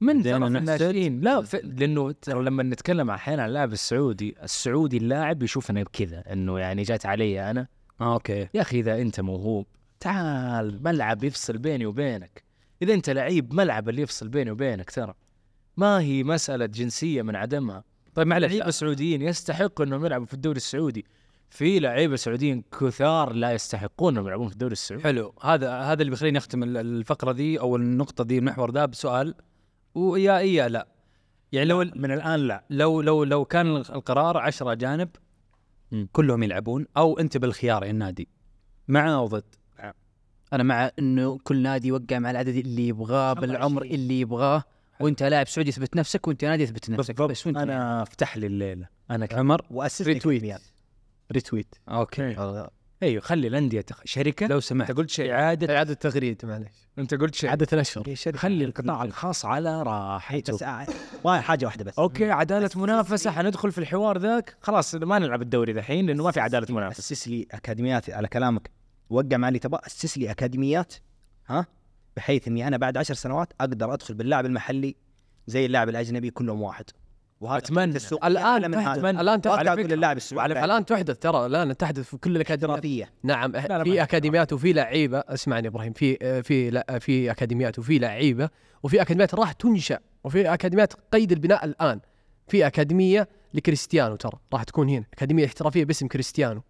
S2: من
S7: بدينا
S2: طرف
S7: نحسد.
S2: الناشئين لا ف... لانه ترى لما نتكلم احيانا عن اللاعب السعودي السعودي اللاعب يشوف انه كذا انه يعني جات علي انا
S7: آه، اوكي
S2: يا اخي اذا انت موهوب تعال ملعب يفصل بيني وبينك اذا انت لعيب ملعب اللي يفصل بيني وبينك ترى ما هي مساله جنسيه من عدمها طيب معلش لعيبه سعوديين يستحقوا انهم يلعبوا في الدوري السعودي في لعيبه سعوديين كثار لا يستحقون انهم يلعبون في الدوري السعودي
S7: حلو هذا هذا اللي بيخليني اختم ال- الفقره ذي او النقطه ذي المحور ذا بسؤال ويا إيه يا لا يعني لو
S2: من الان لا
S7: لو لو لو كان القرار 10 اجانب
S2: مم.
S7: كلهم يلعبون او انت بالخيار يا النادي مع او ضد
S2: نعم.
S5: انا مع انه كل نادي يوقع مع العدد اللي يبغاه بالعمر اللي يبغاه وانت لاعب سعودي اثبت نفسك وانت نادي اثبت نفسك بس وانت
S2: انا افتح لي الليله انا كم
S7: عمر
S3: واسسني كميان. ريتويت
S7: اوكي
S2: ايوه خلي الانديه تخ... شركه
S7: لو سمحت
S2: انت قلت شيء اعاده
S8: اعاده تغريد معليش
S2: انت قلت شيء
S8: اعاده نشر
S2: خلي القطاع الخاص على راحته
S3: بس آه، ما حاجه واحده بس
S2: اوكي عداله منافسه حندخل في الحوار ذاك خلاص ما نلعب الدوري ذحين لانه ما في عداله منافسه
S3: اسس لي اكاديميات على كلامك وقع مع اللي تبغاه اسس لي اكاديميات ها بحيث اني انا بعد عشر سنوات اقدر ادخل باللاعب المحلي زي اللاعب الاجنبي كلهم واحد وهذا
S2: أتمنى.
S3: السوق
S8: الان
S3: من هذا.
S8: تحدث- الان
S3: وارجع
S8: تحدث
S3: اقول للاعب السعودي بعد.
S8: الان تحدث ترى الان تحدث في كل الاكاديميات
S3: احترافيه
S8: نعم
S2: لا، ما
S8: في
S2: عندي
S8: اكاديميات وفي لعيبه اسمعني ابراهيم في آه، في لا في اكاديميات وفي لعيبه وفي اكاديميات راح تنشا وفي اكاديميات قيد البناء الان في اكاديميه لكريستيانو ترى راح تكون هنا اكاديميه احترافيه باسم كريستيانو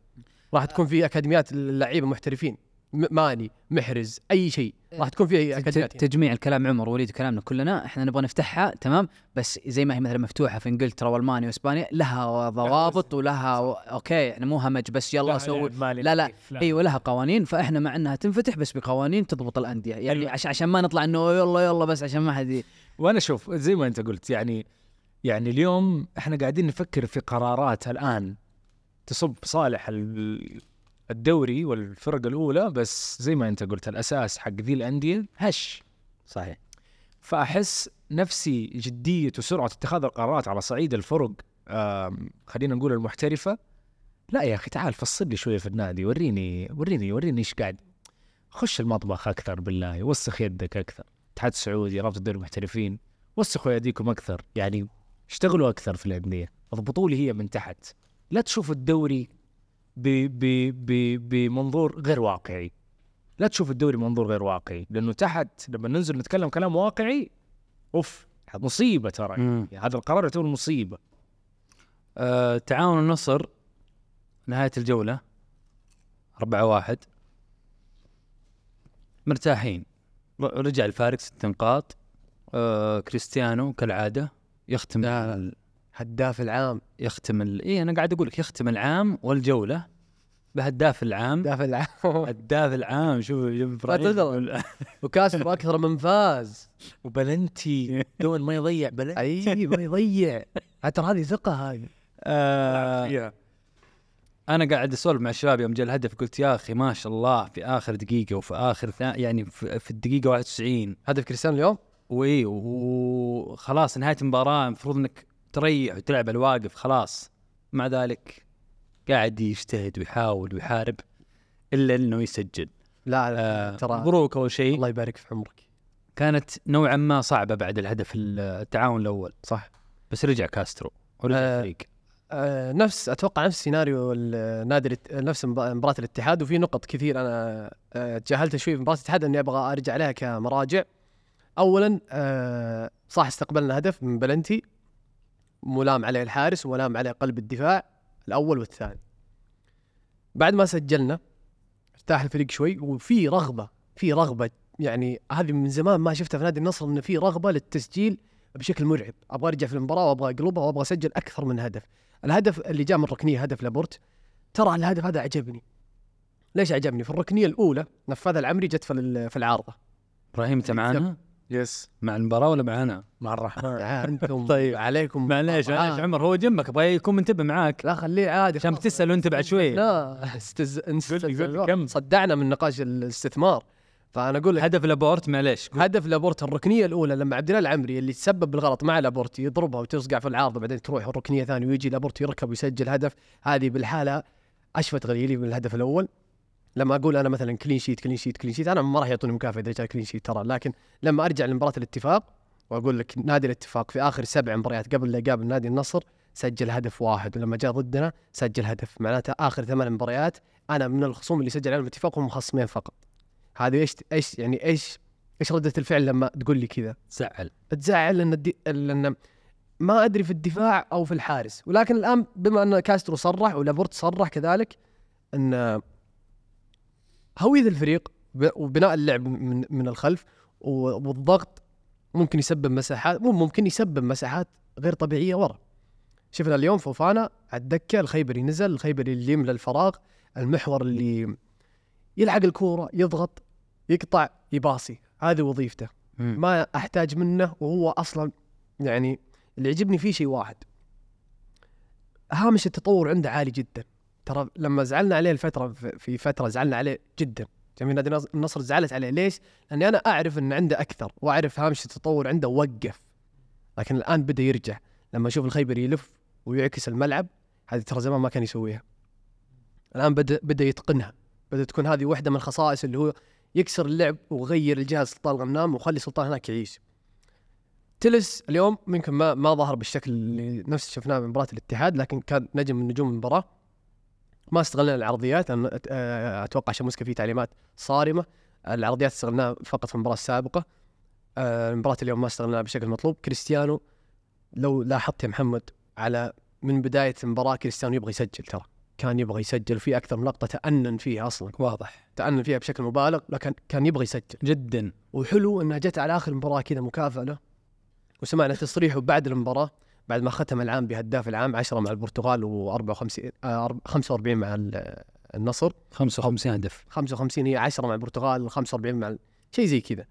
S8: راح تكون في اكاديميات للعيبه محترفين م- ماني محرز اي شيء راح تكون في
S5: ت-
S8: اكاديميات هنا.
S5: تجميع الكلام عمر ووليد وكلامنا كلنا احنا نبغى نفتحها تمام بس زي ما هي مثلا مفتوحه في انجلترا والمانيا واسبانيا لها ضوابط ولها و... اوكي احنا مو همج بس يلا سوي لا لا ايوه لها قوانين فاحنا مع انها تنفتح بس بقوانين تضبط الانديه يعني
S2: حلو.
S5: عش... عشان ما نطلع انه يلا يلا بس عشان ما حد ي-
S2: وانا شوف زي ما انت قلت يعني يعني اليوم احنا قاعدين نفكر في قرارات الان تصب صالح ال- الدوري والفرق الاولى بس زي ما انت قلت الاساس حق ذي الانديه هش
S3: صحيح
S2: فاحس نفسي جديه وسرعه اتخاذ القرارات على صعيد الفرق آم، خلينا نقول المحترفه لا يا اخي تعال فصل لي شويه في النادي وريني وريني وريني ايش قاعد خش المطبخ اكثر بالله وسخ يدك اكثر اتحاد السعودي رابطه الدوري المحترفين وسخوا يديكم اكثر يعني اشتغلوا اكثر في الانديه اضبطوا لي هي من تحت لا تشوفوا الدوري ب ب ب بمنظور غير واقعي لا تشوف الدوري منظور غير واقعي لانه تحت لما ننزل نتكلم كلام واقعي اوف مصيبه ترى يعني
S7: مم.
S2: هذا القرار يعتبر مصيبه
S7: آه تعاون النصر نهايه الجوله 4 1 مرتاحين ر- رجع الفارق ست نقاط آه كريستيانو كالعاده يختم
S8: لا، لا. هداف العام
S7: يختم ال... اي انا قاعد اقول لك يختم العام والجوله بهداف العام
S8: هداف العام
S7: *laughs* هداف العام شوف شوف
S8: لا
S7: *laughs* إبراهيم.
S8: وكاس اكثر من فاز
S2: وبلنتي دون ما يضيع بلنتي
S8: اي ما يضيع عاد ترى هذه ثقه هذه
S7: آه انا قاعد اسولف مع الشباب يوم جاء الهدف قلت يا اخي ما شاء الله في اخر دقيقه وفي اخر ثا يعني في, في الدقيقه 91
S8: هدف كريستيانو اليوم
S7: واي وخلاص نهايه المباراه المفروض انك تريح وتلعب على الواقف خلاص مع ذلك قاعد يجتهد ويحاول ويحارب الا انه يسجل
S8: لا لا
S7: آه
S8: ترى
S7: مبروك اول شيء
S8: الله يبارك في عمرك
S7: كانت نوعا ما صعبه بعد الهدف ال- التعاون الاول
S8: صح
S7: بس رجع كاسترو ورجع
S8: آه،
S7: الفريق
S8: آه نفس اتوقع نفس سيناريو النادي الات- نفس مب- مباراه الاتحاد وفي نقط كثير انا آه، تجاهلتها شوي في مباراه الاتحاد اني ابغى ارجع لها كمراجع اولا آه صح استقبلنا هدف من بلنتي ملام عليه الحارس وملام عليه قلب الدفاع الاول والثاني بعد ما سجلنا ارتاح الفريق شوي وفي رغبه في رغبه يعني هذه من زمان ما شفتها في نادي النصر انه في رغبه للتسجيل بشكل مرعب ابغى ارجع في المباراه وابغى اقلبها وابغى اسجل اكثر من هدف الهدف اللي جاء من الركنيه هدف لابورت ترى الهدف هذا عجبني ليش عجبني في الركنيه الاولى نفذها العمري جت في ال- في العارضه
S7: ابراهيم انت معانا؟
S2: يس
S7: مع المباراه ولا معانا؟
S2: مع الرحمن
S8: *laughs* آه، انتم طيب عليكم
S7: معليش معليش
S8: آه.
S7: عمر هو جنبك ابغى يكون منتبه معاك
S8: لا خليه عادي
S7: عشان
S8: خلاص.
S7: بتسال وانت بعد شوي
S8: لا استز...
S2: قل-
S8: استز...
S2: كم؟
S8: صدعنا من نقاش الاستثمار فانا اقول لك
S7: هدف لابورت معليش قول.
S8: هدف لابورت الركنيه الاولى لما عبد الله العمري اللي تسبب بالغلط مع لابورت يضربها وتصقع في العارضه بعدين تروح الركنيه ثانيه ويجي لابورت يركب ويسجل هدف هذه بالحاله اشفت غليلي من الهدف الاول لما اقول انا مثلا كلين شيت كلين شيت كلين شيت انا ما راح يعطوني مكافاه اذا جاء كلين شيت ترى لكن لما ارجع لمباراه الاتفاق واقول لك نادي الاتفاق في اخر سبع مباريات قبل لا يقابل نادي النصر سجل هدف واحد ولما جاء ضدنا سجل هدف معناته اخر ثمان مباريات انا من الخصوم اللي سجل عليهم الاتفاق هم خصمين فقط هذه ايش ايش يعني ايش ايش رده الفعل لما تقول لي كذا؟
S7: زعل
S8: تزعل لان الدي... لان ما ادري في الدفاع او في الحارس، ولكن الان بما ان كاسترو صرح ولابورت صرح كذلك ان هويه الفريق ب- وبناء اللعب من من الخلف و- والضغط ممكن يسبب مساحات مو ممكن يسبب مساحات غير طبيعيه ورا. شفنا اليوم فوفانا على الدكه الخيبري نزل، الخيبري اللي يملى الفراغ، المحور اللي يلعق الكوره، يضغط، يقطع، يباصي، هذه وظيفته.
S7: مم.
S8: ما احتاج منه وهو اصلا يعني اللي يعجبني فيه شيء واحد هامش التطور عنده عالي جدا ترى لما زعلنا عليه الفتره في- في فتره زعلنا عليه جدا جميع نادي النص- النصر زعلت عليه ليش؟ لاني انا اعرف ان عنده اكثر واعرف هامش التطور عنده وقف لكن الان بدا يرجع لما اشوف الخيبري يلف ويعكس الملعب هذه ترى زمان ما كان يسويها الان بدا بدا يتقنها بدا تكون هذه واحده من الخصائص اللي هو يكسر اللعب وغير الجهاز سلطان غنام وخلي سلطان هناك يعيش تلس اليوم ممكن ما ما ظهر بالشكل اللي نفس اللي شفناه من مباراه الاتحاد لكن كان نجم من نجوم المباراه ما استغلنا العرضيات أنا أت- آه، اتوقع شموسكا فيه تعليمات صارمه العرضيات استغلناها فقط في المباراه السابقه آه، مباراه اليوم ما استغلناها بشكل مطلوب كريستيانو لو لاحظت يا محمد على من بدايه المباراه كريستيانو يبغى يسجل ترى كان يبغى يسجل في اكثر من لقطه تأنن فيها اصلا
S7: واضح
S8: تأنن فيها بشكل مبالغ لكن كان يبغى يسجل
S7: جدا
S8: وحلو انها جت على اخر المباراه كذا مكافاه له وسمعنا تصريحه بعد المباراه بعد ما ختم العام بهداف العام 10 مع البرتغال آه، و54 45 مع ال- النصر
S7: 55 هدف
S8: 55 هي 10 مع البرتغال 45 مع ال- شيء زي كذا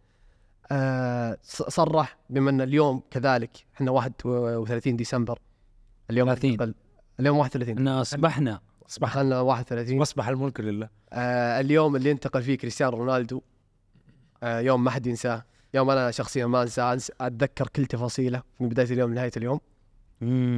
S8: آه ص- صرح بما ان اليوم كذلك احنا 31 ديسمبر اليوم
S7: 30.
S8: انتقل- اليوم 31
S7: احنا اصبحنا
S2: اصبح
S8: دخلنا 31
S2: واصبح الملك لله
S8: آه اليوم اللي انتقل فيه كريستيانو رونالدو آه يوم ما حد ينساه يوم انا شخصيا ما انساه أنس- اتذكر كل تفاصيله من بدايه اليوم لنهايه اليوم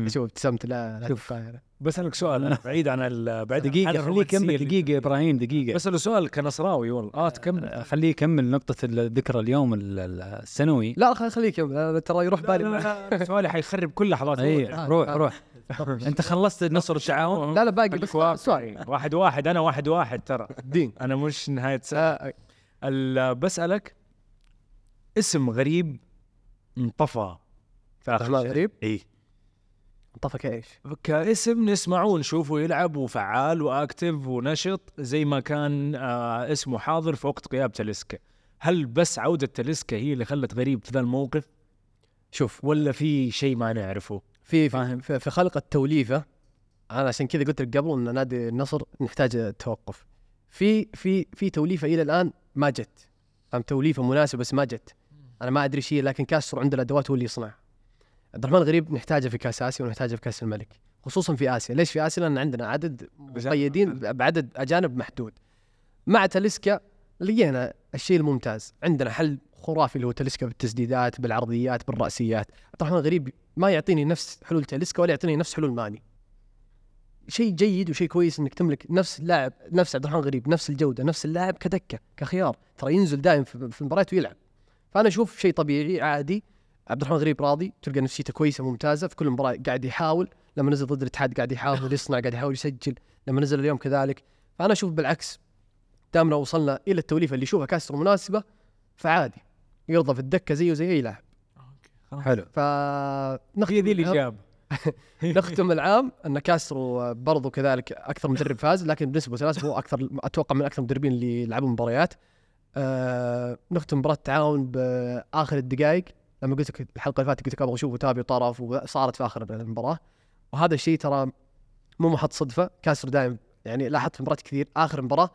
S8: شوف ابتسامة لا لا
S7: شوف.
S8: تتقاهر.
S2: بسالك سؤال
S8: نعم.
S2: بعيد عن ال- بعيد عن
S7: دقيقه خليه
S2: الرومانسية
S7: يكمل
S2: اللي-
S7: دقيقه يا ابراهيم دقيقه
S2: بساله سؤال كنصراوي والله اه تكمل
S7: خليه يكمل نقطه الذكرى اليوم ال- ال- السنوي
S8: لا خل- خليك يوم لا- ترى يروح بالي مع-
S2: سؤالي حيخرب كل لحظات
S7: اي
S8: آه،
S7: روح
S8: آه.
S7: روح انت خلصت نصر التعاون
S8: لا لا باقي بس سؤال
S2: واحد واحد انا واحد واحد ترى
S8: دين
S2: انا مش نهايه سنة.
S8: آه،
S2: ال- بسالك اسم غريب انطفى في آخر
S8: عبد الرحمن
S2: شيء.
S8: غريب
S2: اي
S8: طفك ايش؟
S2: كاسم نسمعه ونشوفه يلعب وفعال واكتف ونشط زي ما كان آه اسمه حاضر في وقت غياب تلسكا هل بس عودة تلسكا هي اللي خلت غريب في ذا الموقف
S8: شوف
S2: ولا في شيء ما نعرفه؟
S8: في
S2: فاهم.
S8: في, في, في خلق التوليفه انا عشان كذا قلت لك قبل ان نادي النصر نحتاج توقف في في في توليفه الى الان ما جت فهم توليفه مناسبه بس ما جت انا ما ادري ايش هي لكن كاسر عنده الادوات هو اللي يصنعها عبد الرحمن غريب نحتاجه في كاس اسيا ونحتاجه في كاس الملك خصوصا في اسيا ليش في اسيا لان عندنا عدد مقيدين بعدد اجانب محدود مع تاليسكا لقينا الشيء الممتاز عندنا حل خرافي اللي هو تاليسكا بالتسديدات بالعرضيات بالراسيات عبد الرحمن غريب ما يعطيني نفس حلول تاليسكا ولا يعطيني نفس حلول ماني شيء جيد وشيء كويس انك تملك نفس اللاعب نفس عبد الرحمن غريب نفس الجوده نفس اللاعب كدكه كخيار ترى ينزل دائم في في المباريات ويلعب فانا اشوف شيء طبيعي عادي عبد الرحمن غريب راضي تلقى نفسيته كويسه ممتازه في كل مباراه قاعد يحاول لما نزل ضد الاتحاد قاعد يحاول يصنع قاعد يحاول يسجل لما نزل اليوم كذلك فانا اشوف بالعكس دامنا وصلنا الى التوليفه اللي يشوفها كاستر مناسبه فعادي يرضى في الدكه زيه زي اي لاعب
S7: حلو
S8: فنختم
S2: هي ذي الاجابه
S8: نختم العام ان كاسترو برضو كذلك اكثر مدرب فاز لكن بالنسبه لسلاسل هو اكثر اتوقع من اكثر المدربين اللي لعبوا مباريات آه نختم مباراه التعاون باخر الدقائق لما قلت لك الحلقه اللي فاتت قلت لك ابغى اشوف وتابي طرف وصارت في اخر المباراه وهذا الشيء ترى مو محط صدفه كاسترو دائم يعني لاحظت في مباريات كثير اخر مباراه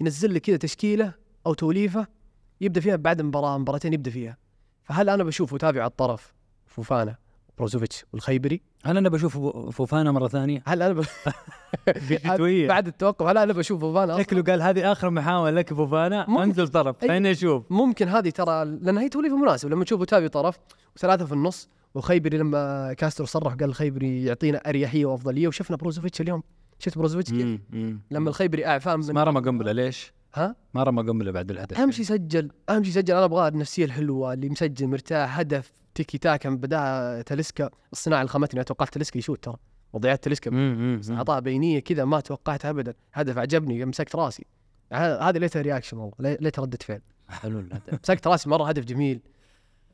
S8: ينزل لك كذا تشكيله او توليفه يبدا فيها بعد مباراه مباراتين يبدا فيها فهل انا بشوف وتابع على الطرف فوفانا بروزوفيتش والخيبري
S7: هل انا بشوف فوفانا مره ثانيه؟
S8: هل انا ب... بعد التوقف هل انا بشوف فوفانا أصلاً؟
S7: شكله قال هذه اخر محاوله لك فوفانا
S8: ممكن.
S7: انزل طرف
S8: أي.
S7: خليني اشوف
S8: ممكن هذه ترى لان هي توليفه مناسبه لما تشوفه تابي طرف وثلاثه في النص وخيبري لما كاستر صرح قال الخيبري يعطينا اريحيه وافضليه وشفنا بروزوفيتش اليوم شفت بروزوفيتش كيف؟ لما الخيبري اعفى
S7: بس
S8: من
S7: ما رمى قنبله ليش؟
S8: ها؟
S7: ما رمى قنبله بعد الحدث
S8: اهم شيء سجل اهم شيء سجل انا ابغاه النفسيه الحلوه اللي مسجل مرتاح هدف تيكي تاكا من بداها تاليسكا الصناعه الخمتني اتوقع تاليسكا يشوت ترى وضيعت تاليسكا اعطاها بينيه كذا ما توقعتها ابدا هدف عجبني مسكت راسي ه- هذه ليتها رياكشن والله لي- ليتها رده فعل
S7: حلو الهدف
S8: *laughs* مسكت راسي مره هدف جميل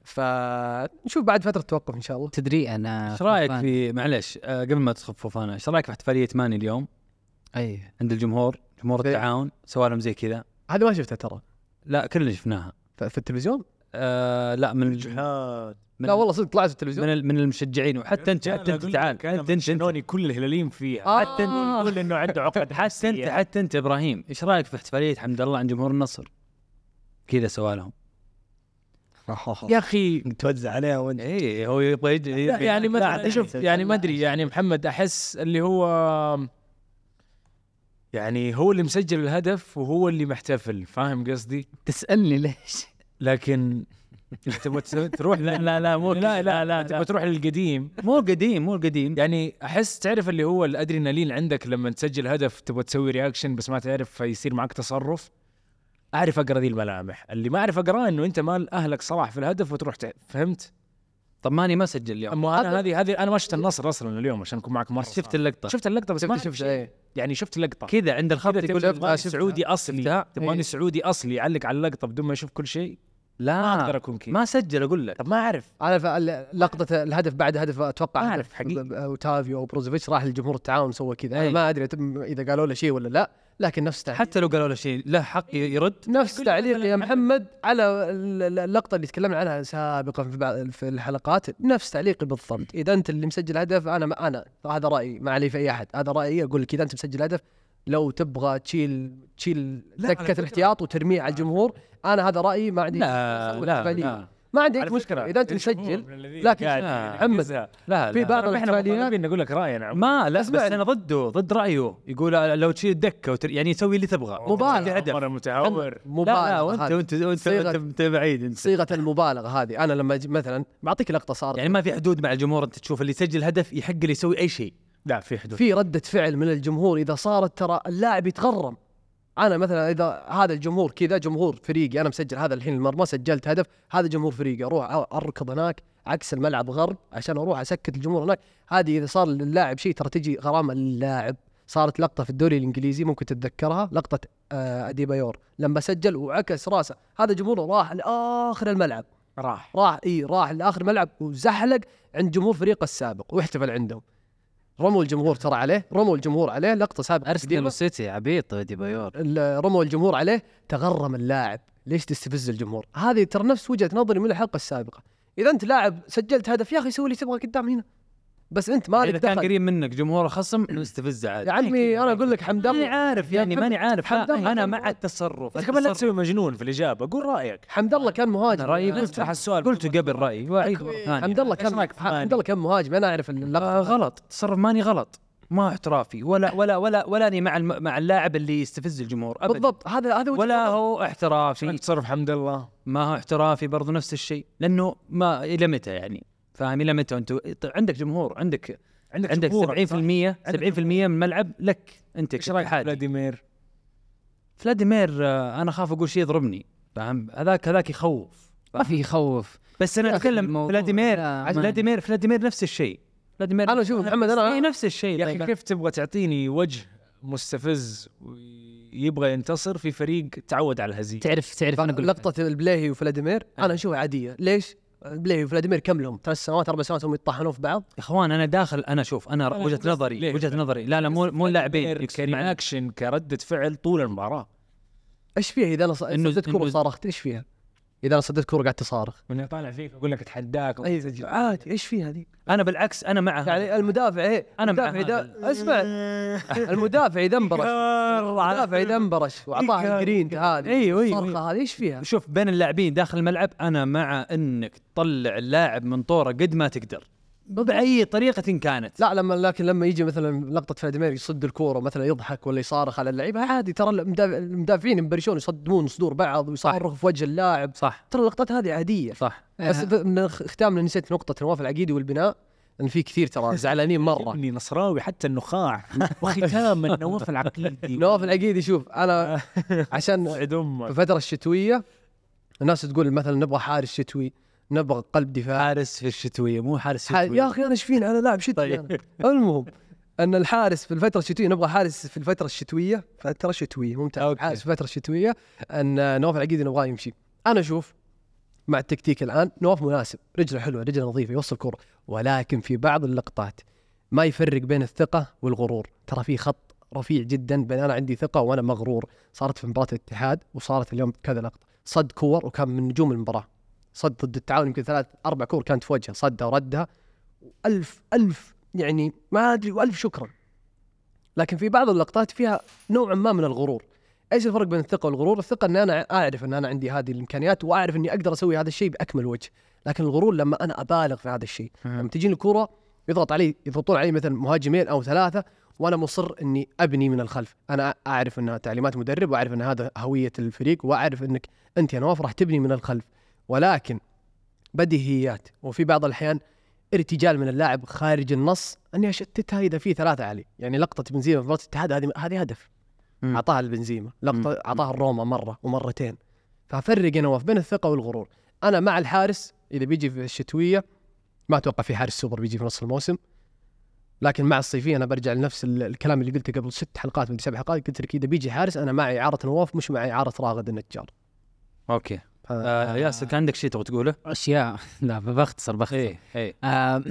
S8: فنشوف بعد فتره توقف ان شاء الله
S5: تدري انا
S7: ايش رايك
S5: خفان.
S7: في معلش آه، قبل ما تخف فوفانا ايش رايك في احتفاليه ماني اليوم
S5: اي
S7: عند الجمهور جمهور
S8: في-
S7: التعاون سوى لهم زي كذا
S8: هذه ما شفتها ترى
S7: لا كلنا شفناها
S8: ف- في التلفزيون
S7: آه لا من الجهاد من
S8: لا والله صدق طلعت في
S7: من
S8: التلفزيون
S7: ال- من المشجعين وحتى انت حتى انت تعال حتى انت انت
S2: شنوني كل الهلاليين فيها
S8: آه.
S2: حتى نقول انه عنده عقد
S7: حتى انت
S2: حساسية.
S7: حتى انت ابراهيم ايش رايك في احتفاليه حمد الله عند جمهور النصر؟ كذا سوى لهم
S2: يا اخي
S3: توزع عليها وانت
S7: اي إيه، هو يبغى يجي
S2: لا يعني مثلا شوف يعني ما ادري يعني محمد احس اللي هو يعني هو اللي مسجل الهدف وهو اللي محتفل فاهم قصدي؟
S5: تسالني ليش؟
S2: لكن *laughs* تبغى تس- تروح لا لا لا مو لا لا لا تبغى تروح للقديم
S7: مو قديم مو قديم
S2: يعني احس تعرف اللي هو الادرينالين عندك لما تسجل هدف تبغى تسوي رياكشن بس ما تعرف فيصير معك تصرف اعرف اقرا ذي الملامح اللي ما اعرف اقراه انه انت مال اهلك صلاح في الهدف وتروح تع- فهمت؟
S7: طب ماني ما سجل اليوم
S2: اما انا هذه هذه انا ما شفت النصر اصلا اليوم عشان اكون معك مره
S7: شفت اللقطه
S2: شفت اللقطه بس ما
S8: شفت شفت
S2: شيء.
S8: ايه
S2: يعني شفت لقطه
S7: كذا عند الخط
S2: كذا
S7: يقول
S2: تقول تبغاني سعودي
S7: شفتها؟
S2: اصلي
S7: إيه.
S2: تبغاني سعودي اصلي يعلق على اللقطه بدون ما يشوف كل شيء ما اقدر
S7: لا
S2: اكون كذا
S7: ما سجل اقول لك
S2: طب ما اعرف
S8: انا ف- ال- لقطه الهدف بعد هدف اتوقع
S2: ما
S8: هدف
S2: أعرف حقيقة. إيه.
S8: ب- اوتافيو او بروزوفيتش راح لجمهور التعاون سوى كذا أنا
S7: أي.
S8: ما ادري تم- اذا قالوا له شيء ولا لا لكن نفس تعليق
S7: حتى لو قالوا له شيء له حق ي- يرد
S8: نفس
S2: يقول
S8: تعليق
S2: مثلاً
S8: يا
S2: محمد-
S8: محمد على ال- ال- اللقطه اللي تكلمنا عنها سابقا في بعض في الحلقات نفس تعليقي بالضبط اذا انت اللي مسجل هدف انا ما انا هذا رايي ما علي في اي احد هذا رايي اقول لك اذا انت مسجل هدف لو تبغى تشيل تشيل
S2: لا، على
S8: دكه
S2: فكرة- آه.
S8: الاحتياط وترميه على الجمهور انا هذا رايي ما عندي
S7: لا لا,
S8: واحتفالية.
S7: لا.
S8: ما عندي أي مشكله اذا انت مسجل لكن عمد.
S7: لا
S8: في
S7: في
S8: بعض
S7: بعض
S2: احنا
S8: الفعاليات
S2: نبي نقول لك راينا
S7: ما لا
S8: اسمع.
S7: بس انا ضده ضد رايه يقول آه، لو تشيل الدكه وتر... يعني تسوي اللي تبغى
S8: مبالغه.
S7: تحدد هدف.
S2: مره متهور
S7: لا لا
S8: مبالغه
S7: وانت
S8: هذه.
S7: وانت وانت
S8: صيغة-
S7: انت أنت بعيد انت
S8: صيغه المبالغه هذه انا لما أجي مثلا بعطيك لقطه صارت
S7: يعني ما في حدود مع الجمهور انت تشوف اللي يسجل هدف يحق اللي يسوي اي شيء
S2: لا في حدود
S8: في ردة فعل من الجمهور إذا صارت ترى اللاعب يتغرم أنا مثلا إذا هذا الجمهور كذا جمهور فريقي أنا مسجل هذا الحين المرمى سجلت هدف هذا جمهور فريقي أروح أ- أركض هناك عكس الملعب غرب عشان أروح أسكت الجمهور هناك هذه إذا صار للاعب شيء ترى تجي غرامة للاعب صارت لقطة في الدوري الإنجليزي ممكن تتذكرها لقطة آه، أديبايور لما سجل وعكس راسه هذا جمهوره راح لآخر الملعب
S2: راح
S8: راح اي راح لاخر ملعب وزحلق عند جمهور فريقه السابق واحتفل عندهم رموا الجمهور ترى عليه رموا الجمهور عليه لقطه سابقه
S5: ارسنال
S8: قديمة.
S5: وسيتي عبيط ديبايور
S8: ال- رموا الجمهور عليه تغرم اللاعب ليش تستفز الجمهور هذه ترى نفس وجهه نظري من الحلقه السابقه اذا انت لاعب سجلت هدف يا اخي سوي اللي تبغى قدام هنا بس انت مالك
S7: اذا كان
S8: دخل
S7: قريب منك جمهور الخصم نستفزه عاد
S8: يا عمي انا اقول لك
S7: ماني
S8: حمد
S7: عارف يعني
S8: يا
S7: ماني عارف
S8: حمد الله
S7: لا، انا
S8: كان
S7: مع التصرف
S2: كمان لا
S7: التصرف.
S2: تسوي مجنون في الاجابه قول رايك
S8: حمد الله كان مهاجم
S7: انا رايي
S8: أنا-
S7: نفتح السؤال قلته قبل رايي واعيد مره ثانيه
S8: حمد الله كان حمد الله كان مهاجم انا اعرف
S7: آه،
S8: اللقطه
S7: غلط تصرف ماني غلط ما احترافي ولا ولا ولا ولا اني مع الم... مع اللاعب اللي يستفز الجمهور ابدا
S8: بالضبط هذا هذا وجهة
S7: ولا
S8: نظري.
S7: هو احترافي
S2: انت تصرف حمد الله
S7: ما هو احترافي برضو نفس الشيء لانه ما الى متى يعني فاهم الى متى انت طيب عندك جمهور عندك عندك 70%
S2: جمهورك، صح؟
S7: 70% من الملعب لك انت
S2: ايش رايك في
S7: كاتحاد.
S2: فلاديمير؟
S7: فلاديمير آه، انا خاف اقول شيء يضربني فاهم هذاك هذاك يخوف
S5: ما في يخوف
S7: بس انا
S5: يا أخي
S7: اتكلم
S5: الموضوع
S7: فلاديمير
S5: لا،
S7: عج-
S5: ما-
S7: فلاديمير فلاديمير نفس الشيء فلاديمير
S8: انا شوف محمد
S7: إيه،
S8: انا
S7: نفس الشيء
S2: يا
S7: طيب.
S2: اخي كيف تبغى تعطيني وجه مستفز ويبغى ينتصر في فريق تعود على الهزيمه
S5: تعرف تعرف انا اقول لك
S8: لقطه البليهي وفلاديمير
S7: إيه.
S8: انا اشوفها عاديه ليش؟ البليهي وفلاديمير كم لهم؟ ثلاث سنوات اربع سنوات هم يطحنون في بعض
S7: يا اخوان انا داخل انا شوف انا
S2: لا،
S7: وجهه
S2: بس-
S7: نظري
S2: ليه؟
S7: وجهه نظري لا لا مو مو اللاعبين يكسر معنا.
S2: كرياكشن كرده فعل طول المباراه
S8: ايش فيها اذا انا ص-
S7: إنه-
S8: صدت كوره
S7: إنه-
S8: صارخت ايش فيها؟ اذا انا صدت كوره قعدت اصارخ
S2: واني اطالع فيك اقول لك اتحداك
S8: اي سجل. عادي ايش فيها هذه؟
S7: انا بالعكس انا مع
S8: يعني المدافع ايه
S7: آه. أنا مع
S8: المدافع
S7: *laughs*
S8: اذا اسمع المدافع اذا انبرش المدافع اذا انبرش واعطاها
S7: إيكار.
S8: الجرين هذه
S7: أيوه، أيوه،
S8: الصرخه هذه ايش فيها؟
S7: شوف بين اللاعبين داخل الملعب انا مع انك تطلع اللاعب من طوره قد ما تقدر باي طريقه كانت
S8: لا لما لكن لما يجي مثلا لقطه فلاديمير يصد الكوره مثلا يضحك ولا يصارخ على اللعيبه عادي ترى المدافع- المدافعين ينبرشون يصدمون صدور بعض ويصارخوا في وجه اللاعب
S7: صح
S8: ترى اللقطات هذه عاديه
S7: صح
S8: بس ف- من خ- ختامنا نسيت نقطة نواف العقيدي والبناء ان في كثير
S7: *laughs*
S8: ترى زعلانين مرة
S2: اني نصراوي حتى النخاع *laughs* وختاما نواف *laughs* العقيدي
S8: نواف العقيدي شوف
S7: *laughs*
S8: انا عشان
S2: وعد
S8: في
S2: امك
S8: الفترة الشتوية الناس تقول مثلا نبغى حارس شتوي نبغى قلب دفاع
S7: حارس في الشتويه مو حارس
S8: ح- يا
S7: شتوي
S8: اخي انا ايش فيني انا لاعب شتوي
S7: طيب.
S8: أنا. المهم ان الحارس في الفترة الشتوية نبغى حارس في الفترة الشتوية فترة شتوية ممتاز
S7: أوكي.
S8: حارس في الفترة الشتوية ان نواف العقيدي نبغاه يمشي انا اشوف مع التكتيك الان نواف مناسب رجله حلوه رجله نظيفه يوصل كره ولكن في بعض اللقطات ما يفرق بين الثقه والغرور ترى في خط رفيع جدا بين انا عندي ثقه وانا مغرور صارت في مباراه الاتحاد وصارت اليوم كذا لقطه صد كور وكان من نجوم المباراه صد ضد التعاون يمكن ثلاث اربع كور كانت في وجهه صدها وردها الف الف يعني ما ادري والف شكرا لكن في بعض اللقطات فيها نوعا ما من الغرور ايش الفرق بين الثقه والغرور؟ الثقه ان انا اعرف ان انا عندي هذه الامكانيات واعرف اني اقدر اسوي هذا الشيء باكمل وجه، لكن الغرور لما انا ابالغ في هذا الشيء، لما تجيني الكره يضغط علي يضغطون علي مثلا مهاجمين او ثلاثه وانا مصر اني ابني من الخلف، انا اعرف انها تعليمات مدرب واعرف ان هذا هويه الفريق واعرف انك انت يا نواف راح تبني من الخلف، ولكن بديهيات وفي بعض الاحيان ارتجال من اللاعب خارج النص اني اشتتها اذا في ثلاثه علي، يعني لقطه بنزيما في مباراه الاتحاد هذه هذه هدف.
S7: مم.
S8: اعطاها البنزيما لقطه
S7: مم.
S8: اعطاها الروما مره ومرتين ففرق يا نواف بين الثقه والغرور انا مع الحارس اذا بيجي في الشتويه ما اتوقع في حارس سوبر بيجي في نص الموسم لكن مع الصيفيه انا برجع لنفس ال- الكلام اللي قلته قبل ست حلقات من سبع حلقات قلت لك اذا بيجي حارس انا مع اعاره نواف مش مع اعاره راغد النجار
S7: اوكي
S8: ف-
S7: آه ياسر كان عندك شيء تبغى تقوله؟
S5: اشياء *laughs* لا بختصر بختصر
S7: ايه ايه
S5: آه، *clears throat*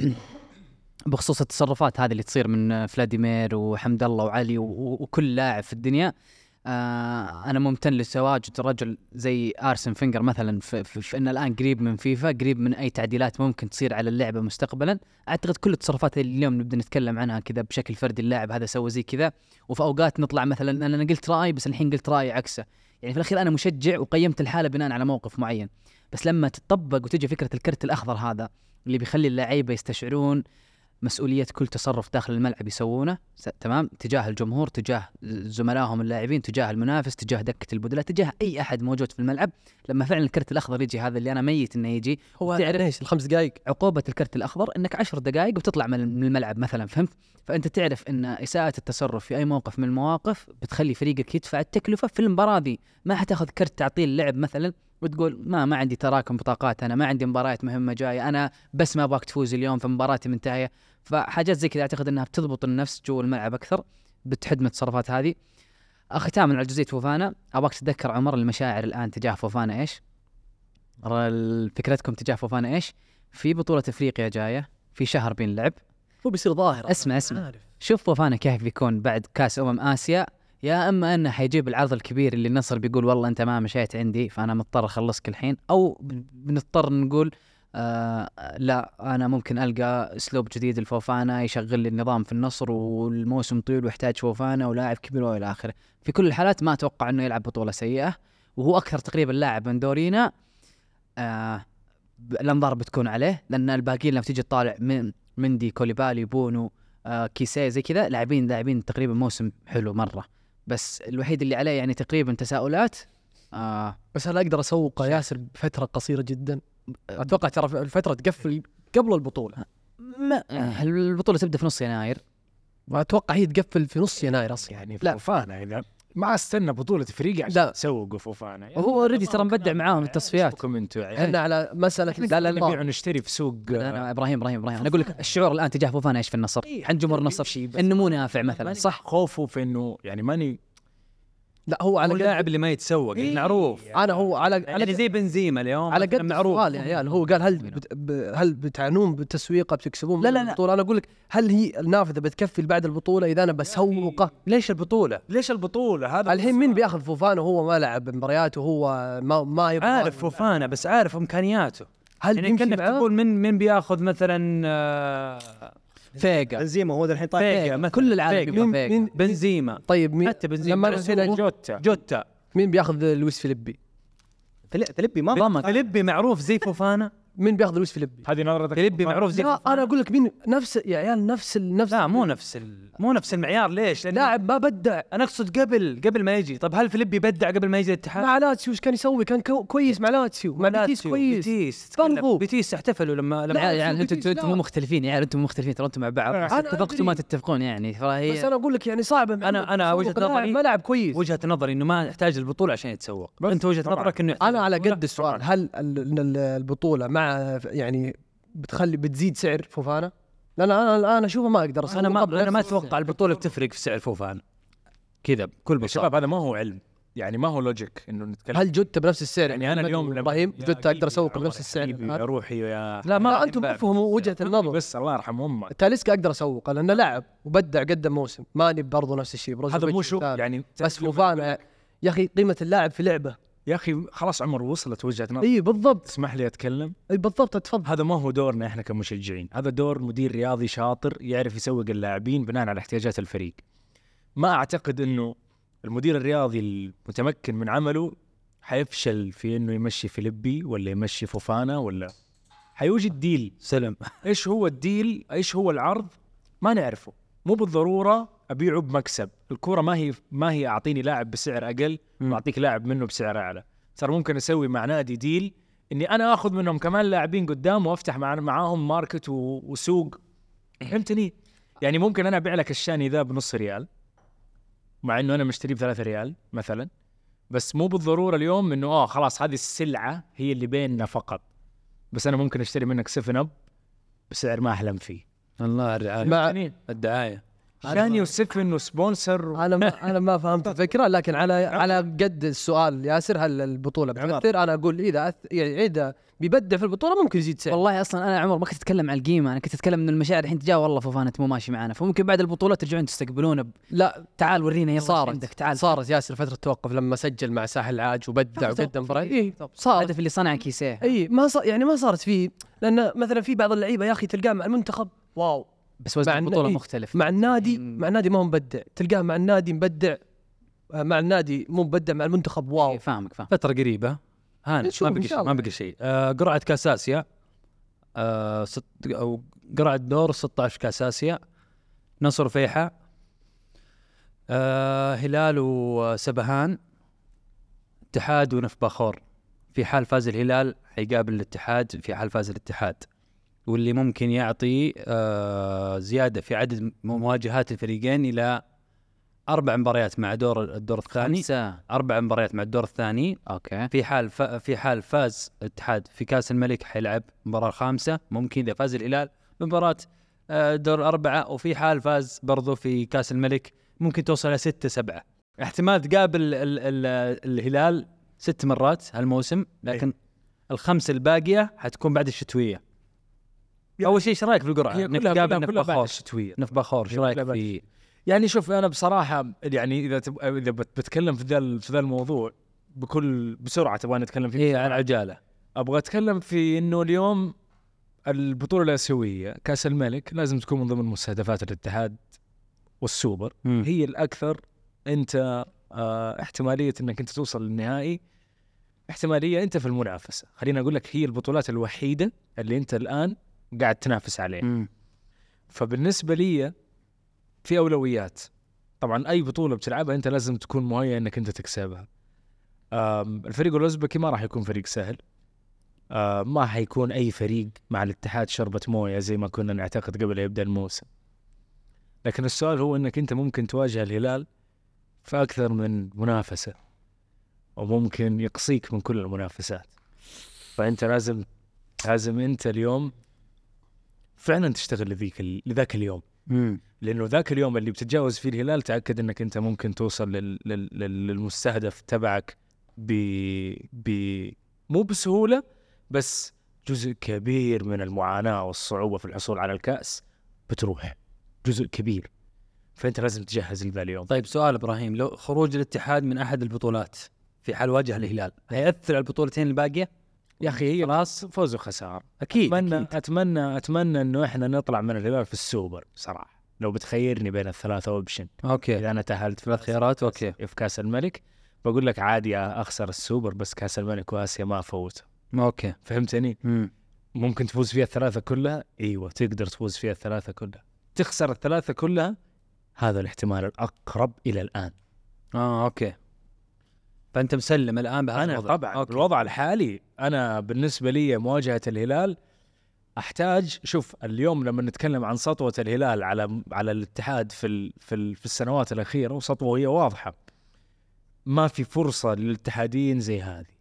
S5: بخصوص التصرفات هذه اللي تصير من فلاديمير وحمد الله وعلي و- و- وكل لاعب في الدنيا آه، انا ممتن لتواجد رجل زي ارسن فينجر مثلا في, في, في انه الان قريب من فيفا قريب من اي تعديلات ممكن تصير على اللعبه مستقبلا اعتقد كل التصرفات اللي اليوم نبدا نتكلم عنها كذا بشكل فردي اللاعب هذا سوى زي كذا وفي اوقات نطلع مثلا انا أنا قلت راي بس الحين قلت راي عكسه يعني في الاخير انا مشجع وقيمت الحاله بناء على موقف معين بس لما تطبق وتجي فكره الكرت الاخضر هذا اللي بيخلي اللعيبه يستشعرون مسؤوليه كل تصرف داخل الملعب يسوونه س- تمام تجاه الجمهور تجاه زملائهم اللاعبين تجاه المنافس تجاه دكه البدلاء تجاه اي احد موجود في الملعب لما فعلا الكرت الاخضر يجي هذا اللي انا ميت انه يجي
S8: هو
S5: تعرف-
S8: ليش الخمس دقائق
S5: عقوبة الكرت الأخضر أنك عشر دقائق وتطلع من من الملعب مثلا فهمت؟ فأنت تعرف أن إساءة التصرف في أي موقف من المواقف بتخلي فريقك يدفع التكلفة في المباراة دي ما حتاخذ كرت تعطيل اللعب مثلا وتقول ما ما عندي تراكم بطاقات أنا ما عندي مباريات مهمة جاية أنا بس ما أبغاك تفوز اليوم فمباراتي منتهية فحاجات زي كذا أعتقد أنها بتضبط النفس جوا الملعب أكثر بتحد من التصرفات هذه ختاما على جزئية فوفانا أبغاك تتذكر عمر المشاعر الآن تجاه فوفانا إيش؟ ر- فكرتكم تجاه فوفانا إيش؟ في بطولة افريقيا جاية في شهر بينلعب
S8: هو بيصير آه، ظاهر
S5: اسمع اسمع
S8: عارف
S5: شوف فوفانا كيف بيكون بعد كاس امم اسيا يا اما انه حيجيب العرض الكبير اللي النصر بيقول والله انت ما مشيت عندي فانا مضطر اخلصك الحين او بن- بنضطر نقول آه لا انا ممكن القى اسلوب جديد لفوفانا يشغل لي النظام في النصر والموسم طويل واحتاج فوفانا ولاعب كبير والى اخره في كل الحالات ما اتوقع انه يلعب بطوله سيئه وهو اكثر تقريبا لاعب من دورينا آه ب- الانظار بتكون عليه لان الباقيين لما تيجي تطالع من مندي كوليبالي بونو آه كيسيه زي كذا لاعبين لاعبين تقريبا موسم حلو مره بس الوحيد اللي عليه يعني تقريبا تساؤلات آه
S8: بس هل اقدر اسوقه ياسر بفتره قصيره جدا اتوقع ترى الفتره تقفل قبل البطوله
S5: ما آه، البطوله تبدا في نص يناير
S8: واتوقع هي تقفل في نص يناير اصلا يعني
S5: لا.
S2: فوفانا اذا ما استنى بطوله افريقيا عشان
S8: لا.
S2: تسوقوا فوفانا يعني
S5: وهو اوريدي ترى مبدع معاهم التصفيات
S2: شوفكم انتم يعني
S8: احنا على مساله
S2: لا لا نبيع ونشتري في سوق
S5: لا، أنا ابراهيم ابراهيم ابراهيم انا اقول لك الشعور الان تجاه فوفانا ايش في النصر؟
S8: إيه،
S5: عند جمهور النصر انه مو نافع مثلا صح؟
S2: خوفه في انه يعني ماني
S8: لا هو
S7: على
S8: على قد
S7: اللاعب اللي ما يتسوق
S8: إيه.
S7: يعني معروف
S8: انا هو على على
S7: يعني زي بنزيما اليوم
S8: على قد
S7: معروف
S8: السؤال يا عيال هو قال هل بت... ب... هل بتعنون بتسويقه بتكسبون
S5: لا، لا، لا.
S8: البطوله انا اقول لك هل هي النافذه بتكفي بعد البطوله اذا انا بسوقه ليش البطوله؟
S7: ليش البطوله هذا
S8: الحين مين بياخذ فوفانا وهو ما لعب مباريات وهو ما ما يبغى
S7: عارف فوفانا بس عارف امكانياته
S8: هل
S7: يعني
S8: بيمشي
S7: كانك
S8: معاه؟
S7: تقول من من بياخذ مثلا آه،
S5: فيجا
S3: بنزيما هو ذا الحين طالع
S7: فيجا مثلا
S5: كل العالم
S7: آه، فيجا.
S5: يبغى فيجا.
S7: مين- بنزيما
S8: طيب مين
S7: حتى بنزيما
S8: لما
S7: بس هنا
S8: نسوق-
S7: جوتا جوتا
S8: مين بياخذ لويس فيليبي؟
S3: فيلي- فيليبي ما
S5: ضمك
S7: فيليبي معروف زي فوفانا
S8: مين بياخذ لويس فيليبي؟
S2: هذه نظرتك
S7: فيليبي معروف زي
S8: لا انا اقول لك مين نفس يا عيال نفس ال- نفس
S7: لا مو نفس ال... مو نفس المعيار ليش؟ لأن
S8: لاعب ما بدع
S7: انا اقصد قبل قبل ما يجي طب هل فيليبي بدع قبل ما يجي الاتحاد؟
S8: مع لاتسيو ايش كان يسوي؟ كان كو- كويس مع لاتسيو مع بيتيس
S7: لاتسيو،
S8: كويس
S7: بيتيس
S8: برضو.
S7: تكلم. بيتيس احتفلوا لما
S5: يا
S7: لما
S5: عيال يا عيال
S8: أقصد
S5: انتم
S8: بيتيس،
S5: انتم يعني مو
S8: لا.
S5: مختلفين يا عيال انتم مو مختلفين ترى انتم مع بعض
S8: أنا
S5: بس اتفقتوا
S8: أدري.
S5: ما تتفقون يعني فهي
S8: بس انا اقول لك يعني صعب
S7: أنا- أنا وجهة نظري-
S8: ما لعب كويس
S7: وجهه نظري انه ما يحتاج البطوله عشان يتسوق انت وجهه
S2: طبعاً.
S7: نظرك انه يحتاج
S8: انا على
S7: البطولة؟
S8: قد السؤال هل ال- إن ال- البطوله مع يعني بتخلي بتزيد سعر فوفانا؟ لان انا انا- انا اشوفه ما اقدر
S7: انا ما
S8: أسوقه بنفس
S7: انا ما
S8: السعر.
S7: اتوقع البطوله بتفرق في سعر فوفان كذا بكل
S2: يا
S7: بساطه
S2: شباب هذا ما هو علم يعني ما هو لوجيك انه نتكلم
S8: هل جوتا بنفس السعر
S2: يعني انا اليوم لما-
S8: ابراهيم
S2: يا
S8: جوتا
S2: حبيبي
S8: اقدر اسوق
S2: يا
S8: بنفس
S2: عمر،
S8: السعر
S2: حبيبي يا
S8: أنا-
S2: روحي يا
S8: لا ما
S7: لا،
S8: انتم
S7: إمبابي.
S8: تفهموا وجهه النظر
S2: بس الله يرحم امك
S8: تاليسكا اقدر اسوقه لانه لاعب وبدع قدم موسم ماني برضو نفس الشيء
S2: هذا
S8: بروزوفيتش
S2: مو شو
S8: مثال.
S2: يعني
S8: بس فوفانا يا اخي قيمه اللاعب في لعبه
S2: يا اخي خلاص عمر وصلت وجهه نظر
S8: اي بالضبط
S2: اسمح لي اتكلم
S8: اي بالضبط اتفضل
S2: هذا ما هو دورنا احنا كمشجعين هذا دور مدير رياضي شاطر يعرف يسوق اللاعبين بناء على احتياجات الفريق ما اعتقد انه المدير الرياضي المتمكن من عمله حيفشل في انه يمشي فيليبي ولا يمشي فوفانا ولا حيوجد ديل
S7: سلم
S2: ايش هو الديل ايش هو العرض ما نعرفه مو بالضروره ابيعه بمكسب الكوره ما هي ما هي اعطيني لاعب بسعر اقل واعطيك لاعب منه بسعر اعلى ترى ممكن اسوي مع نادي ديل اني انا اخذ منهم كمان لاعبين قدام وافتح مع معاهم ماركت و- وسوق
S7: إيه.
S2: فهمتني يعني ممكن انا ابيع لك الشاني ذا بنص ريال مع انه انا مشتريه بثلاثة ريال مثلا بس مو بالضروره اليوم انه اه خلاص هذه السلعه هي اللي بيننا فقط بس انا ممكن اشتري منك 7 اب بسعر ما احلم فيه
S7: الله الرعايه
S8: مع
S2: يعني
S7: الدعايه
S2: شان يوسف انه سبونسر
S8: انا ما انا ما فهمت الفكره لكن على على قد السؤال ياسر هل البطوله بتاثر انا اقول اذا أث... يعني اذا بيبدع في البطوله ممكن يزيد سعر
S5: والله اصلا انا عمر ما كنت اتكلم عن القيمه انا كنت اتكلم من المشاعر الحين تجاه والله فوفانا مو ماشي معانا فممكن بعد البطوله ترجعون تستقبلونه ب...
S8: لا
S5: تعال ورينا يلا إيش
S8: صارت.
S5: عندك تعال
S8: صارت ياسر فتره توقف لما سجل مع ساحل العاج وبدع
S5: توقف
S8: وقدم مباراه
S5: فيه.
S8: اي صارت
S5: الهدف اللي صنعه كيسيه
S7: إيه.
S8: اي ما صار يعني ما صارت فيه لان مثلا في بعض اللعيبه يا اخي تلقاه مع المنتخب واو
S5: بس وزن
S8: مع إن-
S5: البطوله
S8: إيه.
S5: مختلف
S8: مع النادي
S5: مم.
S8: مع النادي ما هو مبدع تلقاه مع النادي مبدع آه، مع النادي مو مبدع مع المنتخب
S5: إيه،
S8: واو
S5: فاهمك فاهم
S7: فتره قريبه هان
S8: نشوف
S7: ما
S8: إن
S7: بقي
S8: شاء
S7: شيء ما
S8: الله.
S7: بقي شيء آه قرعه كاس اسيا آه ست او قرعه دور 16 كاس اسيا نصر فيحاء آه هلال وسبهان اتحاد ونفبخور في حال فاز الهلال حيقابل الاتحاد في حال فاز الاتحاد واللي ممكن يعطي آه زياده في عدد مواجهات الفريقين الى اربع مباريات مع دور الدور الثاني
S5: خمسة
S7: اربع مباريات مع الدور الثاني
S5: اوكي
S7: في حال ف... في حال فاز الاتحاد في كاس الملك حيلعب المباراه الخامسه ممكن اذا فاز الهلال بمباراه آه، دور الاربعه وفي حال فاز برضو في كاس الملك ممكن توصل الى سته سبعه احتمال تقابل ال... ال... الهلال ست مرات هالموسم لكن الخمس الباقيه حتكون بعد الشتويه اول شيء ايش رايك في القرعه؟
S2: هي كلها-
S7: نتقابل
S2: كلها-
S7: نف
S2: كلها بعد
S7: بخور
S2: الشتوية.
S7: نف بخور ايش
S2: هي
S7: رايك
S2: كلها بعد
S7: في
S2: يعني شوف انا بصراحه يعني اذا تب... اذا بت- بتكلم في ذا في ذا الموضوع بكل بسرعه تبغى نتكلم فيه
S7: اي على العجاله
S2: ابغى اتكلم في انه اليوم البطوله الاسيويه كاس الملك لازم تكون من ضمن مستهدفات الاتحاد والسوبر
S7: هي
S2: هي الاكثر انت آه احتماليه انك انت توصل للنهائي احتماليه انت في المنافسه خليني اقول لك هي البطولات الوحيده اللي انت الان قاعد تنافس عليها فبالنسبه لي في اولويات طبعا اي بطوله بتلعبها انت لازم تكون مهيئ انك انت تكسبها أم، الفريق الاوزبكي ما راح يكون فريق سهل أم، ما حيكون اي فريق مع الاتحاد شربة مويه زي ما كنا نعتقد قبل يبدا الموسم لكن السؤال هو انك انت ممكن تواجه الهلال في اكثر من منافسه وممكن يقصيك من كل المنافسات فانت لازم لازم انت اليوم فعلا تشتغل لذيك ال- لذاك اليوم لانه ذاك اليوم اللي بتتجاوز فيه الهلال تاكد انك انت ممكن توصل لل... لل... لل- للمستهدف تبعك ب... ب مو بسهوله بس جزء كبير من المعاناه والصعوبه في الحصول على الكاس بتروح جزء كبير فانت لازم تجهز لذا اليوم
S7: طيب سؤال ابراهيم لو خروج الاتحاد من احد البطولات في حال واجه الهلال هياثر على البطولتين الباقيه؟
S2: يا اخي هي خلاص فوز وخساره
S7: اكيد
S2: اتمنى
S7: أكيد.
S2: اتمنى اتمنى انه احنا نطلع من الهلال في السوبر بصراحه لو بتخيرني بين الثلاثه اوبشن
S7: اوكي
S2: اذا انا تاهلت في
S7: ثلاث خيارات اوكي
S2: في كاس الملك بقول لك عادي اخسر السوبر بس كاس الملك واسيا ما افوته
S7: اوكي
S2: فهمتني؟ ممكن تفوز فيها الثلاثه كلها ايوه تقدر تفوز فيها الثلاثه كلها تخسر الثلاثه كلها هذا الاحتمال الاقرب الى الان
S7: اه اوكي فانت مسلم الان بهذا
S2: انا
S7: الوضع.
S2: طبعا أوكي.
S7: أوكي.
S2: الوضع الحالي انا بالنسبه لي مواجهه الهلال احتاج شوف اليوم لما نتكلم عن سطوه الهلال على على الاتحاد في ال في, ال في السنوات الاخيره وسطوه هي واضحه ما في فرصه للاتحاديين زي هذه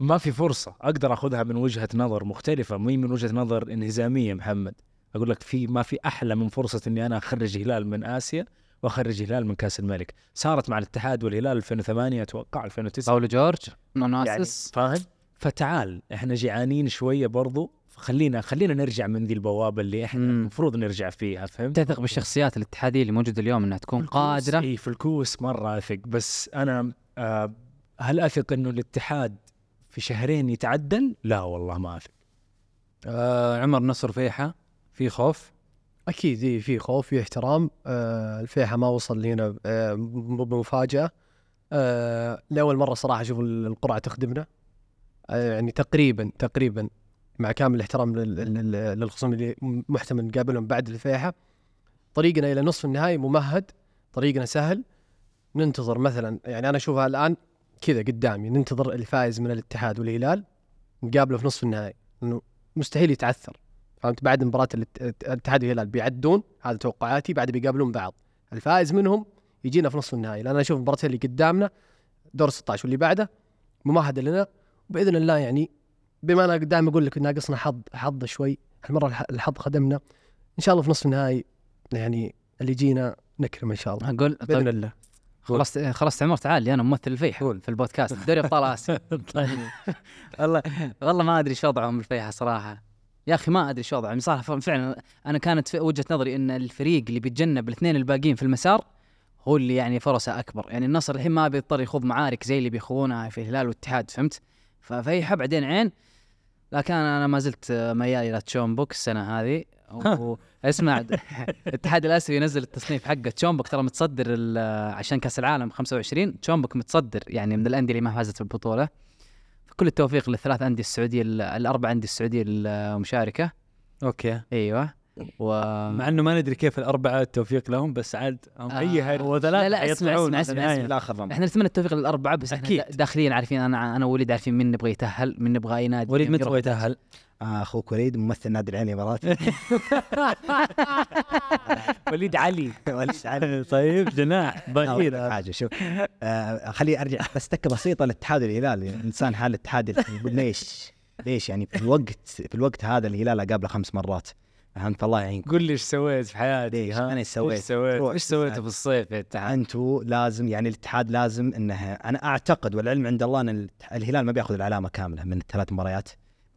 S2: ما في فرصه اقدر اخذها من وجهه نظر مختلفه مي من وجهه نظر انهزاميه محمد اقول لك في ما في احلى من فرصه اني انا اخرج هلال من اسيا واخرج هلال من كاس الملك صارت مع الاتحاد والهلال 2008 اتوقع 2009
S5: باولو جورج
S2: يعني
S5: نوناسس
S2: فاهم فتعال احنا جيعانين شويه برضو فخلينا خلينا نرجع من ذي البوابه اللي احنا
S7: مم.
S2: المفروض نرجع فيها فهمت
S5: تثق بالشخصيات الاتحاديه اللي موجوده اليوم انها تكون قادره
S2: اي في الكوس مره اثق بس انا آه هل اثق انه الاتحاد في شهرين يتعدل؟ لا والله ما اثق
S7: آه عمر نصر فيحة في خوف
S8: اكيد إيه في خوف في احترام آه الفيحة ما وصل لنا آه مو بمفاجاه آه لاول مره صراحه اشوف ال- القرعه تخدمنا آه يعني تقريبا تقريبا مع كامل الاحترام لل- لل- لل- للخصوم اللي م- محتمل نقابلهم بعد الفيحة طريقنا الى نصف النهائي ممهد طريقنا سهل ننتظر مثلا يعني انا اشوفها الان كذا قدامي ننتظر الفائز من الاتحاد والهلال نقابله في نصف النهائي انه مستحيل يتعثر فهمت بعد مباراه الات- الاتحاد والهلال بيعدون هذا توقعاتي بعد بيقابلون بعض الفائز منهم يجينا في نصف النهائي لان انا اشوف المباراتين اللي قدامنا دور 16 واللي بعده ممهده لنا وباذن الله يعني بما انا دائما اقول لك ناقصنا حظ حظ شوي هالمره الح- الحظ خدمنا ان شاء الله في نصف النهائي يعني اللي جينا نكرم ان شاء الله
S5: اقول طيب
S8: باذن الله
S5: خلاص إيه، خلاص عمر تعال لي انا ممثل الفيحة في البودكاست دوري ابطال اسيا *laughs* والله والله ما ادري شو وضعهم الفيحة صراحه يا اخي ما ادري شو يعني وضعهم صراحه ف- فعلا انا كانت في وجهه نظري ان الفريق اللي بيتجنب الاثنين الباقيين في المسار هو اللي يعني فرصه اكبر يعني النصر الحين ما بيضطر يخوض معارك زي اللي بيخوضونها في الهلال والاتحاد فهمت ففيحة بعدين عين لكن انا ما زلت ميال الى تشومبوك السنه هذه و- اسمع الاتحاد الاسيوي ينزل التصنيف حقه تشومبك ترى متصدر ال- عشان كاس العالم 25 تشومبك متصدر يعني من الانديه اللي ما فازت بالبطوله كل التوفيق للثلاث انديه السعوديه ال- الاربع انديه السعوديه المشاركه
S2: اوكي
S5: ايوه و
S2: مع انه ما ندري كيف الاربعه التوفيق لهم بس عاد هم
S5: آه.
S2: اي
S5: لا، لا، اسمع، اسمع، اسمع، اسمع.
S3: الاخر رمضان
S5: احنا نتمنى التوفيق للاربعه بس
S2: أكيد.
S5: احنا دا- داخليا عارفين انا انا ووليد عارفين مين نبغى يتاهل مين نبغى اي نادي
S2: وليد
S5: كم
S2: متى
S5: يروح.
S2: هو يتاهل؟
S3: آه اخوك وليد ممثل نادي العين الاماراتي
S2: وليد علي
S3: *laughs* وليد علي.
S2: طيب
S3: *laughs*
S2: جناح
S10: إيه
S3: أقول لك
S2: ظهير
S3: حاجه شوف آه خلي ارجع بس تكه بسيطه لاتحاد الهلال يعني الانسان حال الاتحاد يقول ليش؟ ليش يعني في الوقت في الوقت هذا الهلال قابله خمس مرات فهمت الله يعينكم
S10: قول لي ايش سويت في حياتي
S3: ليش
S10: ها؟
S3: انا
S10: ايش
S3: سويت
S10: سويت؟
S3: روح.
S10: ايش سويت في الصيف يا تعال؟
S3: انتوا لازم يعني الاتحاد لازم انه انا اعتقد والعلم عند الله ان الاتح- الهلال ما بياخذ العلامه كامله من الثلاث مباريات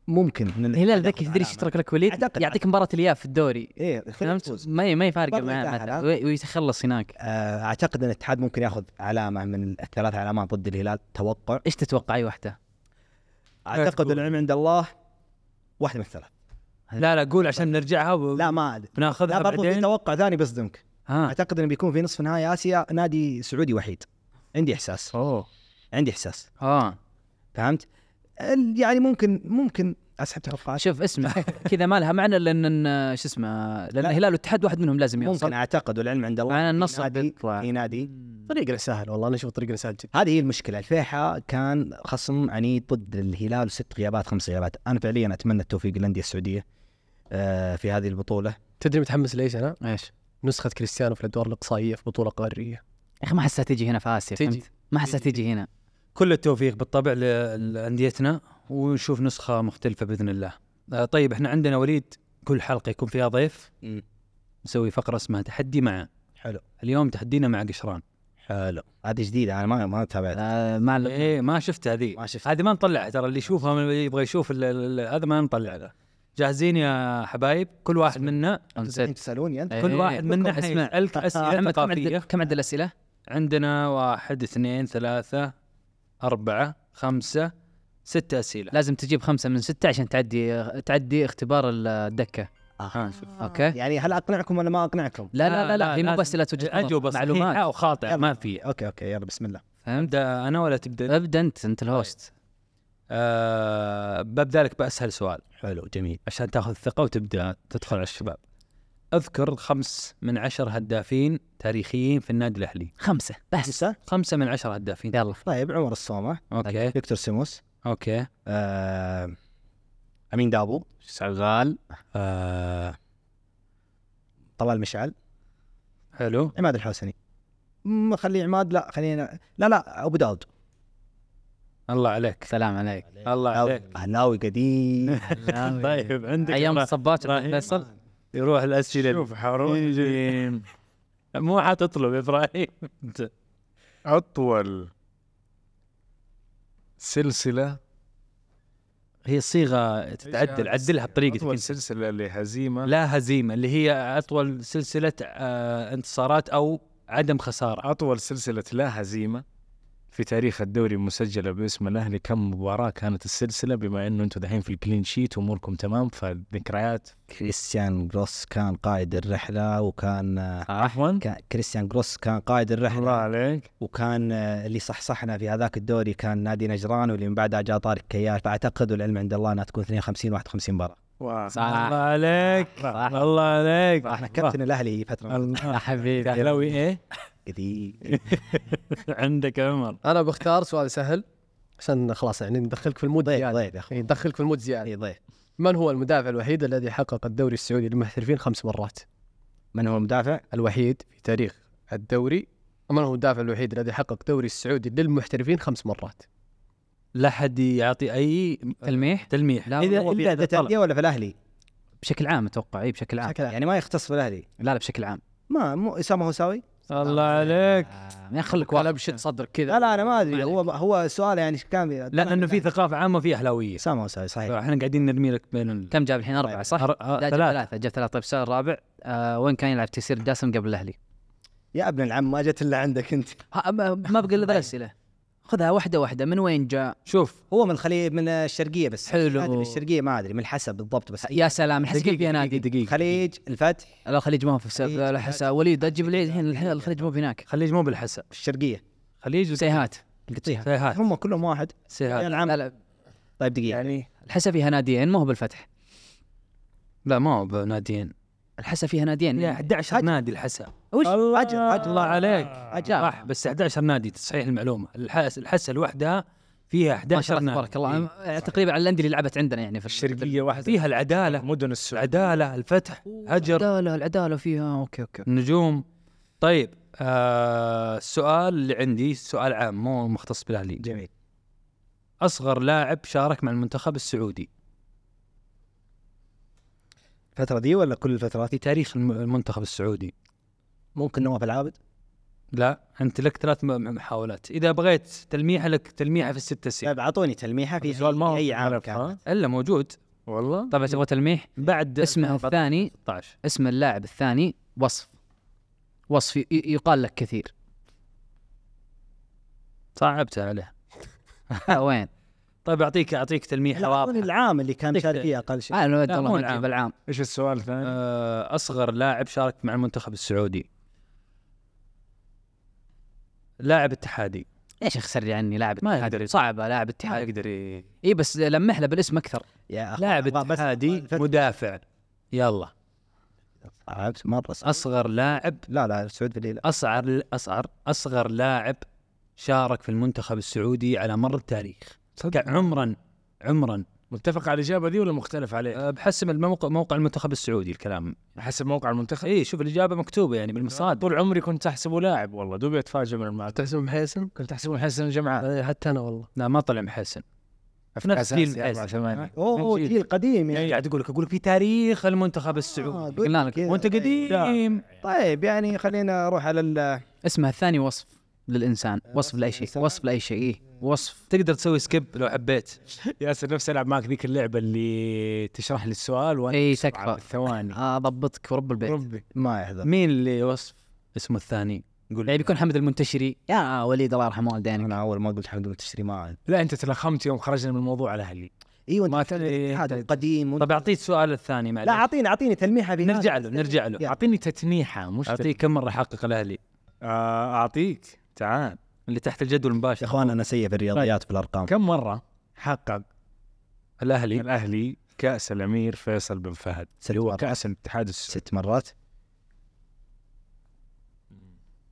S3: ممكن ان
S5: الهلال
S3: الاتحاد
S5: ذكي
S3: ياخذ
S5: تدري ايش
S3: علامة.
S5: يترك لك وليد
S3: أعتقد-
S5: يعطيك مباراه الياف في الدوري
S3: ايه الفريق
S5: فهمت؟
S3: يفوز.
S5: ما ما يفارقه
S3: برضه يتأهل،
S5: معاه
S3: ها؟
S5: وي- ويتخلص هناك
S3: آه، اعتقد ان الاتحاد ممكن ياخذ علامه من الثلاث علامات ضد الهلال توقع
S5: ايش تتوقع اي واحده؟
S3: اعتقد العلم عند الله واحده من الثلاث
S2: لا لا قول
S5: طيب.
S2: عشان نرجعها
S3: لا ما ادري
S2: وناخذها
S3: لا برضو في
S2: بعدين
S3: توقع ثاني بيصدمك
S5: آه.
S2: ها
S3: اعتقد انه بيكون في نصف نهائي اسيا نادي سعودي وحيد عندي احساس
S5: اوه
S3: عندي احساس
S5: اه
S3: فهمت ال- يعني ممكن ممكن اسحب توقعات
S5: شوف اسمع كذا ما لها معنى لان إن- شو اسمه لان
S3: لا.
S5: الهلال والاتحاد واحد منهم لازم
S3: ممكن
S5: يوصل
S3: اعتقد والعلم عند الله
S5: معنا
S3: في
S5: النصر
S3: نادي-
S5: بيطلع.
S3: في نادي
S8: طريقنا سهل والله انا اشوف طريقنا سهل جدا
S3: هذه هي المشكله الفيحة كان خصم عنيد ضد الهلال ست غيابات خمس غيابات انا فعليا اتمنى التوفيق للانديه السعوديه آه، في هذه البطوله
S8: تدري متحمس ليش انا؟
S5: ايش؟
S8: نسخه كريستيانو في الادوار الاقصائيه في بطوله قاريه
S5: يا اخي ما حسها تجي هنا في اسيا
S8: تجي.
S5: فهمت؟ ما حسها تجي هنا
S2: كل التوفيق بالطبع ل- لانديتنا ونشوف نسخه مختلفه باذن الله آه، طيب احنا عندنا وليد كل حلقه يكون فيها ضيف
S3: مم.
S2: نسوي فقره اسمها تحدي معه
S3: حلو
S2: اليوم تحدينا مع قشران
S3: حلو هذه جديده انا ما ما تابعت
S5: آه ما له-
S2: ايه ما شفت هذه
S3: ما شفت
S2: هذه ما نطلعها ترى اللي يشوفها من اللي يبغى يشوف ال- ال- ال- هذا ما نطلع له جاهزين يا حبايب كل واحد منا
S5: نسيت.
S3: تسالوني انت
S2: إيه. كل واحد منا
S5: اسمع
S2: *laughs* حيسألك اسئله
S5: محمد كم عدد
S2: ثقافيه
S5: كم عدد الاسئله؟
S2: عندنا واحد اثنين ثلاثة أربعة خمسة ستة أسئلة
S5: لازم تجيب خمسه من سته عشان تعدي تعدي اختبار الدكه
S3: آه.
S5: اوكي؟
S3: يعني هل اقنعكم ولا ما اقنعكم؟
S5: لا لا آه، لا لا هي مو
S2: لازم
S5: بس اسئله وجهة نظر،
S2: أجوبة
S5: معلومات *laughs*
S2: صحيحة وخاطئة ما في
S3: اوكي اوكي يلا بسم الله
S5: فهمت؟
S2: أبدأ أنا ولا تبدأ
S5: ابدا انت انت الهوست
S2: آه ببدأ لك بأسهل سؤال
S3: حلو جميل
S2: عشان تاخذ ثقة وتبدأ تدخل على الشباب أذكر خمس من عشر هدافين تاريخيين في النادي الأهلي
S5: خمسه بس
S3: لسه
S2: خمسة من عشر هدافين
S5: يلا
S3: طيب عمر الصومه
S2: أوكي
S3: فيكتور سيموس
S2: أوكي
S3: آه، امين دابو
S5: شغال
S3: آه، طلال مشعل
S2: حلو
S3: عماد الحوسني مم، خلي عماد لا خلينا لا لا ابو داود
S2: الله عليك
S5: سلام عليك
S2: الله عليك
S3: اهلاوي
S2: *laughs*
S3: قديم
S2: طيب عندك
S5: ايام
S2: الله.
S5: الصبات عبد
S2: إبراهيم. آه،
S5: الفيصل
S2: يروح الأسئلة شوف حرون *laughs* مو حتطلب إبراهيم
S10: اطول سلسله
S2: هي
S5: آه،
S2: صيغه تتعدل عدلها بطريقتك
S10: اطول
S2: انت.
S10: سلسله لهزيمه
S2: لا هزيمه اللي هي اطول سلسله آه، انتصارات او عدم خساره
S10: اطول سلسله لا هزيمه في تاريخ الدوري مسجله باسم الاهلي كم مباراه كانت السلسله بما انه انتم دحين في الكلين شيت واموركم تمام فالذكريات
S3: كريستيان جروس كان قائد الرحله وكان آه،
S10: عفوا
S3: كان كريستيان جروس كان قائد
S10: الله
S3: الرحله
S10: عليك
S3: وكان آه، اللي صحصحنا في هذاك الدوري كان نادي نجران واللي من بعدها جاء طارق كيال فاعتقد والعلم عند الله انها تكون 52 51 مباراه
S2: آه. الله عليك
S5: صح.
S2: الله عليك
S3: احنا كابتن الاهلي فتره
S5: *laughs* يا إيه؟ حبيبي
S2: اهلاوي ايه
S3: قديم
S2: عندك عمر
S8: انا بختار سؤال سهل عشان خلاص يعني ندخلك في المود
S3: ضيف
S8: زياده
S3: ضيف يا اخوي
S8: يعني ندخلك في المود زياده
S3: إي ضيف
S8: من هو المدافع الوحيد الذي حقق الدوري السعودي للمحترفين خمس مرات؟
S3: من هو المدافع؟
S8: الوحيد في تاريخ الدوري من هو المدافع الوحيد الذي حقق دوري السعودي للمحترفين خمس مرات؟
S2: لا حد يعطي اي
S5: تلميح
S2: تلميح
S5: لا
S3: اذا
S5: هو
S3: اذا ذا تأدية ولا في الاهلي؟
S5: بشكل عام اتوقع اي
S2: آه.
S5: بشكل عام
S3: يعني ما يختص في الاهلي
S5: لا لا بشكل عام
S3: ما مو اسامه هوساوي؟
S2: الله عليك
S5: آه، ما خلك واضح بشد صدرك كذا
S3: لا لا انا ما ادري هو هو سؤال يعني كان بي-
S2: لا لانه في ثقافه عامه في اهلاويه
S3: اسامه هوساوي صحيح
S2: احنا قاعدين نرمي لك بين ال...
S5: كم جاب الحين اربعه صح؟
S2: أر- آه،
S5: لا جاب
S2: ثلاثة
S5: ثلاثه جاب ثلاثه طيب السؤال الرابع آه وين كان يلعب تيسير جاسم قبل الاهلي؟
S3: يا ابن العم ما جت الا عندك انت
S5: ها، ما ما بقى الا ذا *laughs* الاسئله خذها واحده واحده من وين جاء؟
S2: شوف
S3: هو من الخليج من الشرقيه بس
S5: حلو.
S3: ما أدري من الشرقيه ما ادري من الحسا بالضبط بس
S5: يا سلام الحسا كيف يا نادي
S2: دقيقه
S3: خليج الفتح
S5: لا الخليج ما هو في الس-
S3: خليج،
S5: الحسا وليد لا تجيب العيد الحين الحين الخليج مو هناك
S2: خليج مو بالحسا
S3: الشرقيه
S2: خليج
S5: سيهات
S3: قطيها
S2: سيهات
S3: هم كلهم واحد
S2: سيهات
S3: يا العم
S5: لا لا
S3: طيب دقيقه
S11: يعني
S5: الحسا فيها ناديين ما هو بالفتح
S7: لا ما هو بناديين
S5: الحسا فيها ناديين
S7: لا 11 نادي الحسا
S5: وش
S7: عجل الله عليك
S5: عجاب.
S7: صح بس 11 نادي تصحيح المعلومه الحس الحسا لوحدها فيها
S5: ما
S7: 11
S5: شاء الله
S7: نادي
S5: تبارك الله أنا- تقريبا على الانديه اللي لعبت عندنا يعني في
S11: الشرقيه واحده
S7: فيها العداله
S11: مدن السعوديه
S7: العداله الفتح هجر
S5: العداله العداله فيها اوكي اوكي
S7: النجوم طيب آه السؤال اللي عندي سؤال عام مو مختص بالاهلي جميل اصغر لاعب شارك مع المنتخب السعودي
S3: الفتره دي ولا كل الفترات
S7: في تاريخ الم- المنتخب السعودي
S3: ممكن نواف العابد
S7: لا انت لك ثلاث م- محاولات اذا بغيت تلميحه لك تلميحه في الستة سنين
S3: طيب اعطوني تلميحه في
S11: السؤال ما هو
S3: اي عام
S11: معرف،
S3: كان
S11: ها؟
S7: الا موجود
S11: والله
S5: طيب تبغى تلميح
S7: بعد
S5: اسمه الثاني
S7: 16
S5: اسم اللاعب الثاني وصف وصف ي- يقال لك كثير
S7: صعبت عليه
S5: ها *laughs*
S7: *laughs*
S5: وين؟
S7: طيب اعطيك اعطيك تلميح
S3: لا اعطوني
S7: واضح
S3: العام اللي كان
S7: ديك-
S3: شارك فيه اقل شيء
S5: آه لا
S7: لا،
S5: والله
S7: مو
S5: ما
S7: العام.
S5: تجيب العام
S11: ايش السؤال الثاني؟
S7: آه، اصغر لاعب شارك مع المنتخب السعودي لاعب اتحادي
S5: يا شيخ سري عني يعني لاعب
S7: ما
S5: اتحاد.
S7: يقدر يت-
S5: صعبه لاعب
S7: ما
S5: اتحاد
S7: يقدر ي-
S5: اي بس لمح له بالاسم اكثر
S3: يا أخ-
S7: لاعب
S3: أبغى بس طيب،
S7: اتحادي
S3: الفترة.
S7: مدافع يلا
S3: صعبت مره صعب.
S7: اصغر لاعب
S3: لا لا سعود في الليله
S7: اصغر اصغر اصغر لاعب شارك في المنتخب السعودي على مر التاريخ
S11: تصدق؟
S7: عمرا عمرا
S11: متفق على الاجابه دي ولا مختلف عليه؟
S7: أه، بحسب الموقع موقع المنتخب السعودي الكلام
S11: حسب موقع المنتخب
S7: اي شوف الاجابه مكتوبه يعني بالمصادر
S11: طول عمري كنت احسبه لاعب والله دوبي اتفاجئ من المعلومات
S8: تحسب حيسن
S11: كنت احسبه حسن جمعان
S8: آه، حتى انا والله
S7: لا ما طلع محسن في نفس جيل محسن
S2: نعم.
S11: 84
S3: اوه
S11: جيل.
S3: جيل قديم
S7: يعني
S3: يعني
S7: قاعد اقول لك اقول لك في تاريخ المنتخب
S3: آه،
S7: السعودي
S3: قلت
S5: قلنا لك.
S3: كذا.
S7: وانت
S8: إيه.
S7: قديم
S3: طيب يعني خلينا اروح على ال-
S5: اسمها الثاني وصف للانسان وصف لاي شيء وصف لاي شيء إيه. وصف
S7: تقدر تسوي سكيب لو حبيت
S11: ياسر نفسي العب معك ذيك اللعبه اللي تشرح لي السؤال وانا
S7: إيه،
S5: اي
S11: أسرع
S5: إيه، تكفى
S7: *laughs*
S11: بالثواني
S5: اضبطك ورب البيت
S11: ربي
S3: ما يحضر
S7: مين اللي وصف اسمه الثاني
S5: يعني بيكون حمد المنتشري يا وليد الله يرحم والدينك
S3: انا اول ما قلت حمد التشري ما عاد.
S11: لا انت تلخمت يوم خرجنا من الموضوع على اهلي
S3: ايوه
S11: ما
S3: أنت
S11: تدري-
S3: هذا قديم وأنت-
S7: طب اعطيك السؤال الثاني
S3: لا
S7: معلش
S3: اعطيني اعطيني تلميحه في
S7: نرجع
S11: آه،
S7: له نرجع له
S11: اعطيني تتنيحه مش
S7: اعطيك كم مره حقق الاهلي
S11: آه، اعطيك تعال
S7: اللي تحت الجدول
S3: يا
S7: المباشر
S3: اخوان انا سيء في الرياضيات في الارقام
S11: كم مره حقق
S7: الاهلي
S11: الاهلي كاس الامير فيصل بن فهد
S3: ست مرات.
S11: كاس الاتحاد السعودي
S3: ست مرات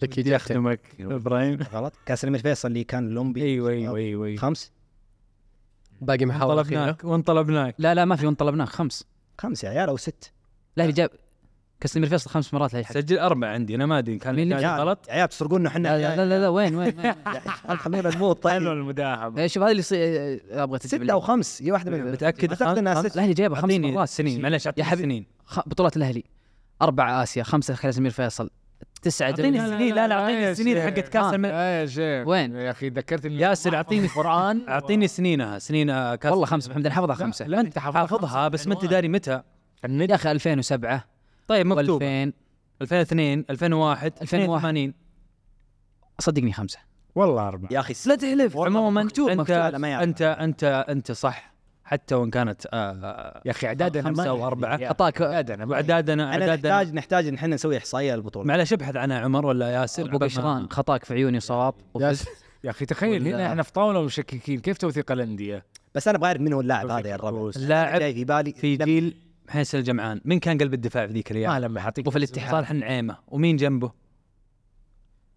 S8: لك اجابتين
S11: يخدمك ابراهيم
S3: غلط كاس الامير فيصل اللي كان لومبي
S11: ايوه ايوه ايوه ايوه
S3: خمس
S8: باقي محاولة أخيرة
S7: طلبناك وانطلبناك
S5: لا لا ما في طلبناه خمس
S3: خمس يا عيال او ست
S5: الاهلي جاب كاستمير فيصل خمس مرات لا يلحق
S7: سجل اربع عندي انا ما ادري كان
S5: مين اللي
S7: كان
S3: عيال-
S7: غلط
S3: يا عيال تسرقونا احنا
S5: لا لا
S3: *laughs*
S5: لا, لا, لا وين وين, وين؟
S3: خلينا نموت
S11: حلو
S3: طيب
S11: المداهمه
S5: إيه، شوف هذا اللي يصير إيه، ابغى تجيب
S3: ستة
S5: لي.
S3: او خمس اي واحدة منهم
S7: متأكد؟
S3: اعتقد انها ست
S5: الاهلي جايبها خمس
S7: اعطيني
S5: مرات
S7: سنين
S5: معلش
S7: معلش اعطيني
S5: يا حبيبي.
S7: سنين
S5: خ... بطولات الاهلي أربعة آسيا خمسة كازيمير فيصل تسعة
S7: اعطيني
S5: دوري.
S7: سنين لا آه. لا اعطيني
S11: يا
S7: سنين
S11: شيخ.
S7: حقت كاس الم-
S11: يا شيخ
S5: وين؟
S11: يا اخي ذكرتني
S7: ياسر اعطيني قران *laughs* اعطيني سنينها سنين آه، كاس
S5: والله خمسة محمد أنا حافظها خمسة
S11: لا انت
S7: حافظها بس ما انت داري متى
S5: يا أخي 2007
S7: طيب مكتوب
S5: و2000
S7: 2002 2001 2080
S5: صدقني خمسة
S11: والله اربعه
S3: يا اخي
S5: لا تحلف
S7: عموما
S5: مكتوب
S7: انت
S5: مكتوب لا، ما يعرف.
S7: انت انت انت صح حتى وان كانت آه،
S11: يا اخي اعدادنا
S7: خمسة وأربعة.
S5: أعطاك
S11: اعدادنا ما
S7: اعدادنا
S3: انا
S7: اعدادنا
S3: نحتاج نحتاج ان احنا نسوي احصائية للبطولة
S7: معلش ابحث عنها عمر ولا ياسر
S5: أبو قشطان خطاك في عيوني صواب وفزت.
S11: يا اخي تخيل
S5: ولا-
S11: هنا احنا في طاوله ومشككين كيف توثيق الانديه؟
S3: بس انا بعرف مين هو اللاعب هذا يا الربع
S7: اللاعب
S3: جاي في بالي
S7: في
S3: لم-
S7: جيل حيس الجمعان من كان قلب الدفاع في ذيك الايام
S11: ما لما حاطيك
S7: وفي الاتحاد صالح النعيمه ومين جنبه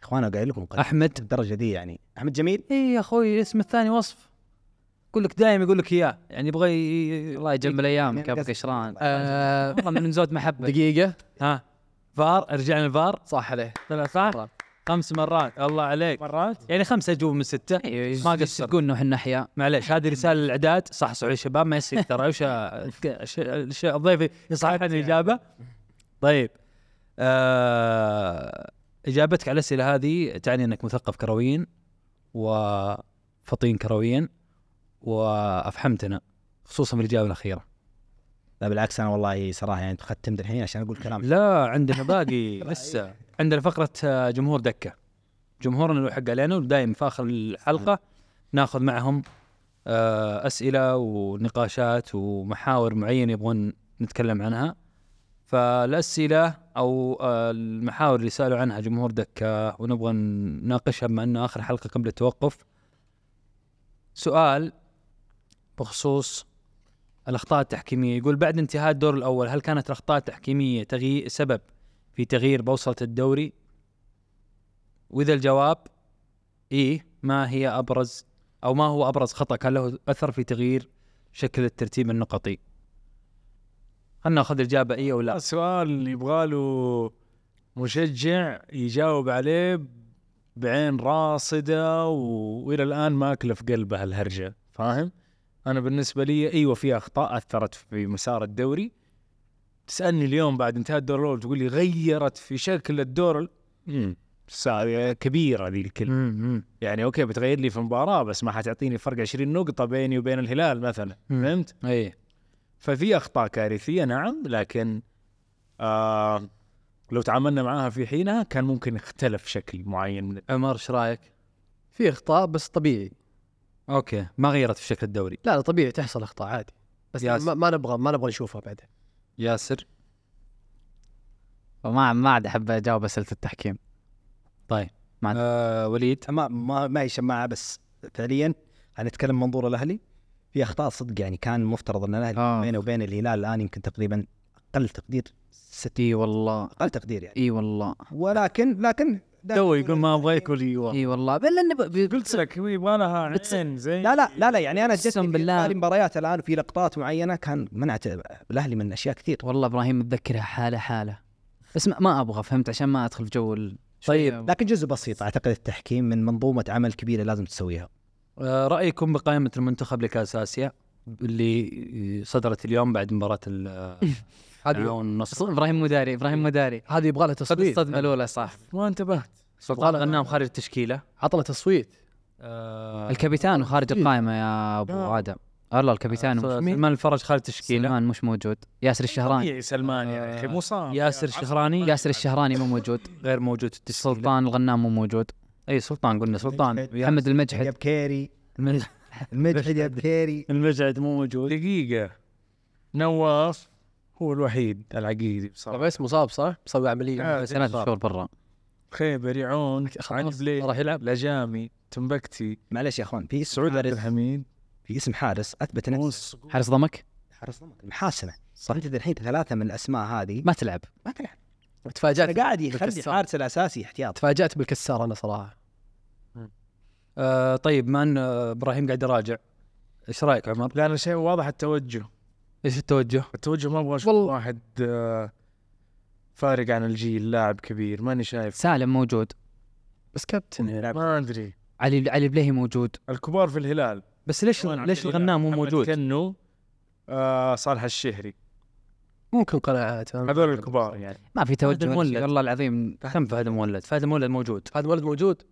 S3: اخوان أنا قايل لكم قد-
S7: احمد
S3: الدرجة دي يعني احمد جميل
S7: اي إيه يا اخوي اسم الثاني وصف يقول لك دائما يقول لك اياه يعني يبغى ي-
S5: الله يجمل الأيام
S3: يعني
S5: أبو
S3: قصد-
S5: قشطان
S7: *laughs*
S8: آه،
S5: والله من زود محبة
S8: دقيقة
S7: ها فار رجعنا الفار
S8: صح عليه
S7: طلع صح خمس مرات الله عليك
S11: مرات
S7: يعني خمسة اجوبه من ستة ما
S5: ما
S7: قصر.
S5: قصر انه احنا احياء
S7: معليش هذه رسالة للإعداد صح صحوا يا شباب ما يصير ترى وش ش- ش- الضيف يصحح لنا الإجابة طيب آه إجابتك على الأسئلة هذه تعني أنك مثقف كرويا وفطين كرويا وأفحمتنا خصوصا بالإجابة الأخيرة
S3: لا بالعكس انا والله صراحة يعني ختمت الحين عشان اقول كلام
S7: لا عندنا باقي لسه عندنا فقرة آه، جمهور دكة جمهورنا اللي حق علينا ودايم في آخر الحلقة ناخذ معهم آه، أسئلة ونقاشات ومحاور معينة يبغون نتكلم عنها فالأسئلة أو آه، المحاور اللي سألوا عنها جمهور دكة ونبغى نناقشها بما أنه آخر حلقة قبل التوقف سؤال بخصوص الاخطاء التحكيميه يقول بعد انتهاء الدور الاول هل كانت الاخطاء التحكيميه تغيير سبب في تغيير بوصله الدوري واذا الجواب ايه ما هي ابرز او ما هو ابرز خطا كان له اثر في تغيير شكل الترتيب النقطي هل ناخذ الاجابه ايه او لا
S2: سؤال يبغى له مشجع يجاوب عليه بعين راصده و... والى الان ما اكلف قلبه الهرجه فاهم؟ انا بالنسبه لي ايوه في اخطاء اثرت في مسار الدوري تسالني اليوم بعد انتهاء الدور الاول تقول لي غيرت في شكل الدور ال- مم، سا- كبيره ذي الكلمه يعني اوكي بتغير لي في مباراه بس ما حتعطيني فرق 20 نقطه بيني وبين الهلال مثلا فهمت؟
S7: ايه
S2: ففي اخطاء كارثيه نعم لكن آه لو تعاملنا معاها في حينها كان ممكن يختلف شكل معين من
S7: عمر ايش رايك؟
S8: في اخطاء بس طبيعي
S7: اوكي ما غيرت في شكل الدوري
S8: لا لا طبيعي تحصل اخطاء عادي بس
S7: ياس.
S8: ما, ما نبغى ما نبغى نشوفها بعدين
S7: ياسر
S5: وما ما عاد احب اجاوب اسئله التحكيم
S7: آه وليد
S3: ما ما ما هي شماعه بس فعليا هنتكلم منظور الاهلي في اخطاء صدق يعني كان مفترض ان الاهلي
S5: آه.
S3: بينه وبين الهلال الان يمكن تقريبا اقل تقدير
S5: اي والله
S3: اقل تقدير يعني
S5: اي والله
S3: ولكن لكن
S2: تو يقول ما ابغى ياكل ايوه
S5: اي والله بل لان
S2: قلت لك هو يبغى لها
S5: بتس-
S2: عين زي
S3: لا لا لا لا يعني انا جت
S5: أقسم بالله.
S3: بالله مباريات الان في لقطات معينه كان منعت الاهلي من اشياء كثير
S5: والله ابراهيم متذكرها حاله حاله بس ما, ما ابغى فهمت عشان ما ادخل في جو ال- شوية-
S3: لكن جزء بسيط اعتقد التحكيم من منظومه عمل كبيره لازم تسويها
S7: آه رايكم بقائمه المنتخب لكاس اسيا اللي صدرت اليوم بعد مباراه ال-
S8: هذه
S7: العون والنصر
S5: ابراهيم مداري ابراهيم مداري
S8: هذه يبغى لها
S7: طيب.
S5: خذ
S8: تصويت
S5: الصدمه الاولى صح
S2: ما انتبهت
S7: سلطان غنام خارج التشكيله
S8: عطنا تصويت
S7: آه
S5: الكابتن وخارج القائمه يا ابو
S2: لا.
S5: ادم الله الكابتن
S7: آه،
S5: مش-
S7: سلمان الفرج خارج التشكيله
S5: سلمان مش موجود ياسر الشهراني
S2: طبيعي سلمان يا اخي مو صعب
S7: آه، ياسر الشهراني
S5: ياسر الشهراني مو موجود
S7: غير موجود في التشكيله
S5: سلطان الغنام مو موجود
S7: اي سلطان قلنا سلطان
S5: محمد
S3: يا
S5: المجحد
S3: بكيري المجحد يا بكيري
S7: المجعد مو موجود
S2: دقيقه نواف هو الوحيد العقيدي
S7: طيب،
S2: بصراحه
S8: بس مصاب صح؟ مسوي عمليه
S2: آه،
S5: ثلاث شهور برا
S2: خيبري عون عنبلي راح يلعب لجامي تنبكتي
S3: معلش يا اخوان في اسم
S2: سعود عبد
S3: حارس
S2: الحميد
S3: في اسم حارس اثبت نفسه
S5: حارس ضمك
S3: حارس ضمك المحاسنه صح انت الحين ثلاثه من الاسماء هذه
S5: ما تلعب
S3: ما تلعب
S8: تفاجات
S3: قاعد يخلي
S8: بالكسار.
S3: حارس الاساسي احتياط
S8: تفاجات بالكسار انا صراحه
S7: آه طيب ما ان آه، ابراهيم قاعد يراجع ايش رايك عمر؟
S2: لا انا شيء واضح التوجه
S7: ايش التوجه؟
S2: التوجه ما ابغى اشوف
S8: والله.
S2: واحد آه، فارق عن الجيل لاعب كبير ماني شايف
S5: سالم موجود
S8: بس كابتن
S2: ما ادري
S5: علي علي بليهي موجود
S2: الكبار في الهلال
S7: بس ليش
S2: وين عبد
S7: ليش
S2: الإله؟
S7: الغنام مو
S2: محمد
S7: موجود؟
S2: كنو آه صالح الشهري
S8: ممكن قناعات أنا-
S2: هذول الكبار يعني
S5: ما في
S7: فهد
S5: توجه ولا
S7: المولد.
S5: شيء، والله العظيم
S7: كم فهد المولد؟ فهد المولد موجود
S8: هذا ولد موجود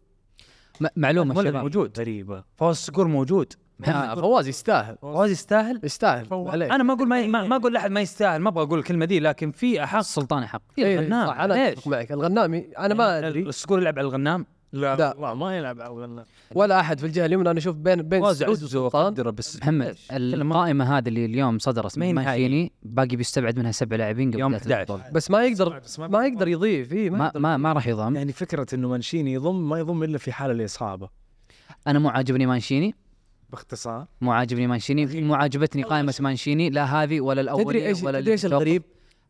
S5: م- معلومه
S7: المولد
S5: شباب
S7: موجود غريبه فواز الصقور موجود
S8: آه، فواز يستاهل
S7: فواز يستاهل
S8: يستاهل
S2: فواز.
S8: عليك
S7: انا ما اقول ما ما, ما اقول لاحد ما يستاهل ما ابغى اقول الكلمه دي لكن في احق
S5: السلطان حق
S8: إيه،
S7: الغنام،
S8: صح، انا
S7: ليش؟ يعني
S8: اتفق معك الغنامي انا ما ادري
S7: الصقور يلعب على الغنام
S2: لا,
S8: لا.
S2: والله ما يلعب اولا
S8: ولا احد في الجهه اليمنى انا اشوف بين بين
S7: فواز
S8: سعود
S7: عزه
S8: وسلطان
S7: وقدره بس
S5: محمد
S7: ليش؟ كلمة-
S5: القائمه هذه اللي اليوم صدرت
S7: ما هي
S5: من
S7: نهائية.
S5: مانشيني باقي بيستبعد منها سبع لاعبين قبل
S7: يوم
S5: بداية
S7: 11.
S5: البطولة.
S8: بس ما يقدر
S2: بس ما
S8: ما يقدر يضيف اي ما
S5: ما ما ما راح يضم
S2: يعني فكره انه مانشيني يضم ما يضم الا في حال الاصابه
S5: انا مو عاجبني مانشيني
S2: باختصار
S7: أيوة،
S5: مو عاجبني مانشيني مو عاجبتني قائمه مانشيني لا هذه ولا الاوليه
S8: تدري ايش
S5: ولا
S8: تدري ايش
S5: التوقف.
S8: الغريب؟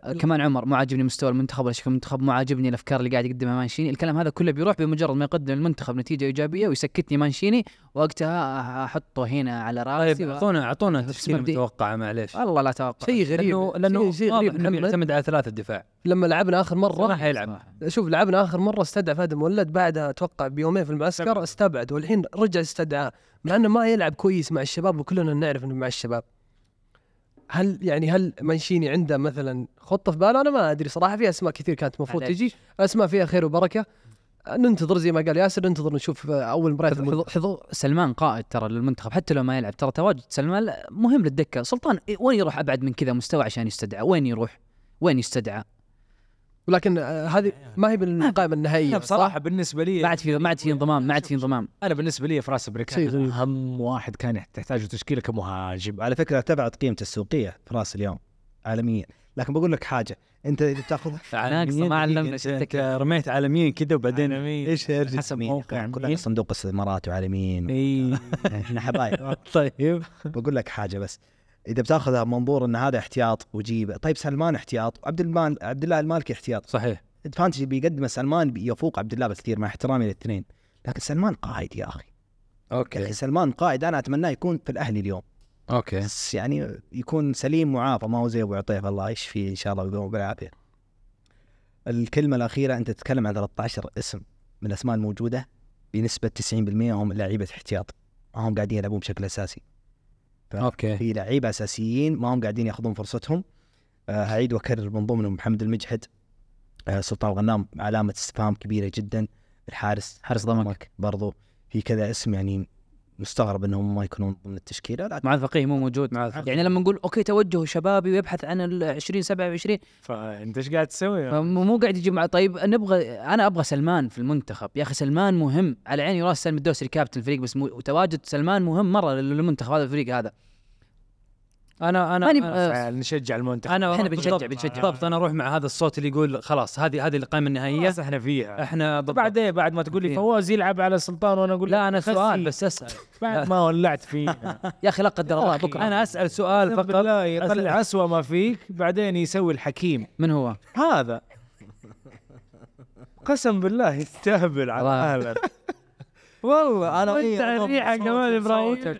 S5: آه، كمان عمر مو عاجبني مستوى المنتخب ولا شكل المنتخب مو عاجبني الافكار اللي قاعد يقدمها مانشيني الكلام هذا كله بيروح بمجرد ما يقدم المنتخب نتيجه ايجابيه ويسكتني مانشيني وقتها احطه هنا على
S7: طيب
S5: راسي و...
S7: اعطونا اعطونا تشكيله
S5: مبدئي.
S7: متوقعه معليش
S5: والله لا اتوقع
S8: طيب. شيء غريب
S7: لانه لانه
S8: شيء- شيء
S7: واضح
S8: غريب
S7: انه
S8: محمد
S7: بيعتمد على ثلاثه دفاع
S8: لما لعبنا اخر
S7: ما
S8: مره
S7: حيلعب
S8: شوف لعبنا اخر مره استدعى فهد المولد بعدها اتوقع بيومين في المعسكر استبعد والحين رجع استدعاه مع انه ما يلعب كويس مع الشباب وكلنا نعرف انه مع الشباب هل يعني هل مانشيني عنده مثلا خطه في باله انا ما ادري صراحه في اسماء كثير كانت المفروض
S5: معليش.
S8: تجي اسماء فيها خير وبركه ننتظر زي ما قال ياسر ننتظر نشوف اول مباريات
S5: حضور حضور سلمان قائد ترى للمنتخب حتى لو ما يلعب ترى تواجد سلمان مهم للدكه سلطان إيه، وين يروح ابعد من كذا مستوى عشان يستدعى وين يروح وين يستدعى
S8: ولكن آه، هذه ما هي بالقائمه النهائيه
S2: انا بصراحه بالنسبه لي
S5: ما عاد في ما عاد في انضمام ما عاد في انضمام
S2: انا بالنسبه لي فراس
S8: شيء
S2: بريكان
S8: غريب.
S2: اهم واحد كان تحتاجه تشكيله كمهاجم
S3: على فكره تبعت قيمته السوقيه فراس اليوم عالميا لكن بقول لك حاجه انت اذا
S5: *laughs*
S3: بتاخذها
S5: ناقصة ما علمنا
S2: انت,
S5: شتك.
S2: انت رميت عالميا كذا وبعدين ايش هرجة
S5: حسب
S2: مين؟
S5: موقع إيه.
S3: كلنا صندوق استثمارات وعالمين
S2: اي
S3: *laughs* احنا
S5: *laughs*
S3: حبايب
S2: *laughs* طيب
S3: بقول لك حاجه بس اذا بتاخذها منظور ان هذا احتياط وجيبه طيب سلمان احتياط وعبد المان عبد الله المالكي احتياط
S2: صحيح
S3: الفانتسي بيقدمه سلمان يفوق عبد الله بكثير مع احترامي للاثنين لكن سلمان قائد يا اخي يا
S2: اوكي
S3: اخي سلمان قائد انا اتمناه يكون في الاهلي اليوم
S2: اوكي
S3: بس يعني يكون سليم معافى ما هو زي ابو عطيف الله يشفيه ان شاء الله ويقوم بالعافيه. الكلمه الاخيره انت تتكلم عن 13 اسم من الاسماء الموجوده بنسبه 90% هم لعيبه احتياط ما هم قاعدين يلعبون بشكل اساسي.
S2: اوكي
S3: في لعيبه اساسيين ما هم قاعدين ياخذون فرصتهم. آه، هعيد واكرر من ضمنهم محمد المجحد آه، سلطان الغنام علامه استفهام كبيره جدا الحارس
S5: حارس ضمك
S3: برضو في كذا اسم يعني مستغرب انهم ما يكونون ضمن التشكيله لكن
S5: معاذ فقيه مو موجود
S2: معاذ فقيه.
S5: يعني لما نقول اوكي توجه شبابي ويبحث عن ال 20 27
S7: فانت ايش قاعد تسوي؟
S5: مو مو قاعد يجيب مع طيب نبغى انا ابغى سلمان في المنتخب يا اخي سلمان مهم على عيني وراس سالم الدوسري كابتن الفريق بس مو... وتواجد سلمان مهم مره لل- للمنتخب هذا الفريق هذا
S2: انا انا
S5: ماني-
S2: أنا-
S5: آه،
S7: نشجع المنتخب
S2: انا
S5: إحنا بنشجع-
S2: بالضبط-
S5: بنشجع.
S2: بالضبط انا اروح مع هذا الصوت اللي يقول خلاص هذه أه. هذه القائمه النهائيه
S7: خلاص احنا فيها
S2: احنا بالضبط.
S7: بعدين بعد ما تقول لي فواز يلعب على سلطان وانا اقول
S2: لا انا
S7: خسي.
S2: سؤال بس اسال
S7: بعد ما ولعت فيه
S5: يا اخي لا قدر الله بكره
S2: انا اسال سؤال
S7: فقط
S2: فقط
S7: لا يطلع اسوء ما فيك بعدين يسوي الحكيم
S5: من هو؟
S7: هذا قسم بالله يستهبل على
S5: الله.
S7: اهلك
S2: والله انا
S7: انت الريحه كمان ابراهيم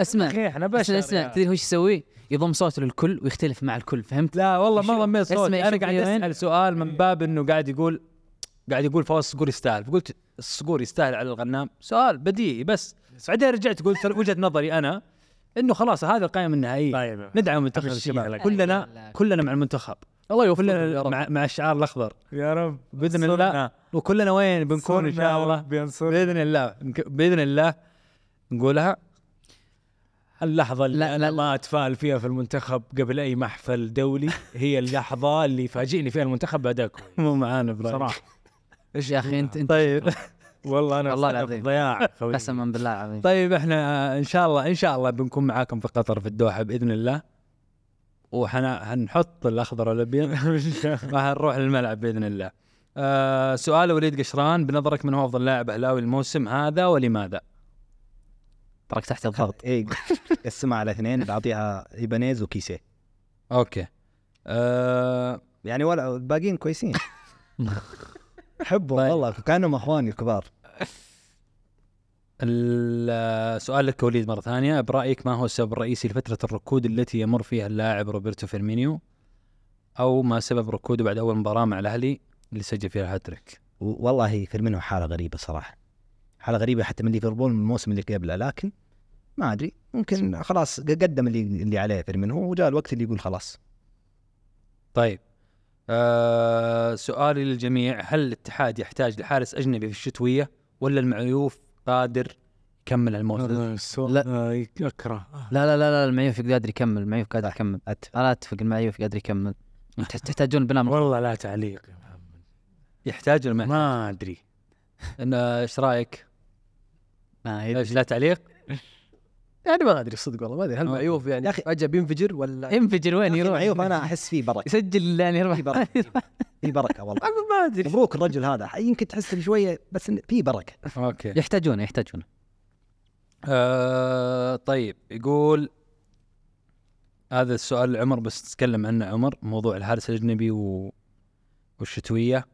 S5: اسمع
S7: اخي احنا
S5: اسمع
S7: بشر
S5: اسمع
S7: يعني.
S5: تدري هو ايش يسوي؟ يضم صوته للكل ويختلف مع الكل فهمت؟
S2: لا والله ما
S5: شوف-
S2: ضميت صوتي
S5: اسمع،
S2: انا
S5: شوف
S2: قاعد
S5: اليمين.
S2: اسال سؤال من باب انه قاعد يقول قاعد يقول فواز الصقور يستاهل فقلت الصقور يستاهل على الغنام سؤال بديهي بس بعدين رجعت قلت وجهه نظري انا انه خلاص هذه القائمه النهائيه
S7: طيب
S2: ندعم منتخب
S7: أمشيها
S2: الشباب
S7: لك.
S2: كلنا كلنا مع المنتخب
S5: الله
S2: كلنا مع, مع الشعار الاخضر
S7: يا رب
S2: باذن الله وكلنا وين بنكون ان شاء الله
S7: بينصر
S2: باذن الله نك- باذن الله نقولها
S7: اللحظة اللي
S5: لا-
S7: أنا
S5: لا-
S7: ما أتفائل فيها في المنتخب قبل أي محفل دولي هي اللحظة اللي فاجئني فيها المنتخب بأداء كويس.
S2: مو معانا ابراهيم
S7: صراحة
S5: يا اخي انت انت
S2: طيب
S7: والله أنا
S5: والله
S7: صاحب
S5: العظيم.
S7: ضياع خوي.
S5: قسما بالله العظيم
S2: طيب احنا ان شاء الله ان شاء الله بنكون معاكم في قطر في الدوحه باذن الله وحنحط الاخضر والابيض وحنروح للملعب باذن الله. آه سؤال وليد قشران بنظرك من هو افضل لاعب اهلاوي الموسم هذا ولماذا؟
S5: تراك تحت الضغط
S3: اي قسمها إيه، على اثنين بعطيها ايبانيز وكيسيه
S2: اوكي. آه
S3: يعني ولا الباقيين
S5: *laughs*
S3: كويسين حبهم
S5: طيب.
S3: والله كانهم اخواني الكبار
S2: السؤال لك وليد مره ثانيه برايك ما هو السبب الرئيسي لفتره الركود التي يمر فيها اللاعب روبرتو فيرمينيو؟ او ما سبب ركوده بعد اول مباراه مع الاهلي اللي سجل فيها الهاتريك؟
S3: و- والله فيرمينو حاله غريبه صراحه حاله غريبه حتى من ليفربول من الموسم اللي قبله لكن ما ادري ممكن خلاص ق- قدم اللي اللي عليه فيرمينو وجاء الوقت اللي يقول خلاص
S2: طيب آه سؤالي للجميع هل الاتحاد يحتاج لحارس اجنبي في الشتويه ولا المعيوف قادر يكمل الموسم؟
S5: لا.
S7: لا أكره
S5: لا لا لا لا المعيوف قادر يكمل المعيوف قادر
S2: طيب.
S5: يكمل
S3: أت-
S5: انا اتفق المعيوف قادر يكمل تح- تحتاجون بناء
S2: *laughs*
S5: من-
S7: والله لا تعليق يا محمد
S2: يحتاج ولا ما
S7: ما أدري
S2: إن- آه، ايش رايك؟
S5: ما يدري.
S2: ايش لا تعليق؟
S8: يعني ما ادري صدق والله ما ادري هل
S2: أوكي.
S8: معيوف يعني
S3: يا أخي-
S8: فجاه بينفجر ولا
S5: ينفجر وين يروح
S3: عيوب انا احس فيه بركه
S5: يسجل يعني يروح
S3: في بركه في بركه والله
S8: ما ادري
S3: مبروك الرجل هذا يمكن تحس شويه بس إن في بركه
S2: اوكي
S5: يحتاجونه يحتاجونه
S2: آه طيب يقول هذا السؤال لعمر بس تتكلم عنه عمر موضوع الحارس الاجنبي و... والشتويه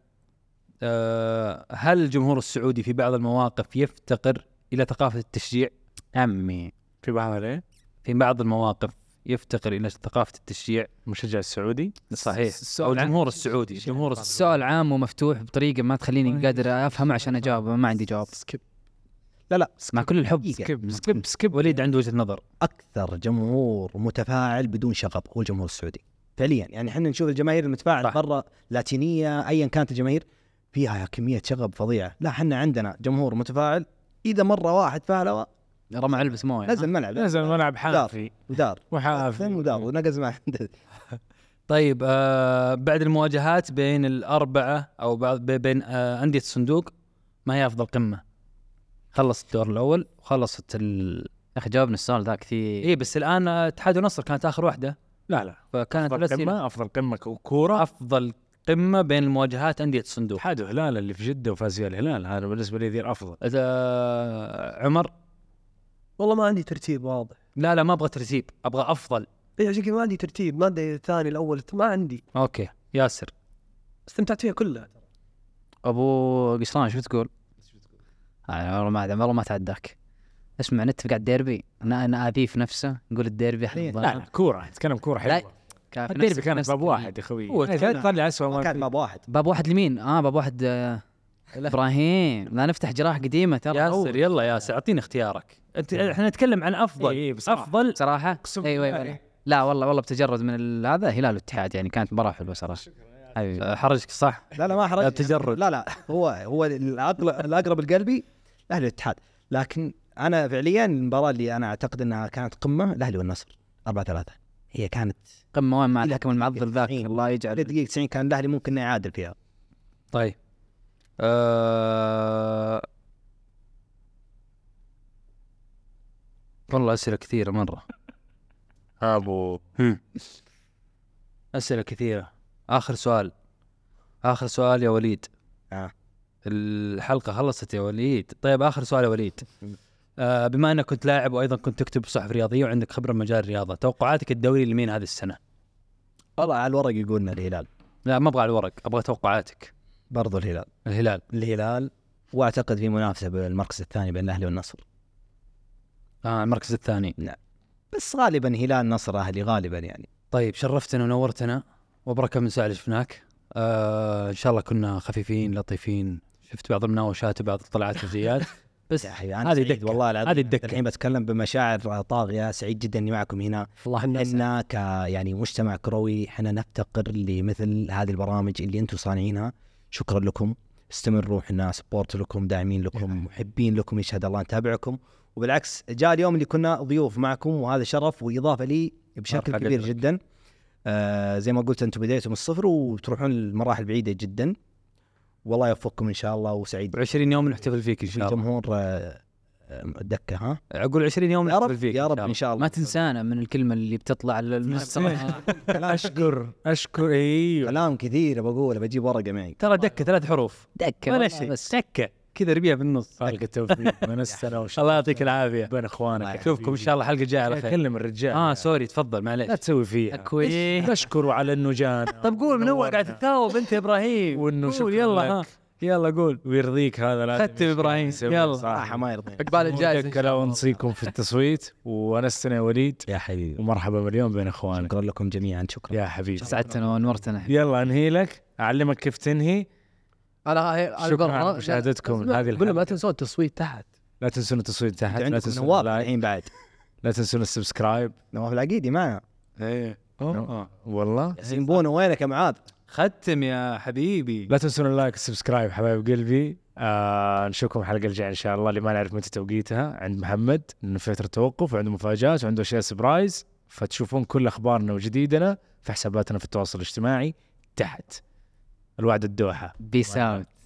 S2: آه هل الجمهور السعودي في بعض المواقف يفتقر الى ثقافه التشجيع؟
S5: عمي
S7: في بعض إيه
S2: في بعض المواقف يفتقر الى ثقافه التشجيع
S7: المشجع السعودي
S2: صحيح
S5: السؤال
S2: او
S5: عن-
S2: الجمهور السعودي الجمهور السعودي
S5: السؤال عام ومفتوح بطريقه ما
S2: طيب.
S5: تخليني قادر افهمه عشان اجاوبه ما عندي جواب
S8: سكيب
S3: لا لا
S5: مع كل الحب
S3: دقيقة.
S5: سكيب
S2: سكيب سكيب وليد عنده وجهه نظر
S3: اكثر جمهور متفاعل بدون شغب هو الجمهور السعودي فعليا يعني احنا نشوف الجماهير المتفاعل
S2: صح.
S3: برا لاتينيه ايا كانت الجماهير فيها كميه شغب فظيعه لا احنا عندنا جمهور متفاعل اذا مره واحد فعل
S5: رمى علبه مويه
S3: نزل الملعب
S7: نزل الملعب حافي
S3: ودار
S7: وحافي
S3: ودار ونقز *laughs* ما عنده
S2: طيب آه بعد المواجهات بين الاربعه او بعض بي- بين آه انديه الصندوق ما هي افضل قمه؟ خلص الدور الاول وخلصت ال...
S5: يا اخي جاوبنا السؤال ذا كثير
S2: اي بس الان آه، اتحاد ونصر كانت اخر واحده لا لا
S5: فكانت
S2: افضل
S5: بس
S2: قمه افضل قمه كوره
S7: افضل قمه بين المواجهات انديه الصندوق
S2: اتحاد وهلال اللي في جده وفاز فيها الهلال هذا بالنسبه لي ذي الافضل
S7: إذا- آه، عمر
S8: والله ما عندي ترتيب واضح
S7: لا لا ما ابغى ترتيب ابغى افضل
S8: اي عشان كذا إيه، يعني ما عندي ترتيب ما ادري الثاني الاول ما عندي
S7: اوكي ياسر
S8: استمتعت فيها كلها
S5: ابو قشطان شو تقول؟ آه، والله ما والله ما تعداك اسمع نتفق على الديربي انا انا اذيف نفسه نقول الديربي احنا
S2: لا لا كوره نتكلم كوره
S5: لا،
S2: حلوه
S5: كان في
S2: الديربي
S5: نفس-
S2: كانت
S5: نفس
S2: باب
S5: القضية.
S2: واحد يا خوي
S7: هو
S2: لا تطلع اسوء ما
S3: كانت
S2: في.
S3: ما بواحد
S5: باب واحد لمين؟ اه باب واحد آه، ابراهيم لا نفتح جراح قديمه ترى
S7: ياسر يلا ياسر اعطيني اختيارك انت احنا نتكلم عن افضل
S2: إي، إي، بصراحة.
S7: افضل
S5: صراحه
S2: إيه،
S5: ايوه ايوه لا والله والله بتجرد من ال- هذا هلال والاتحاد يعني كانت مباراه حلوه صراحه حبيبي
S7: أه، حرجك صح
S3: لا لا ما حرج
S7: لا تجرد.
S3: لا لا هو هو العقل الاقرب لقلبي الاهلي والاتحاد لكن انا فعليا المباراه اللي انا اعتقد انها كانت قمه الاهلي والنصر 4 3 هي كانت
S5: قمه وين مع
S3: إلى
S5: الحكم المعضل ذاك
S3: الحين.
S5: الله يجعل
S3: دقيقه 90 كان الاهلي ممكن إنه يعادل فيها
S7: طيب
S2: آه،
S7: أه... والله اسئله كثيره مره
S1: ابو
S7: اسئله كثيره اخر سؤال اخر سؤال يا وليد
S3: آه.
S7: الحلقه خلصت يا وليد طيب اخر سؤال يا وليد آه بما انك كنت لاعب وايضا كنت تكتب صحف رياضيه وعندك خبره بمجال الرياضه توقعاتك الدوري لمين هذه السنه
S3: والله على الورق يقولنا الهلال
S7: لا ما ابغى على الورق ابغى توقعاتك
S3: برضو الهلال
S7: الهلال
S3: الهلال واعتقد في منافسه بالمركز الثاني بين الاهلي والنصر
S7: آه المركز الثاني
S3: بس غالبا هلال نصر اهلي غالبا يعني
S7: طيب شرفتنا ونورتنا وبركة من ساعة اللي شفناك آه ان شاء الله كنا خفيفين لطيفين شفت بعض المناوشات وبعض الطلعات
S3: *laughs*
S7: والجيات بس
S3: انا
S7: هذه
S3: سعيد
S7: دكة.
S3: والله العظيم
S7: هذه الدكة.
S3: الحين بتكلم بمشاعر طاغيه سعيد جدا اني معكم هنا
S12: الله الناس
S3: احنا ك يعني مجتمع كروي احنا نفتقر لمثل هذه البرامج اللي انتم صانعينها شكرا لكم استمروا احنا سبورت لكم داعمين
S7: نعم.
S3: لكم محبين لكم يشهد الله نتابعكم وبالعكس جاء اليوم اللي كنا ضيوف معكم وهذا شرف واضافه لي بشكل
S7: مرحبا
S3: كبير
S7: بك.
S3: جدا آه زي ما قلت انتم بديتوا من الصفر وتروحون لمراحل بعيده جدا والله يوفقكم ان شاء الله وسعيد
S7: 20 يوم نحتفل فيك ان شاء الله
S3: جمهور آه آه، الدكه ها
S7: اقول 20 يوم
S3: يا
S7: نحتفل
S3: رب
S7: فيك
S3: يا رب
S7: إن شاء
S3: ان شاء الله
S5: ما تنسانا من الكلمه اللي بتطلع للمستر
S7: *laughs*
S3: *laughs*
S2: اشكر اشكر ايوه
S3: كلام كثير بقوله بجيب ورقه معي
S7: الله. ترى دكة ثلاث حروف
S5: دكه
S7: ولا
S5: والله
S7: شيء
S5: بس
S7: دكة كذا ربيع بالنص
S2: فالك
S7: *laughs*
S2: التوفيق من السنه وش
S7: الله يعطيك العافية
S2: بين اخوانك يا
S7: اشوفكم ان شاء الله الحلقة الجاية على
S2: حبيبي.
S7: خير
S2: كلم الرجال
S7: اه سوري تفضل معليش
S2: لا تسوي فيها
S5: كويس
S2: اشكره على انه جانا
S7: طب قول من اول قاعد
S2: ونورنا.
S7: تتثاوب انت يا ابراهيم
S2: وانه
S7: قول
S2: شكرا
S7: يلا
S2: لك.
S7: ها يلا قول
S2: ويرضيك هذا لازم
S7: ختم إبراهيم.
S2: يسوي
S7: يلا.
S2: صح
S3: صراحه ما يرضيني
S12: عقبال الجائزه إن شاء
S2: دكة لا ونصيكم في التصويت ونستنا يا وليد
S3: يا حبيبي
S2: ومرحبا مليون بين اخوانك
S3: شكرا لكم جميعا شكرا
S2: يا حبيبي
S5: سعدتنا ونورتنا
S2: يلا انهي لك اعلمك كيف تنهي
S12: انا أنا
S2: شكراً
S12: برا-
S2: على مشاهدتكم
S12: اسمع،
S2: هذه
S12: قول لهم
S2: الحلقة.
S12: لا تنسون التصويت تحت
S2: لا تنسون التصويت تحت لا
S3: عندكم
S2: تنسون
S3: نواف
S2: اللايك
S3: الحين بعد
S2: لا تنسون السبسكرايب
S3: نواف العقيدي معنا
S2: ايه والله
S3: زنبونه وينك يا معاذ
S7: آه. ختم يا حبيبي
S2: لا تنسون اللايك والسبسكرايب حبايب قلبي آه نشوفكم الحلقه الجايه ان شاء الله اللي ما نعرف متى توقيتها عند محمد انه فتره توقف وعنده مفاجات وعنده اشياء سبرايز فتشوفون كل اخبارنا وجديدنا في حساباتنا في التواصل الاجتماعي تحت الوعد الدوحه
S5: بيس اوت